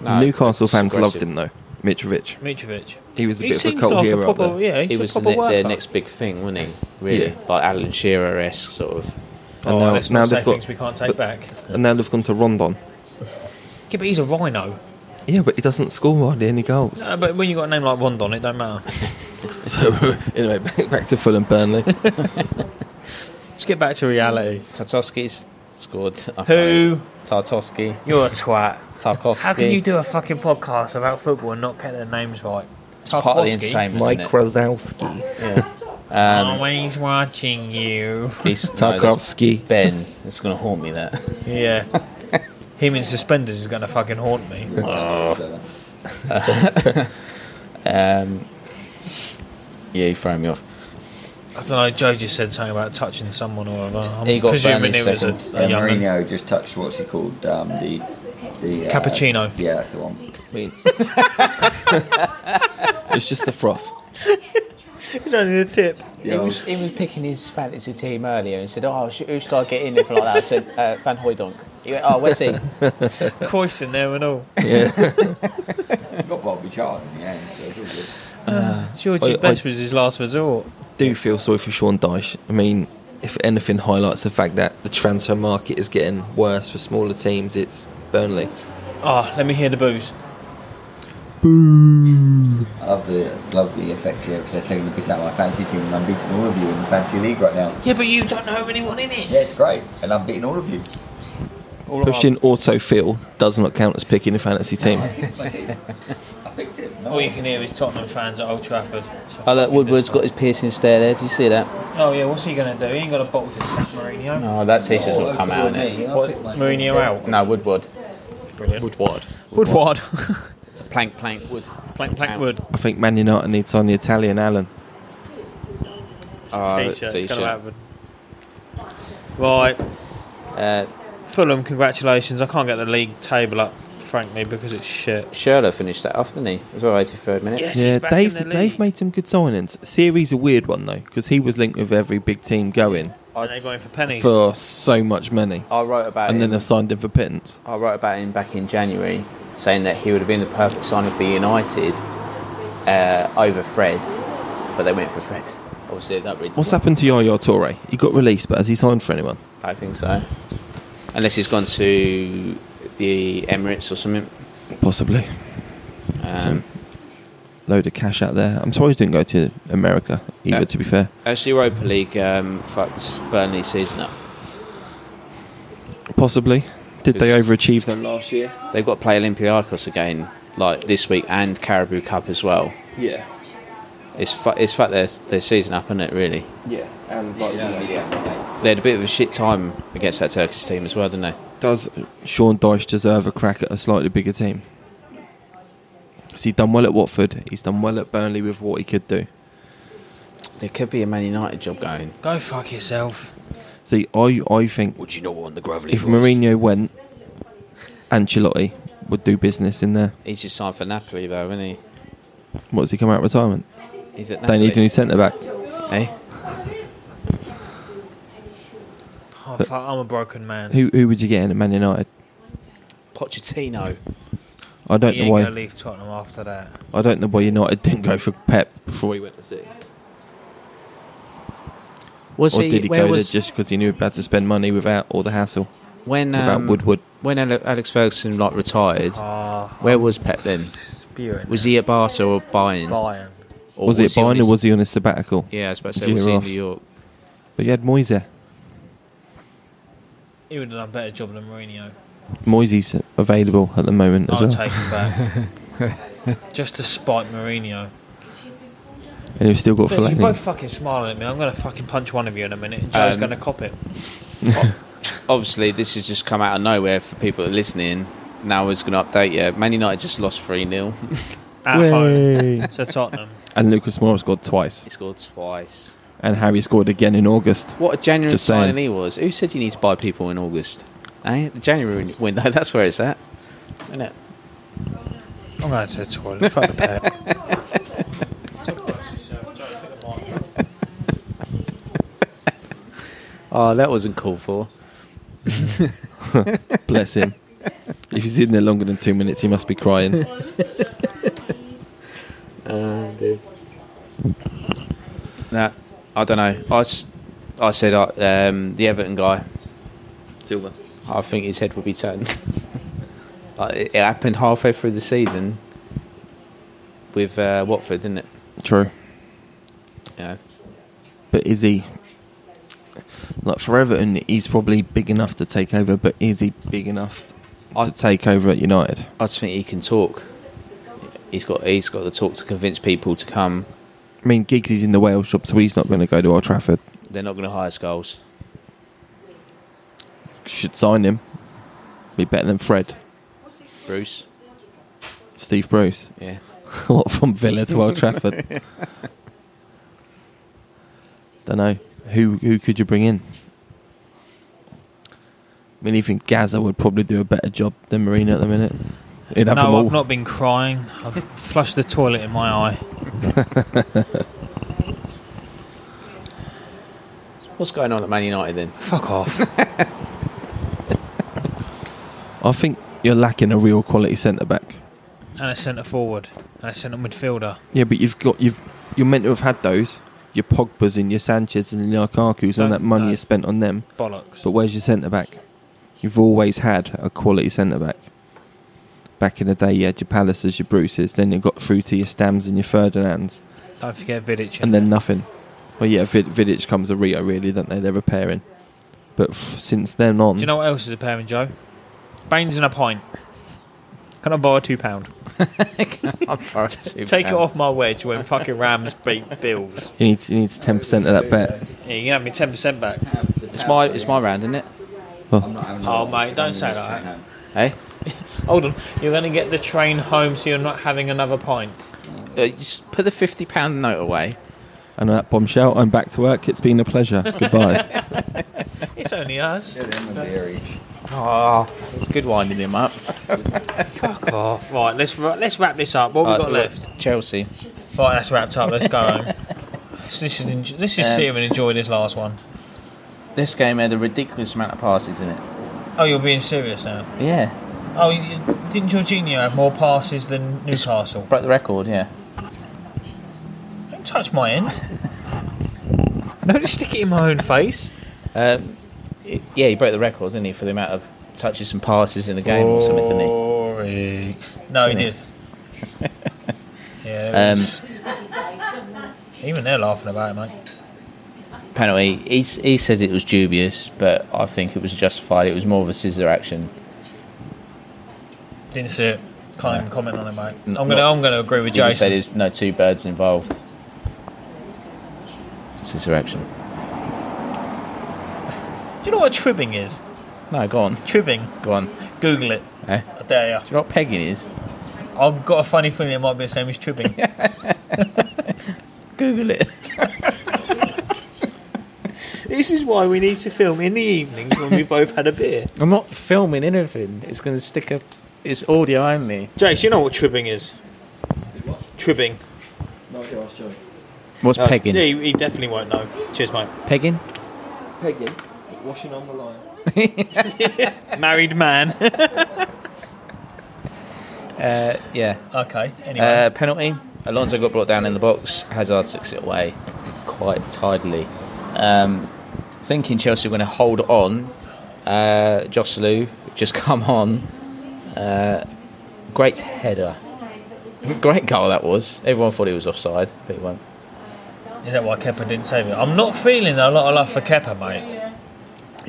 Speaker 2: No,
Speaker 5: Newcastle fans
Speaker 2: aggressive.
Speaker 5: loved him though. Mitrovic.
Speaker 3: Mitrovic.
Speaker 5: He was a
Speaker 3: he
Speaker 5: bit of a
Speaker 3: seems
Speaker 5: cult
Speaker 3: like
Speaker 5: hero.
Speaker 3: a
Speaker 5: up
Speaker 3: proper,
Speaker 5: there.
Speaker 3: yeah,
Speaker 2: He
Speaker 3: he's
Speaker 2: was
Speaker 3: a
Speaker 2: the
Speaker 3: proper
Speaker 2: ne- their
Speaker 3: worker.
Speaker 2: next big thing, wasn't he? Really,
Speaker 5: Yeah.
Speaker 2: like Alan Shearer esque sort of.
Speaker 3: oh,
Speaker 5: And now-
Speaker 3: let's
Speaker 5: now
Speaker 3: not say
Speaker 5: they've got-
Speaker 3: things we can't take
Speaker 5: but-
Speaker 3: back.
Speaker 5: And now they've gone to Rondon.
Speaker 3: Yeah, but he's a rhino.
Speaker 5: Yeah, but he doesn't score hardly any goals.
Speaker 3: No, but when you got a name like Rondon, it don't matter.
Speaker 5: So anyway, back, back to Fulham, Burnley.
Speaker 3: Let's get back to reality.
Speaker 2: Tartovsky's scored. I
Speaker 3: Who?
Speaker 2: can't- Tartovsky,
Speaker 3: You're a twat.
Speaker 2: Tarkovsky.
Speaker 3: How can you do a fucking podcast about football and not get their names right?
Speaker 2: It's part of the
Speaker 3: Tarkovsky?
Speaker 2: insane.
Speaker 5: Mike Krasowski.
Speaker 2: Um,
Speaker 3: Always watching you.
Speaker 2: he's, no, that's
Speaker 5: Tarkovsky.
Speaker 2: Ben, it's gonna haunt me. That.
Speaker 3: Yeah. Him in suspenders is going to fucking haunt me.
Speaker 2: Uh, Um, yeah, he threw me off.
Speaker 3: I don't know, Joe just said something about touching someone or whatever. I'm
Speaker 2: He got
Speaker 3: presuming
Speaker 2: Burnley
Speaker 3: it was
Speaker 2: second.
Speaker 6: Uh,
Speaker 3: a, a young man.
Speaker 6: Mourinho just touched what's he called? Um, the the uh,
Speaker 3: Cappuccino.
Speaker 6: Yeah, that's the one.
Speaker 5: I mean, it's just the froth.
Speaker 3: It's only the tip.
Speaker 6: Yeah,
Speaker 2: He was, he was picking his fantasy team earlier and said, "Oh, sh- who should I get in?" If like that, I said uh, Van Hooydonk. He went, "Oh, where's he?"
Speaker 3: Christ in there and all.
Speaker 6: I got Bobby Charlton in the end, so it's all good.
Speaker 3: Georgie
Speaker 5: I-
Speaker 3: Best was his last resort.
Speaker 5: do feel sorry for Sean Dyche. I mean, if anything highlights the fact that the transfer market is getting worse for smaller teams, it's Burnley.
Speaker 3: Ah, let me hear the booze.
Speaker 6: I love the love the effect here because they're taking the piss out of my fantasy team, and I'm beating all of you in the fantasy league right now.
Speaker 3: Yeah, but you don't know anyone in it.
Speaker 6: Yeah, it's great, and I'm beating all of you.
Speaker 3: All
Speaker 5: Pushing autofill does not count as picking a fantasy team.
Speaker 6: My team. I picked it. No.
Speaker 3: All you can hear is Tottenham fans at Old Trafford.
Speaker 2: Oh, look, Woodward's got his piercing stare there. Do you see that?
Speaker 3: Oh yeah, what's he gonna do? He ain't got a bottle to sack Mourinho.
Speaker 2: No, that t-shirt's
Speaker 6: All
Speaker 2: not
Speaker 6: over
Speaker 2: come out in
Speaker 6: me,
Speaker 2: it.
Speaker 6: and I
Speaker 3: What,
Speaker 6: picked my team.
Speaker 3: Mourinho out.
Speaker 2: No, Woodward.
Speaker 3: Brilliant.
Speaker 2: Woodward.
Speaker 3: Woodward.
Speaker 2: Plank, plank, wood.
Speaker 3: plank, plank wood.
Speaker 5: I think Man United needs on the Italian Allen. Uh,
Speaker 2: Oh,
Speaker 3: Ah, T-shirt. It's gonna
Speaker 2: t-shirt.
Speaker 3: happen. Right,
Speaker 2: Uh,
Speaker 3: Fulham. Congratulations. I can't get the league table up, frankly, because it's shit.
Speaker 2: Schürrle finished that off, didn't he? As well, 83rd minute.
Speaker 3: Yes,
Speaker 5: Yeah,
Speaker 3: he's back in
Speaker 5: they've,
Speaker 3: the league.
Speaker 5: they've made some good signings. Series a weird one though, because he was linked with every big team going
Speaker 3: And they're going for pennies.
Speaker 5: for so much money,
Speaker 2: I wrote about
Speaker 5: and
Speaker 2: him.
Speaker 5: then they've signed him for pittance.
Speaker 2: I wrote about him back in January, saying that he would have been the perfect signing for United uh, over Fred, but they went for Fred. Obviously, that really
Speaker 5: What's happened to Yaya Toure? He got released, but has he signed for anyone?
Speaker 2: I don't think so. Unless he's gone to the Emirates or something.
Speaker 5: Possibly.
Speaker 2: Um,
Speaker 5: Load of cash out there. I'm surprised he didn't go to America either.
Speaker 2: Yeah.
Speaker 5: To be fair.
Speaker 2: as Europa League um, fucked Burnley season up.
Speaker 5: Possibly. Did they
Speaker 2: Yes.
Speaker 5: overachieve them last year?
Speaker 2: They've got to play Olympiacos again, like this week, and Caribou Cup as well.
Speaker 5: Yeah.
Speaker 2: It's fu- it's fucked their their season up, isn't it? Really,
Speaker 5: Yeah. And
Speaker 2: they had a bit of a shit time against that Turkish team as well, didn't they?
Speaker 5: does Sean Dyche deserve a crack at a slightly bigger team? 'Cause he's done well at Watford. He's done well at Burnley with what he could do.
Speaker 2: There could be a Man United job going.
Speaker 3: Go fuck yourself.
Speaker 5: See, I I think
Speaker 2: Would you know on the gravelly?
Speaker 5: if Mourinho went, Ancelotti would do business in there.
Speaker 2: he's just signed for Napoli though, isn't he?
Speaker 5: What does he come out of retirement?
Speaker 2: He's at
Speaker 5: They
Speaker 2: Napoli. Eh?
Speaker 5: need a new centre back.
Speaker 2: Hey?
Speaker 3: Oh, fuck, I'm a broken man.
Speaker 5: Who who would you get in at Man United?
Speaker 2: Pochettino.
Speaker 5: I don't
Speaker 3: he
Speaker 5: know
Speaker 3: ain't
Speaker 5: why.
Speaker 3: gonna leave Tottenham after that.
Speaker 5: I don't know why United didn't go for Pep before he went to City.
Speaker 2: Was
Speaker 5: or did he
Speaker 2: where
Speaker 5: go
Speaker 2: was,
Speaker 5: there just because he knew he had to spend money without all the hassle,
Speaker 2: when
Speaker 5: without
Speaker 2: um,
Speaker 5: Woodward?
Speaker 2: when Ale- Alex Ferguson like retired?
Speaker 3: Ah,
Speaker 2: Where was Pep then?
Speaker 3: spirit.
Speaker 2: Was he at Barca or Bayern?
Speaker 3: Bayern?
Speaker 2: Or
Speaker 5: was, it
Speaker 2: he on
Speaker 5: Bayern
Speaker 2: his-
Speaker 5: or was he on a sabbatical?
Speaker 2: Yeah, I was about to say,
Speaker 5: Year
Speaker 2: was he in
Speaker 5: off.
Speaker 2: New York?
Speaker 5: But you had Moise.
Speaker 3: He would have done a better job than Mourinho.
Speaker 5: Moise's available at the moment as
Speaker 3: I'll
Speaker 5: well.
Speaker 3: take him back. Just to spite Mourinho.
Speaker 5: and we've still got
Speaker 3: Look, You're
Speaker 5: Fellaini.
Speaker 3: both fucking smiling at me. I'm going to fucking punch one of you in a minute. and Joe's
Speaker 2: Um,
Speaker 3: going to cop it.
Speaker 2: Obviously, this has just come out of nowhere for people that are listening. Now I was going to update you. Man United just lost 3 0.
Speaker 3: At home.
Speaker 5: Way.
Speaker 3: So Tottenham.
Speaker 5: and Lucas Moura scored twice.
Speaker 2: he scored twice.
Speaker 5: And Harry scored again in August.
Speaker 2: What a January
Speaker 5: Just
Speaker 2: signing
Speaker 5: saying.
Speaker 2: he was. Who said you need to buy people in August? Eh? The January
Speaker 5: Mm.
Speaker 2: window, that's where it's at. Isn't it?
Speaker 3: I'm going to the toilet. Fuck the pair.
Speaker 2: Oh, that wasn't called for.
Speaker 5: Bless him. if he's in there longer than two minutes, he must be crying. Uh,
Speaker 2: No, I don't know. I, s- I said I- um, the Everton guy.
Speaker 5: Silver.
Speaker 2: I think his head will be turned. Like, it, it happened halfway through the season with uh, Watford, didn't it?
Speaker 5: True.
Speaker 2: Yeah.
Speaker 5: But is he. Like for Everton, he's probably big enough to take over, but is he big enough
Speaker 2: I-
Speaker 5: to take over at United?
Speaker 2: I just think he can talk. He's got he's got the talk to convince people to come.
Speaker 5: I mean, Giggs is in the Wales job, so he's not going to go to Old Trafford.
Speaker 2: They're not going to hire Skulls.
Speaker 5: Should sign him. Be better than Fred,
Speaker 2: Bruce,
Speaker 5: Steve Bruce.
Speaker 2: yeah.
Speaker 5: what from Villa to Old Trafford? Don't know who who could you bring in. I mean, even Gaza would probably do a better job than Marina at the minute. He'd have them
Speaker 3: No,
Speaker 5: all.
Speaker 3: I've not been crying. I've flushed the toilet in my eye.
Speaker 2: What's going on at Man United then?
Speaker 3: Fuck off.
Speaker 5: I think you're lacking a real quality centre back.
Speaker 3: And a centre forward. And a centre midfielder.
Speaker 5: Yeah, but you've got you've you're meant to have had those. Your Pogba's and your Sanchez and your Lukaku's and all
Speaker 3: No,
Speaker 5: that money
Speaker 3: no.
Speaker 5: you spent on them.
Speaker 3: Bollocks.
Speaker 5: But where's your centre back? You've always had a quality centre back. Back in the day, you had your Palaces, your Bruces, then you got through to your Stams and your Ferdinands,
Speaker 3: Don't forget Vidic.
Speaker 5: and then nothing. Well, yeah, Vid- Vidic comes to Rio, really, don't they? They're repairing. But f- since then on,
Speaker 3: Do you know what else is a pairing, Joe? Baines and a pint. Can I borrow two pound? Take it off my wedge when fucking Rams beat Bills.
Speaker 5: he needs he needs ten percent of that bet.
Speaker 3: Yeah, you can have me ten percent back.
Speaker 2: It's my it's my round, isn't it?
Speaker 6: I'm not having a
Speaker 3: Oh,
Speaker 6: lot.
Speaker 3: mate, don't
Speaker 6: I'm
Speaker 3: say
Speaker 6: gonna
Speaker 3: that.
Speaker 6: train home.
Speaker 2: Hey,
Speaker 3: Hold on, you're going to get the train home, so you're not having another pint.
Speaker 2: uh, just put the fifty pound note away.
Speaker 5: And on that bombshell, I'm back to work. It's been a pleasure. Goodbye.
Speaker 3: It's only us.
Speaker 6: Get them a beer each.
Speaker 2: Oh, it's good winding him up.
Speaker 3: Fuck off. Right, let's ra- let's wrap this up. What have we got left?
Speaker 2: Uh, Chelsea.
Speaker 3: Right, that's wrapped up. Let's go home. So This is enj- this is
Speaker 2: Um,
Speaker 3: see him and enjoy this last one.
Speaker 2: This game had a ridiculous amount of passes in it.
Speaker 3: Oh, you're being serious now.
Speaker 2: Yeah,
Speaker 3: Oh, you, you- didn't Jorginho have more passes than Newcastle?
Speaker 2: broke the record. Yeah,
Speaker 3: Don't touch my end. Don't stick it in my own face.
Speaker 2: um, it- yeah, he broke the record, didn't he, for the amount of touches and passes in the game or something, didn't he?
Speaker 3: Oh. Boring. No, he did. yeah. it
Speaker 2: Um,
Speaker 3: was- even they're laughing about it, mate.
Speaker 2: Penalty. He s- he said it was dubious, but I think it was justified. It was more of a scissor action.
Speaker 3: Didn't see it. Can't even comment on it, mate.
Speaker 2: N-
Speaker 3: I'm gonna,
Speaker 2: not-
Speaker 3: I'm gonna agree with
Speaker 2: He just said
Speaker 3: Jason.
Speaker 2: there's no two birds involved. Scissor action.
Speaker 3: Do you know what tribbing is?
Speaker 2: No, go on,
Speaker 3: Tribbing.
Speaker 2: go on.
Speaker 3: Google it.
Speaker 2: Eh?
Speaker 3: I dare you.
Speaker 2: Do you know what pegging is?
Speaker 3: I've got a funny feeling it might be the same as tribbing.
Speaker 2: Google it.
Speaker 3: this is why we need to film in the evenings when we both had a beer.
Speaker 2: I'm not filming anything. It's going to stick up. It's audio only.
Speaker 3: Jace, you know what tribbing is? Tribbing.
Speaker 2: What's pegging?
Speaker 3: Yeah, he, he definitely won't know. Cheers, mate.
Speaker 2: Pegging?
Speaker 5: Pegging, washing on the line.
Speaker 3: Married man.
Speaker 2: Uh, yeah.
Speaker 3: okay. Anyway.
Speaker 2: Uh, penalty. Alonso got brought down in the box. Hazard six it away quite tidily. Um, thinking Chelsea were going to hold on. Uh, Joselu just come on. Uh, great header. Great goal that was. Everyone thought he was offside, but he won't.
Speaker 3: Is that why Kepper didn't save it? I'm not feeling a lot of love for Kepper, mate.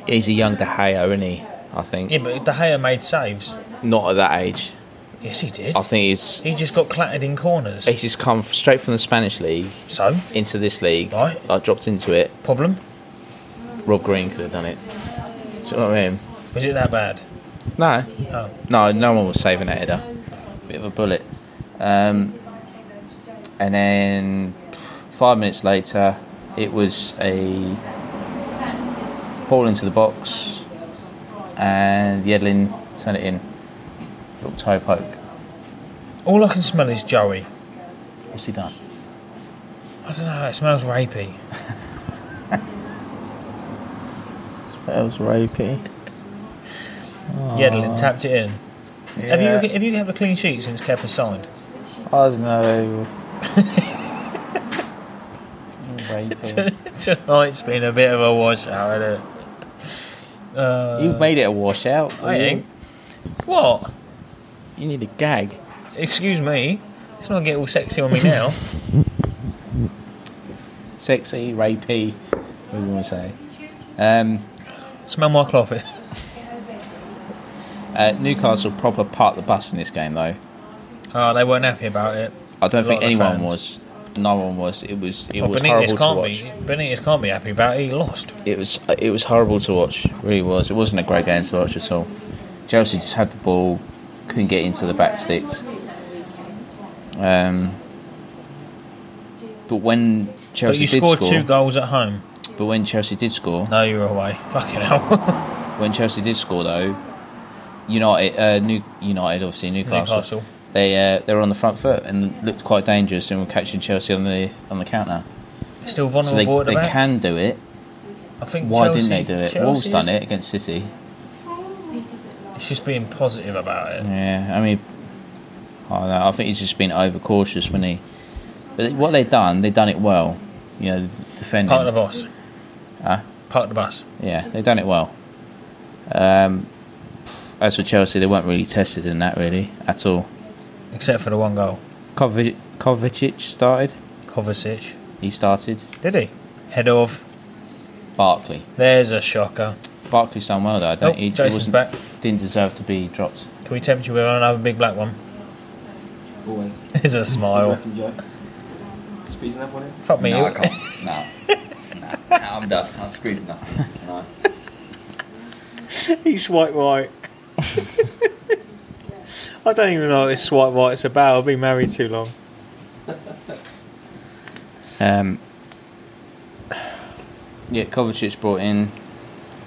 Speaker 2: He's a young De Gea, isn't he? I think.
Speaker 3: Yeah, but De Gea made saves.
Speaker 2: Not at that age.
Speaker 3: Yes, he did.
Speaker 2: I think he's
Speaker 3: he just got clattered in corners.
Speaker 2: he's just come straight from the Spanish league
Speaker 3: So,
Speaker 2: into this league.
Speaker 3: Right.
Speaker 2: Like dropped into it.
Speaker 3: problem?
Speaker 2: Rob Green could have done it. Do you know what I mean?
Speaker 3: Was it that bad?
Speaker 2: No.
Speaker 3: Oh.
Speaker 2: No, no one was saving that header. Bit of a bullet. Um, and then five minutes later, it was a ball into the box, and Yedlin turned it in. Little toe poke.
Speaker 3: All I can smell is Joey.
Speaker 2: What's he done?
Speaker 3: I don't know, it smells rapey.
Speaker 2: That was rapey.
Speaker 3: Yedlin tapped it in. Have you have you had a clean sheet since Kepper signed?
Speaker 2: I don't know. rapey.
Speaker 3: Tonight's been a bit of a washout, hasn't it? Uh,
Speaker 2: You've made it a washout.
Speaker 3: I ain't. What?
Speaker 2: You need a gag.
Speaker 3: Excuse me. It's not get all sexy on me now.
Speaker 2: Sexy, rapey, what do you want to say? Um,
Speaker 3: Smell my cloth.
Speaker 2: Uh, Newcastle proper parked the bus in this game, though.
Speaker 3: Oh, they weren't happy about it.
Speaker 2: I don't
Speaker 3: A
Speaker 2: think
Speaker 3: lot of the
Speaker 2: anyone
Speaker 3: fans.
Speaker 2: was. No one was. It was. It
Speaker 3: Well,
Speaker 2: was
Speaker 3: Benitez
Speaker 2: horrible to
Speaker 3: can't
Speaker 2: watch.
Speaker 3: be. Benitez can't be happy about it. He lost.
Speaker 2: It was. It was horrible to watch. Really was. It wasn't a great game to watch at all. Chelsea just had the ball, couldn't get into the back sticks. Um, but when
Speaker 3: But
Speaker 2: Chelsea
Speaker 3: you
Speaker 2: did
Speaker 3: scored
Speaker 2: score,
Speaker 3: two goals at home.
Speaker 2: but when Chelsea did score,
Speaker 3: No, you were away. Fucking hell.
Speaker 2: when Chelsea did score though, United, uh, New United, obviously Newcastle,
Speaker 3: Newcastle.
Speaker 2: they uh, they were on the front foot and looked quite dangerous and were catching Chelsea on the on the counter.
Speaker 3: Still
Speaker 2: So they,
Speaker 3: vulnerable at the
Speaker 2: they
Speaker 3: back.
Speaker 2: can do it.
Speaker 3: I think
Speaker 2: Why
Speaker 3: Chelsea,
Speaker 2: didn't they do it?
Speaker 3: Chelsea
Speaker 2: Wolves
Speaker 3: is-
Speaker 2: done it against City.
Speaker 3: It's just being positive about
Speaker 2: Mm.
Speaker 3: it.
Speaker 2: Yeah, I mean, I, don't know, I think he's just been overcautious when he. But what they've done, they've done it well. You know, defending.
Speaker 3: Part of the bus.
Speaker 2: Huh?
Speaker 3: Part of the bus.
Speaker 2: Yeah, they've done it well. Um, as for Chelsea, they weren't really tested in that really at all.
Speaker 3: Except for the one goal.
Speaker 2: Kovacic, Kovacic started.
Speaker 3: Kovacic.
Speaker 2: He started.
Speaker 3: Did he? Head of.
Speaker 2: Barkley.
Speaker 3: There's a shocker.
Speaker 2: Barkley's done well though. I don't.
Speaker 3: Oh,
Speaker 2: he, he
Speaker 3: Jason's
Speaker 2: wasn't-
Speaker 3: back.
Speaker 2: Didn't deserve to be dropped.
Speaker 3: Can we tempt you with another big black one?
Speaker 7: Always.
Speaker 3: There's a smile.
Speaker 7: Reckon, Joe? Squeezing that one in?
Speaker 3: Fuck me.
Speaker 6: No, I
Speaker 3: you-
Speaker 6: can't. No. no. no, I'm done. I'm screwed now. No.
Speaker 8: He's white white. I don't even know what this white white's about. I've been married too long.
Speaker 2: Um, yeah, Kovacic brought in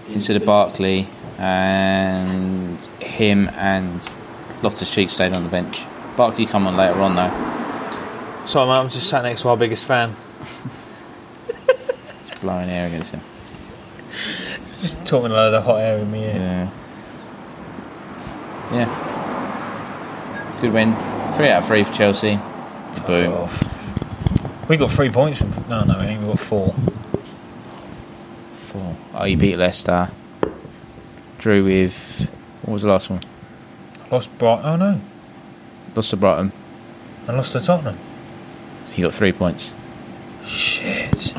Speaker 2: instead of Barkley, and him and Loftus Cheek stayed on the bench. Barkley come on later on though.
Speaker 8: So I'm, I'm just sat next to our biggest fan.
Speaker 2: It's blowing air against him.
Speaker 3: Just talking a load of hot air in me. ear.
Speaker 2: Yeah. Yeah. Good win. Three out of three for Chelsea. Boo.
Speaker 3: off. We got three points from. No, no, we only got four.
Speaker 2: Four. Oh, you beat Leicester. Drew with what was the last one?
Speaker 3: Lost Bright. Oh no.
Speaker 2: Lost to Brighton.
Speaker 3: And lost to Tottenham.
Speaker 2: So you got three points.
Speaker 3: Shit.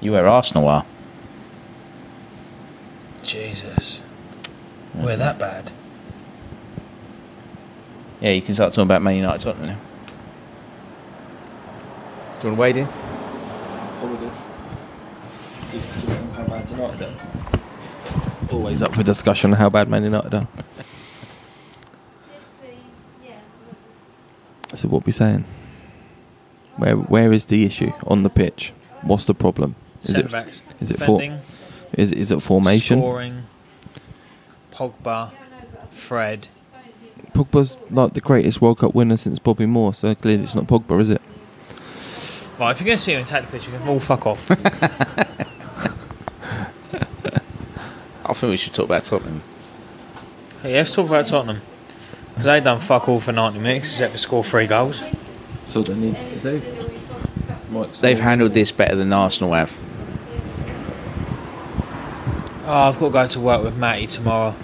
Speaker 2: You where Arsenal ah? are.
Speaker 3: Jesus. We're that bad.
Speaker 2: Yeah, you can start talking about Man United Tottenham now.
Speaker 5: Do you want to wade in?
Speaker 7: Probably. Just, just some kind of bad United then.
Speaker 5: Always up for discussion on how bad Man United are. So what we saying? Where where is the issue on the pitch? What's the problem? Is it
Speaker 3: Centre-backs,
Speaker 5: is it for-
Speaker 3: defending,
Speaker 5: is it, is it formation?
Speaker 3: Scoring. Pogba. Fred.
Speaker 5: Pogba's like the greatest World Cup winner since Bobby Moore, so clearly it's not Pogba, is it?
Speaker 3: Right, if you're going to sit here and take the picture, you can all fuck off.
Speaker 2: I think we should talk about Tottenham.
Speaker 3: yeah, let's talk about Tottenham. Because they done fuck all for 90 minutes except for score three goals.
Speaker 7: So they need to do.
Speaker 2: They've handled this better than Arsenal have.
Speaker 3: Oh, I've got to go to work with Matty tomorrow.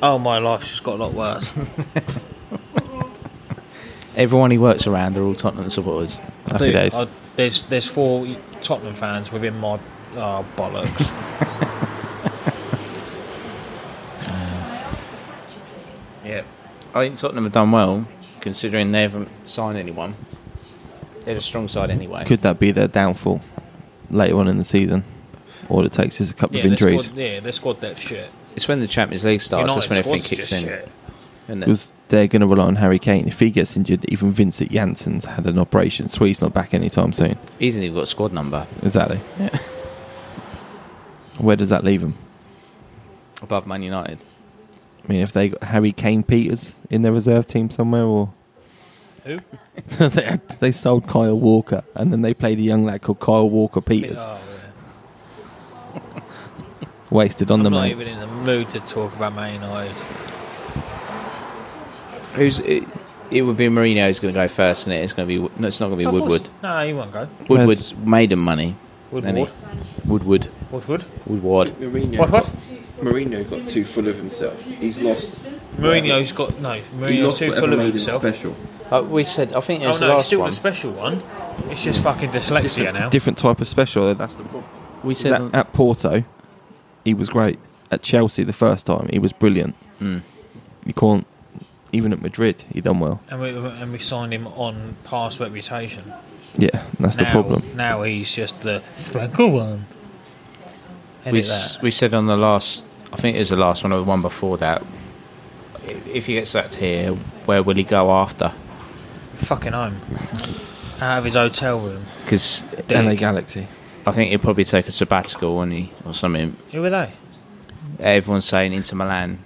Speaker 3: Oh, my life's just got a lot worse.
Speaker 2: Everyone he works around are all Tottenham supporters.
Speaker 5: Happy
Speaker 3: Dude,
Speaker 5: days.
Speaker 3: I, there's there's four Tottenham fans within my oh, bollocks.
Speaker 2: Yeah. I think Tottenham have done well, considering they haven't signed anyone. They're a strong side anyway.
Speaker 5: Could that be their downfall later on in the season? All it takes is a couple
Speaker 3: yeah,
Speaker 5: of injuries.
Speaker 3: Their squad, yeah, their squad depth shit.
Speaker 2: It's when the Champions League starts,
Speaker 3: United
Speaker 2: that's when everything
Speaker 3: squad's
Speaker 2: kicks
Speaker 3: just
Speaker 2: in.
Speaker 3: shit.
Speaker 2: isn't it?
Speaker 5: Because they're going to rely on Harry Kane. If he gets injured, even Vincent Janssen's had an operation, so he's not back anytime soon.
Speaker 2: He's not even got a squad number
Speaker 5: Exactly. Where does that leave him?
Speaker 2: above Man United.
Speaker 5: I mean, if they got Harry Kane Peters in their reserve team somewhere, or
Speaker 3: Who?
Speaker 5: they, had- they sold Kyle Walker, and then they played a young lad called Kyle Walker Peters,
Speaker 3: Oh, yeah.
Speaker 5: wasted on
Speaker 3: I'm
Speaker 5: the
Speaker 3: not
Speaker 5: mate.
Speaker 3: even in the mood to talk about Man United.
Speaker 2: Who's it, it would be Mourinho who's going to go first, and it? it's going to be no, it's not going to be
Speaker 3: Of course-
Speaker 2: Woodward.
Speaker 3: No, he won't go.
Speaker 2: Woodward's made him money. hasn't he?
Speaker 3: Woodward.
Speaker 2: Woodward.
Speaker 3: Woodward.
Speaker 2: Woodward.
Speaker 7: Mourinho.
Speaker 3: What? What?
Speaker 7: Mourinho got too full of himself. He's lost.
Speaker 3: Mourinho's got no.
Speaker 7: He
Speaker 3: Mourinho's
Speaker 7: lost
Speaker 3: too
Speaker 7: whatever
Speaker 3: full of
Speaker 7: made him
Speaker 3: himself.
Speaker 7: Special.
Speaker 2: Uh, we said I think it
Speaker 3: Oh
Speaker 2: was
Speaker 3: no,
Speaker 2: the
Speaker 3: it's
Speaker 2: last
Speaker 3: still
Speaker 2: one.
Speaker 3: the special one. It's just fucking dyslexia now.
Speaker 5: Different type of special. though, That's the problem.
Speaker 2: we
Speaker 5: Is
Speaker 2: said
Speaker 5: that at Porto, he was great. At Chelsea, the first time, he was brilliant.
Speaker 2: Mm.
Speaker 5: You can't even at Madrid, he done well.
Speaker 3: And we and we signed him on past reputation.
Speaker 5: Yeah, that's the
Speaker 3: now,
Speaker 5: problem.
Speaker 3: Now he's just the Franco one.
Speaker 2: we,
Speaker 3: Edit
Speaker 2: s-
Speaker 3: that.
Speaker 2: we said on the last. I think it was the last one or the one before that. i- If he gets sacked here, where will he go after?
Speaker 3: Fucking home. Out of his hotel room.
Speaker 2: Because
Speaker 5: LA
Speaker 3: Dick.
Speaker 5: Galaxy.
Speaker 2: I think he'll probably take a sabbatical, won't he, or something.
Speaker 3: Who were they?
Speaker 2: Everyone's saying Inter Milan.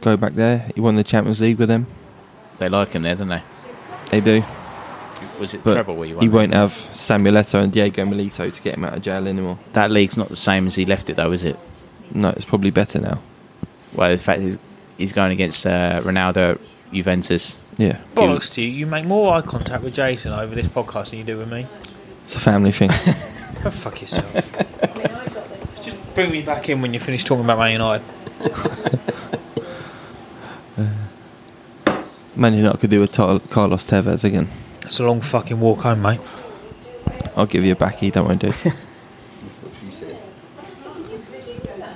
Speaker 5: Go back there. He won the Champions League with them.
Speaker 2: They like him there, don't they?
Speaker 5: They do.
Speaker 2: Was it
Speaker 5: But
Speaker 2: treble where you won
Speaker 5: He
Speaker 2: it?
Speaker 5: won't have Samueletto and Diego Milito to get him out of jail anymore.
Speaker 2: That league's not the same as he left it, though, is it?
Speaker 5: No, it's probably better now.
Speaker 2: Well, the fact is, he's going against uh, Ronaldo, Juventus.
Speaker 5: Yeah.
Speaker 3: Bollocks to you. You make more eye contact with Jason over this podcast than you do with me.
Speaker 5: It's a family thing.
Speaker 3: Go fuck yourself. Just bring me back in when you finish talking about Man United.
Speaker 5: Man United could do with Tar- Carlos Tevez again.
Speaker 3: It's a long fucking walk home, mate.
Speaker 5: I'll give you a backie, don't worry, dude.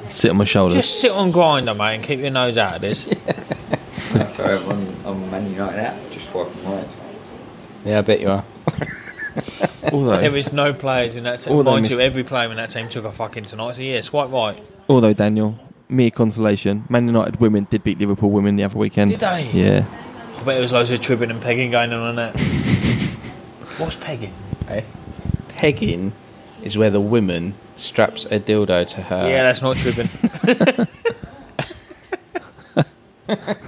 Speaker 5: Sit on my shoulders.
Speaker 3: Just sit on grinder, mate, and keep your nose out of this.
Speaker 6: That's why everyone on Man United app just swiping right.
Speaker 2: Yeah, I bet you are.
Speaker 3: There
Speaker 5: although,
Speaker 3: is no players in that team.
Speaker 5: Although
Speaker 3: Mind you,
Speaker 5: Mr-
Speaker 3: every player in that team took a fucking tonight. So yeah, swipe right.
Speaker 5: although, Daniel, mere consolation, Man United women did beat Liverpool women the other weekend.
Speaker 3: Did they?
Speaker 5: Yeah.
Speaker 3: I bet there was loads of tripping and pegging going on in that. What's pegging?
Speaker 2: Eh? Pegging is where the woman straps a dildo to her.
Speaker 3: yeah, that's not tripping.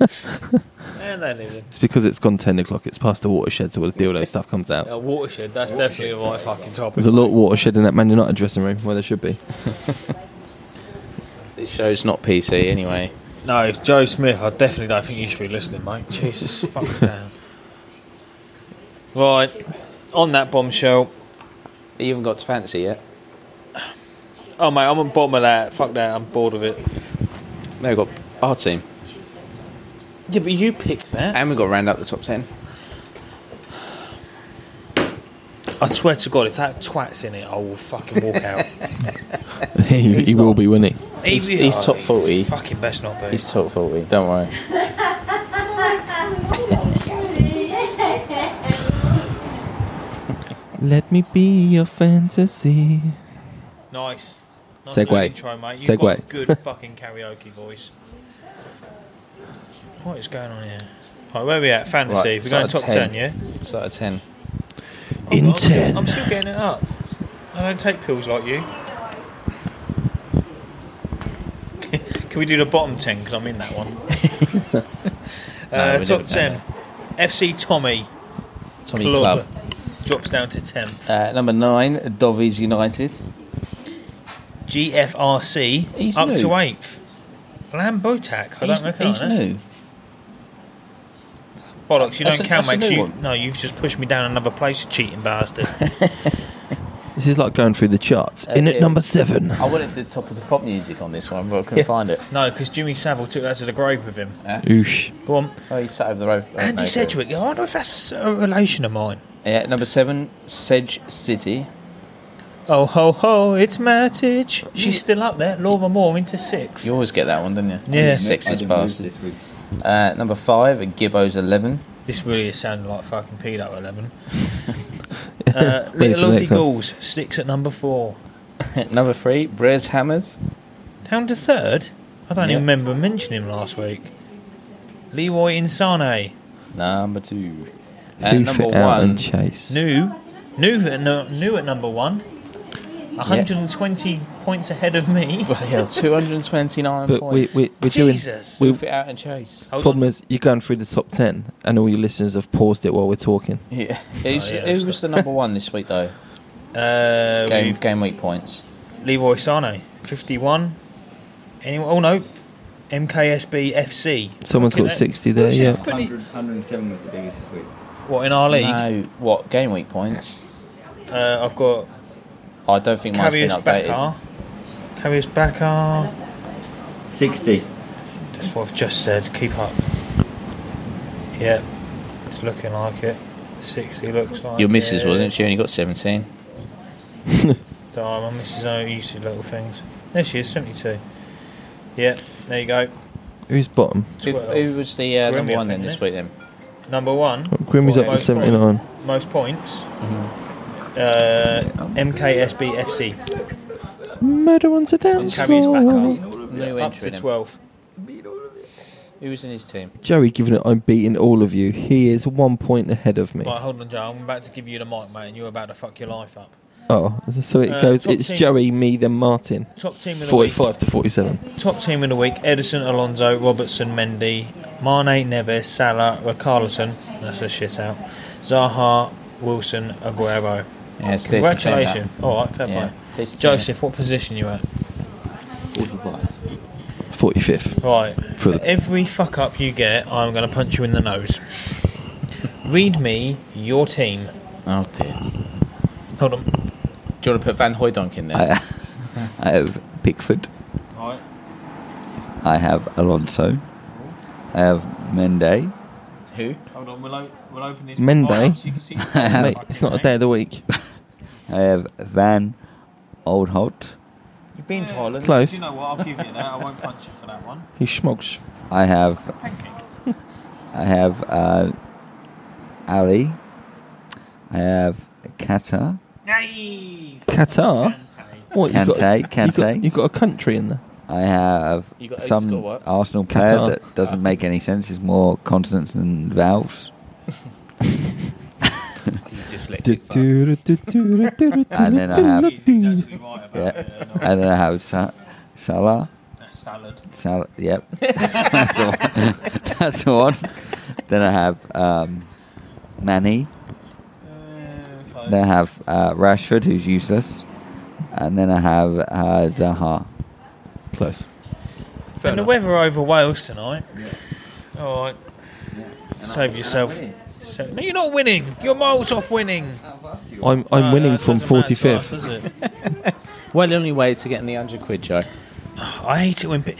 Speaker 3: and then is it?
Speaker 5: It's because it's gone 10 o'clock, it's past the watershed, so all the dildo stuff comes out.
Speaker 3: A Uh, watershed. That's definitely the right fucking topic.
Speaker 5: There's a lot of watershed in that Man United dressing room where there should be.
Speaker 2: This show's not PC anyway.
Speaker 3: No, Joe Smith, I definitely don't think you should be listening, mate. Jesus fucking down. Right, on that bombshell.
Speaker 2: You haven't got to fancy yet.
Speaker 3: Oh, mate, I'm on bottom of that. Fuck that, I'm bored of it.
Speaker 2: No, we've got our team.
Speaker 3: Yeah, but you picked that.
Speaker 2: And we've got to round up the top 10.
Speaker 3: I swear to God, if that twat's in it, I will fucking walk out.
Speaker 5: he he will be, won't he?
Speaker 2: He's- he's top 40.
Speaker 3: Fucking best not be.
Speaker 2: He's top 40, don't worry.
Speaker 5: Let me be your fantasy.
Speaker 3: Oh, nice. nice
Speaker 5: Segue.
Speaker 3: little Intro, mate. You've got a
Speaker 5: Segue.
Speaker 3: good fucking karaoke voice. What is going on here? Right, where are we at? Fantasy.
Speaker 2: Right,
Speaker 3: We're going
Speaker 2: started
Speaker 3: top
Speaker 2: 10.
Speaker 3: 10, yeah?
Speaker 2: So out of 10.
Speaker 5: In
Speaker 3: I'm still-
Speaker 5: 10.
Speaker 3: Oh, I'm still getting it up. I don't take pills like you. Can we do the bottom 10 because I'm in that one?
Speaker 2: No,
Speaker 3: uh,
Speaker 2: we
Speaker 3: top
Speaker 2: don't,
Speaker 3: 10. FC Tommy
Speaker 2: Tommy
Speaker 3: Club
Speaker 2: Club.
Speaker 3: drops down to 10th.
Speaker 2: Uh, number 9, Dovies United.
Speaker 3: GFRC
Speaker 2: He's
Speaker 3: up
Speaker 2: new.
Speaker 3: to 8th. Lambotac, I
Speaker 2: he's
Speaker 3: don't
Speaker 2: he's
Speaker 3: recognise that.
Speaker 2: new.
Speaker 3: Bollocks, you
Speaker 2: That's
Speaker 3: don't
Speaker 2: a-
Speaker 3: count,
Speaker 2: that's a
Speaker 3: mate. 'cause
Speaker 2: new
Speaker 3: You,
Speaker 2: one.
Speaker 3: no, you've just pushed me down another place, you cheating bastard.
Speaker 5: It's This is like going through the charts. In at
Speaker 2: yeah.
Speaker 5: number seven.
Speaker 3: Oh.
Speaker 2: I wanted the top of the pop music on this one, but I couldn't find it.
Speaker 3: No, because Jimmy Savile took that to the grave with him.
Speaker 5: Oosh.
Speaker 3: Go on.
Speaker 2: Oh, he sat over the road.
Speaker 3: Andy
Speaker 2: no,
Speaker 3: Sedgwick. I wonder if that's a relation of mine.
Speaker 2: Yeah, number seven, Sedge City.
Speaker 3: Oh ho ho! It's Matic. She's still up there. Laura Moore into sixth.
Speaker 2: You always get that one, don't you?
Speaker 3: Yeah.
Speaker 2: He's a
Speaker 6: I
Speaker 2: Sexist
Speaker 6: didn't
Speaker 2: bastard.
Speaker 6: move this week.
Speaker 2: Uh, number five, Gibbo's 11.
Speaker 3: This really is sounding like fucking pedo eleven. uh, Little
Speaker 5: the
Speaker 3: Aussie
Speaker 5: next one.
Speaker 3: Ghouls sticks at number four.
Speaker 2: number three, Brez Hammers.
Speaker 3: Down to third. I don't
Speaker 2: Yeah.
Speaker 3: even remember mentioning him last week. Leroy Insane.
Speaker 2: Number two. Uh,
Speaker 5: Hoof
Speaker 2: number
Speaker 5: it out
Speaker 2: one,
Speaker 5: and chase.
Speaker 3: New, new, at no, new at number one. 120 points ahead of me.
Speaker 2: bloody hell, 229
Speaker 5: But we,
Speaker 2: points.
Speaker 5: we, we're doing.
Speaker 3: Jesus.
Speaker 5: we-
Speaker 2: Hoof it out and chase.
Speaker 3: Hold
Speaker 5: Problem
Speaker 3: on.
Speaker 5: is, you're going through the top ten, and all your listeners have paused it while we're talking.
Speaker 2: Yeah. Who's-
Speaker 3: Oh, yeah,
Speaker 2: who
Speaker 3: that's
Speaker 2: was the number one this week, though?
Speaker 3: Uh,
Speaker 2: Game, game week points.
Speaker 3: we- Leroy Sane, 51. Anyone? Oh no. MKSB FC.
Speaker 5: Someone's
Speaker 3: Fucking
Speaker 5: got
Speaker 3: heck.
Speaker 5: 60 there,
Speaker 3: Which is
Speaker 5: yeah.
Speaker 3: pretty-
Speaker 6: 100 107 was the biggest this week.
Speaker 3: what, in our league?
Speaker 2: No, what? Game week points?
Speaker 3: Uh, I've got
Speaker 2: I don't think mine's been
Speaker 3: Carrius
Speaker 2: updated.
Speaker 3: Bakar. Carrius Bakar.
Speaker 6: 60.
Speaker 3: That's what I've just said. Keep up. Yep. It's looking like it. 60 looks like
Speaker 2: Your missus,
Speaker 3: it.
Speaker 2: wasn't she? Only got 17.
Speaker 3: Sorry, my missus only used to little things. There she is, 72. Yep, there you go.
Speaker 5: Who's bottom?
Speaker 2: Who,
Speaker 3: Twelve.
Speaker 2: who was the uh,
Speaker 3: Grimby,
Speaker 2: number
Speaker 3: I
Speaker 2: one then
Speaker 3: think,
Speaker 2: this week then?
Speaker 3: Number one,
Speaker 5: Grimmy's up
Speaker 3: Well,
Speaker 5: to 79.
Speaker 3: most points. Mm-hmm. Uh, MKSBFC.
Speaker 5: It's murder on the dance
Speaker 3: Carries back
Speaker 5: floor.
Speaker 3: up.
Speaker 2: New
Speaker 3: Up
Speaker 2: entry.
Speaker 3: to
Speaker 2: then.
Speaker 3: 12.
Speaker 2: Who was in his team?
Speaker 5: Joey giving it, I'm beating all of you. He is one point ahead of me.
Speaker 3: Right, hold on, Joe. I'm about to give you the mic, mate, and you're about to fuck your life up.
Speaker 5: Oh, so it
Speaker 3: Uh,
Speaker 5: goes,
Speaker 3: top
Speaker 5: it's
Speaker 3: team.
Speaker 5: Joey, me, then Martin.
Speaker 3: Top team of the week.
Speaker 5: 45 to 47.
Speaker 3: Top team of the week: Edison, Alonso, Robertson, Mendy, Mane, Neves, Salah, Ricarlison. That's a shit out. Zaha, Wilson, Aguero.
Speaker 2: Yeah, it's decent team, that.
Speaker 3: Congratulations! All right, fair
Speaker 2: Yeah,
Speaker 3: play.
Speaker 2: decent team.
Speaker 3: Joseph, what position you at?
Speaker 6: 45.
Speaker 5: 45th.
Speaker 3: Right.
Speaker 5: For the-
Speaker 3: Every fuck up you get, I'm going to punch you in the nose. Read me your team.
Speaker 2: Oh dear. Do
Speaker 3: Hold on.
Speaker 2: you want to put Van Hooydonk in there?
Speaker 4: I, I have Pickford.
Speaker 3: Right.
Speaker 4: I have Alonso. I have Mende.
Speaker 2: Who?
Speaker 7: Hold on, we'll, o- we'll open this.
Speaker 5: Mendy?
Speaker 7: right up So you can see
Speaker 5: Mate, it's not a day of the week.
Speaker 4: I have Van Oldholt.
Speaker 2: You've been to Holland.
Speaker 7: Do
Speaker 5: Close.
Speaker 7: you know what? I'll give you that. I won't punch you for that one.
Speaker 5: He schmogs.
Speaker 4: I have. I have uh, Ali. I have Qatar.
Speaker 7: Nice!
Speaker 5: Qatar? What, you've got,
Speaker 4: Kante,
Speaker 5: you got,
Speaker 4: Kante.
Speaker 5: you've got a country in there.
Speaker 4: I have
Speaker 2: You got- he's
Speaker 4: some
Speaker 2: got what?
Speaker 4: Arsenal player
Speaker 5: Qatar.
Speaker 4: that doesn't make any sense. It's more consonants than vowels.
Speaker 2: You dyslexic fuck.
Speaker 5: And
Speaker 4: And then I have.
Speaker 7: He's actually right about
Speaker 4: Yeah.
Speaker 7: it. Yeah, no,
Speaker 4: And then I have Sa- Salah.
Speaker 7: that's salad.
Speaker 4: Sal- yep. That's the one. That's the one. Then I have um, Manny.
Speaker 7: Uh,
Speaker 4: Then I have uh, Rashford, who's useless. And then I have uh, Zaha.
Speaker 5: Close.
Speaker 3: and the weather over Wales tonight. All right.
Speaker 6: And
Speaker 3: Save
Speaker 6: I'm-
Speaker 3: yourself.
Speaker 6: and
Speaker 3: So, no, you're not winning. You're miles off winning.
Speaker 6: I'm winning.
Speaker 5: I'm, I'm
Speaker 3: No,
Speaker 5: winning
Speaker 3: that
Speaker 5: from
Speaker 3: doesn't matter to
Speaker 5: 45th.
Speaker 3: us, does it?
Speaker 2: Well, the only way to getting the hundred quid, Joe.
Speaker 3: I hate it when pe-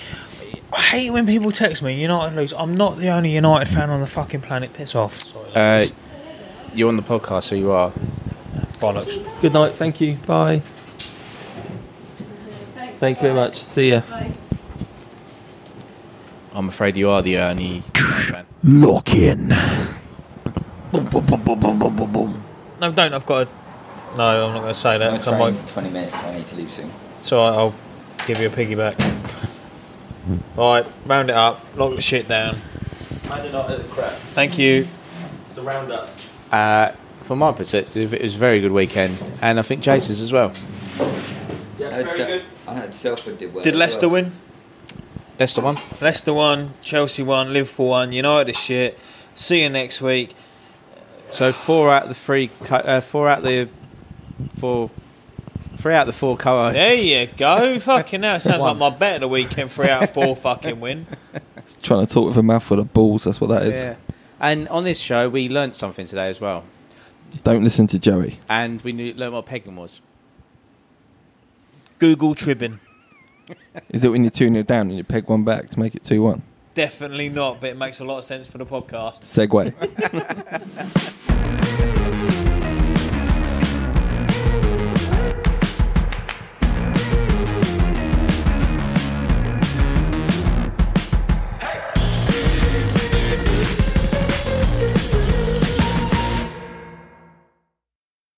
Speaker 3: I hate when people text me United lose. I'm not the only United fan on the fucking planet. Piss off. Sorry,
Speaker 2: Uh, you're on the podcast, so you are.
Speaker 3: bollocks.
Speaker 5: Good night. Thank you. Bye. Thank you very much. See ya.
Speaker 2: I'm afraid you are the only fan.
Speaker 3: No, don't. I've got. A, no, I'm not going to say that.
Speaker 6: My
Speaker 3: 'cause I might,
Speaker 6: train's 20 minutes, I need to leave soon.
Speaker 3: so I- I'll give you a piggyback. All right, round it up. Lock the shit down. Thank you.
Speaker 5: It's a roundup.
Speaker 2: Uh, from my perspective, it was a very good weekend, and I think Jason's as well.
Speaker 4: I had Selford did well.
Speaker 3: Did Leicester win?
Speaker 2: That's the one.
Speaker 3: Leicester won. Chelsea won. Liverpool won. United is shit. See you next week.
Speaker 2: So four out of the three, co- uh, four out the four, three out the four co-hosts.
Speaker 3: There you go. fucking hell. It sounds like
Speaker 2: One.
Speaker 3: my bet of the weekend. Three out of four fucking win.
Speaker 5: Trying to talk with a mouthful of balls. That's what that is.
Speaker 2: Yeah. And on this show, we learnt something today as well,
Speaker 5: Don't listen to Joey.
Speaker 2: and we knew, learned what pegging was.
Speaker 3: Google tribbing.
Speaker 5: Is it when you're 2 0 down and you peg one back to make it 2 1?
Speaker 3: Definitely not, but it makes a lot of sense for the podcast.
Speaker 5: Segway.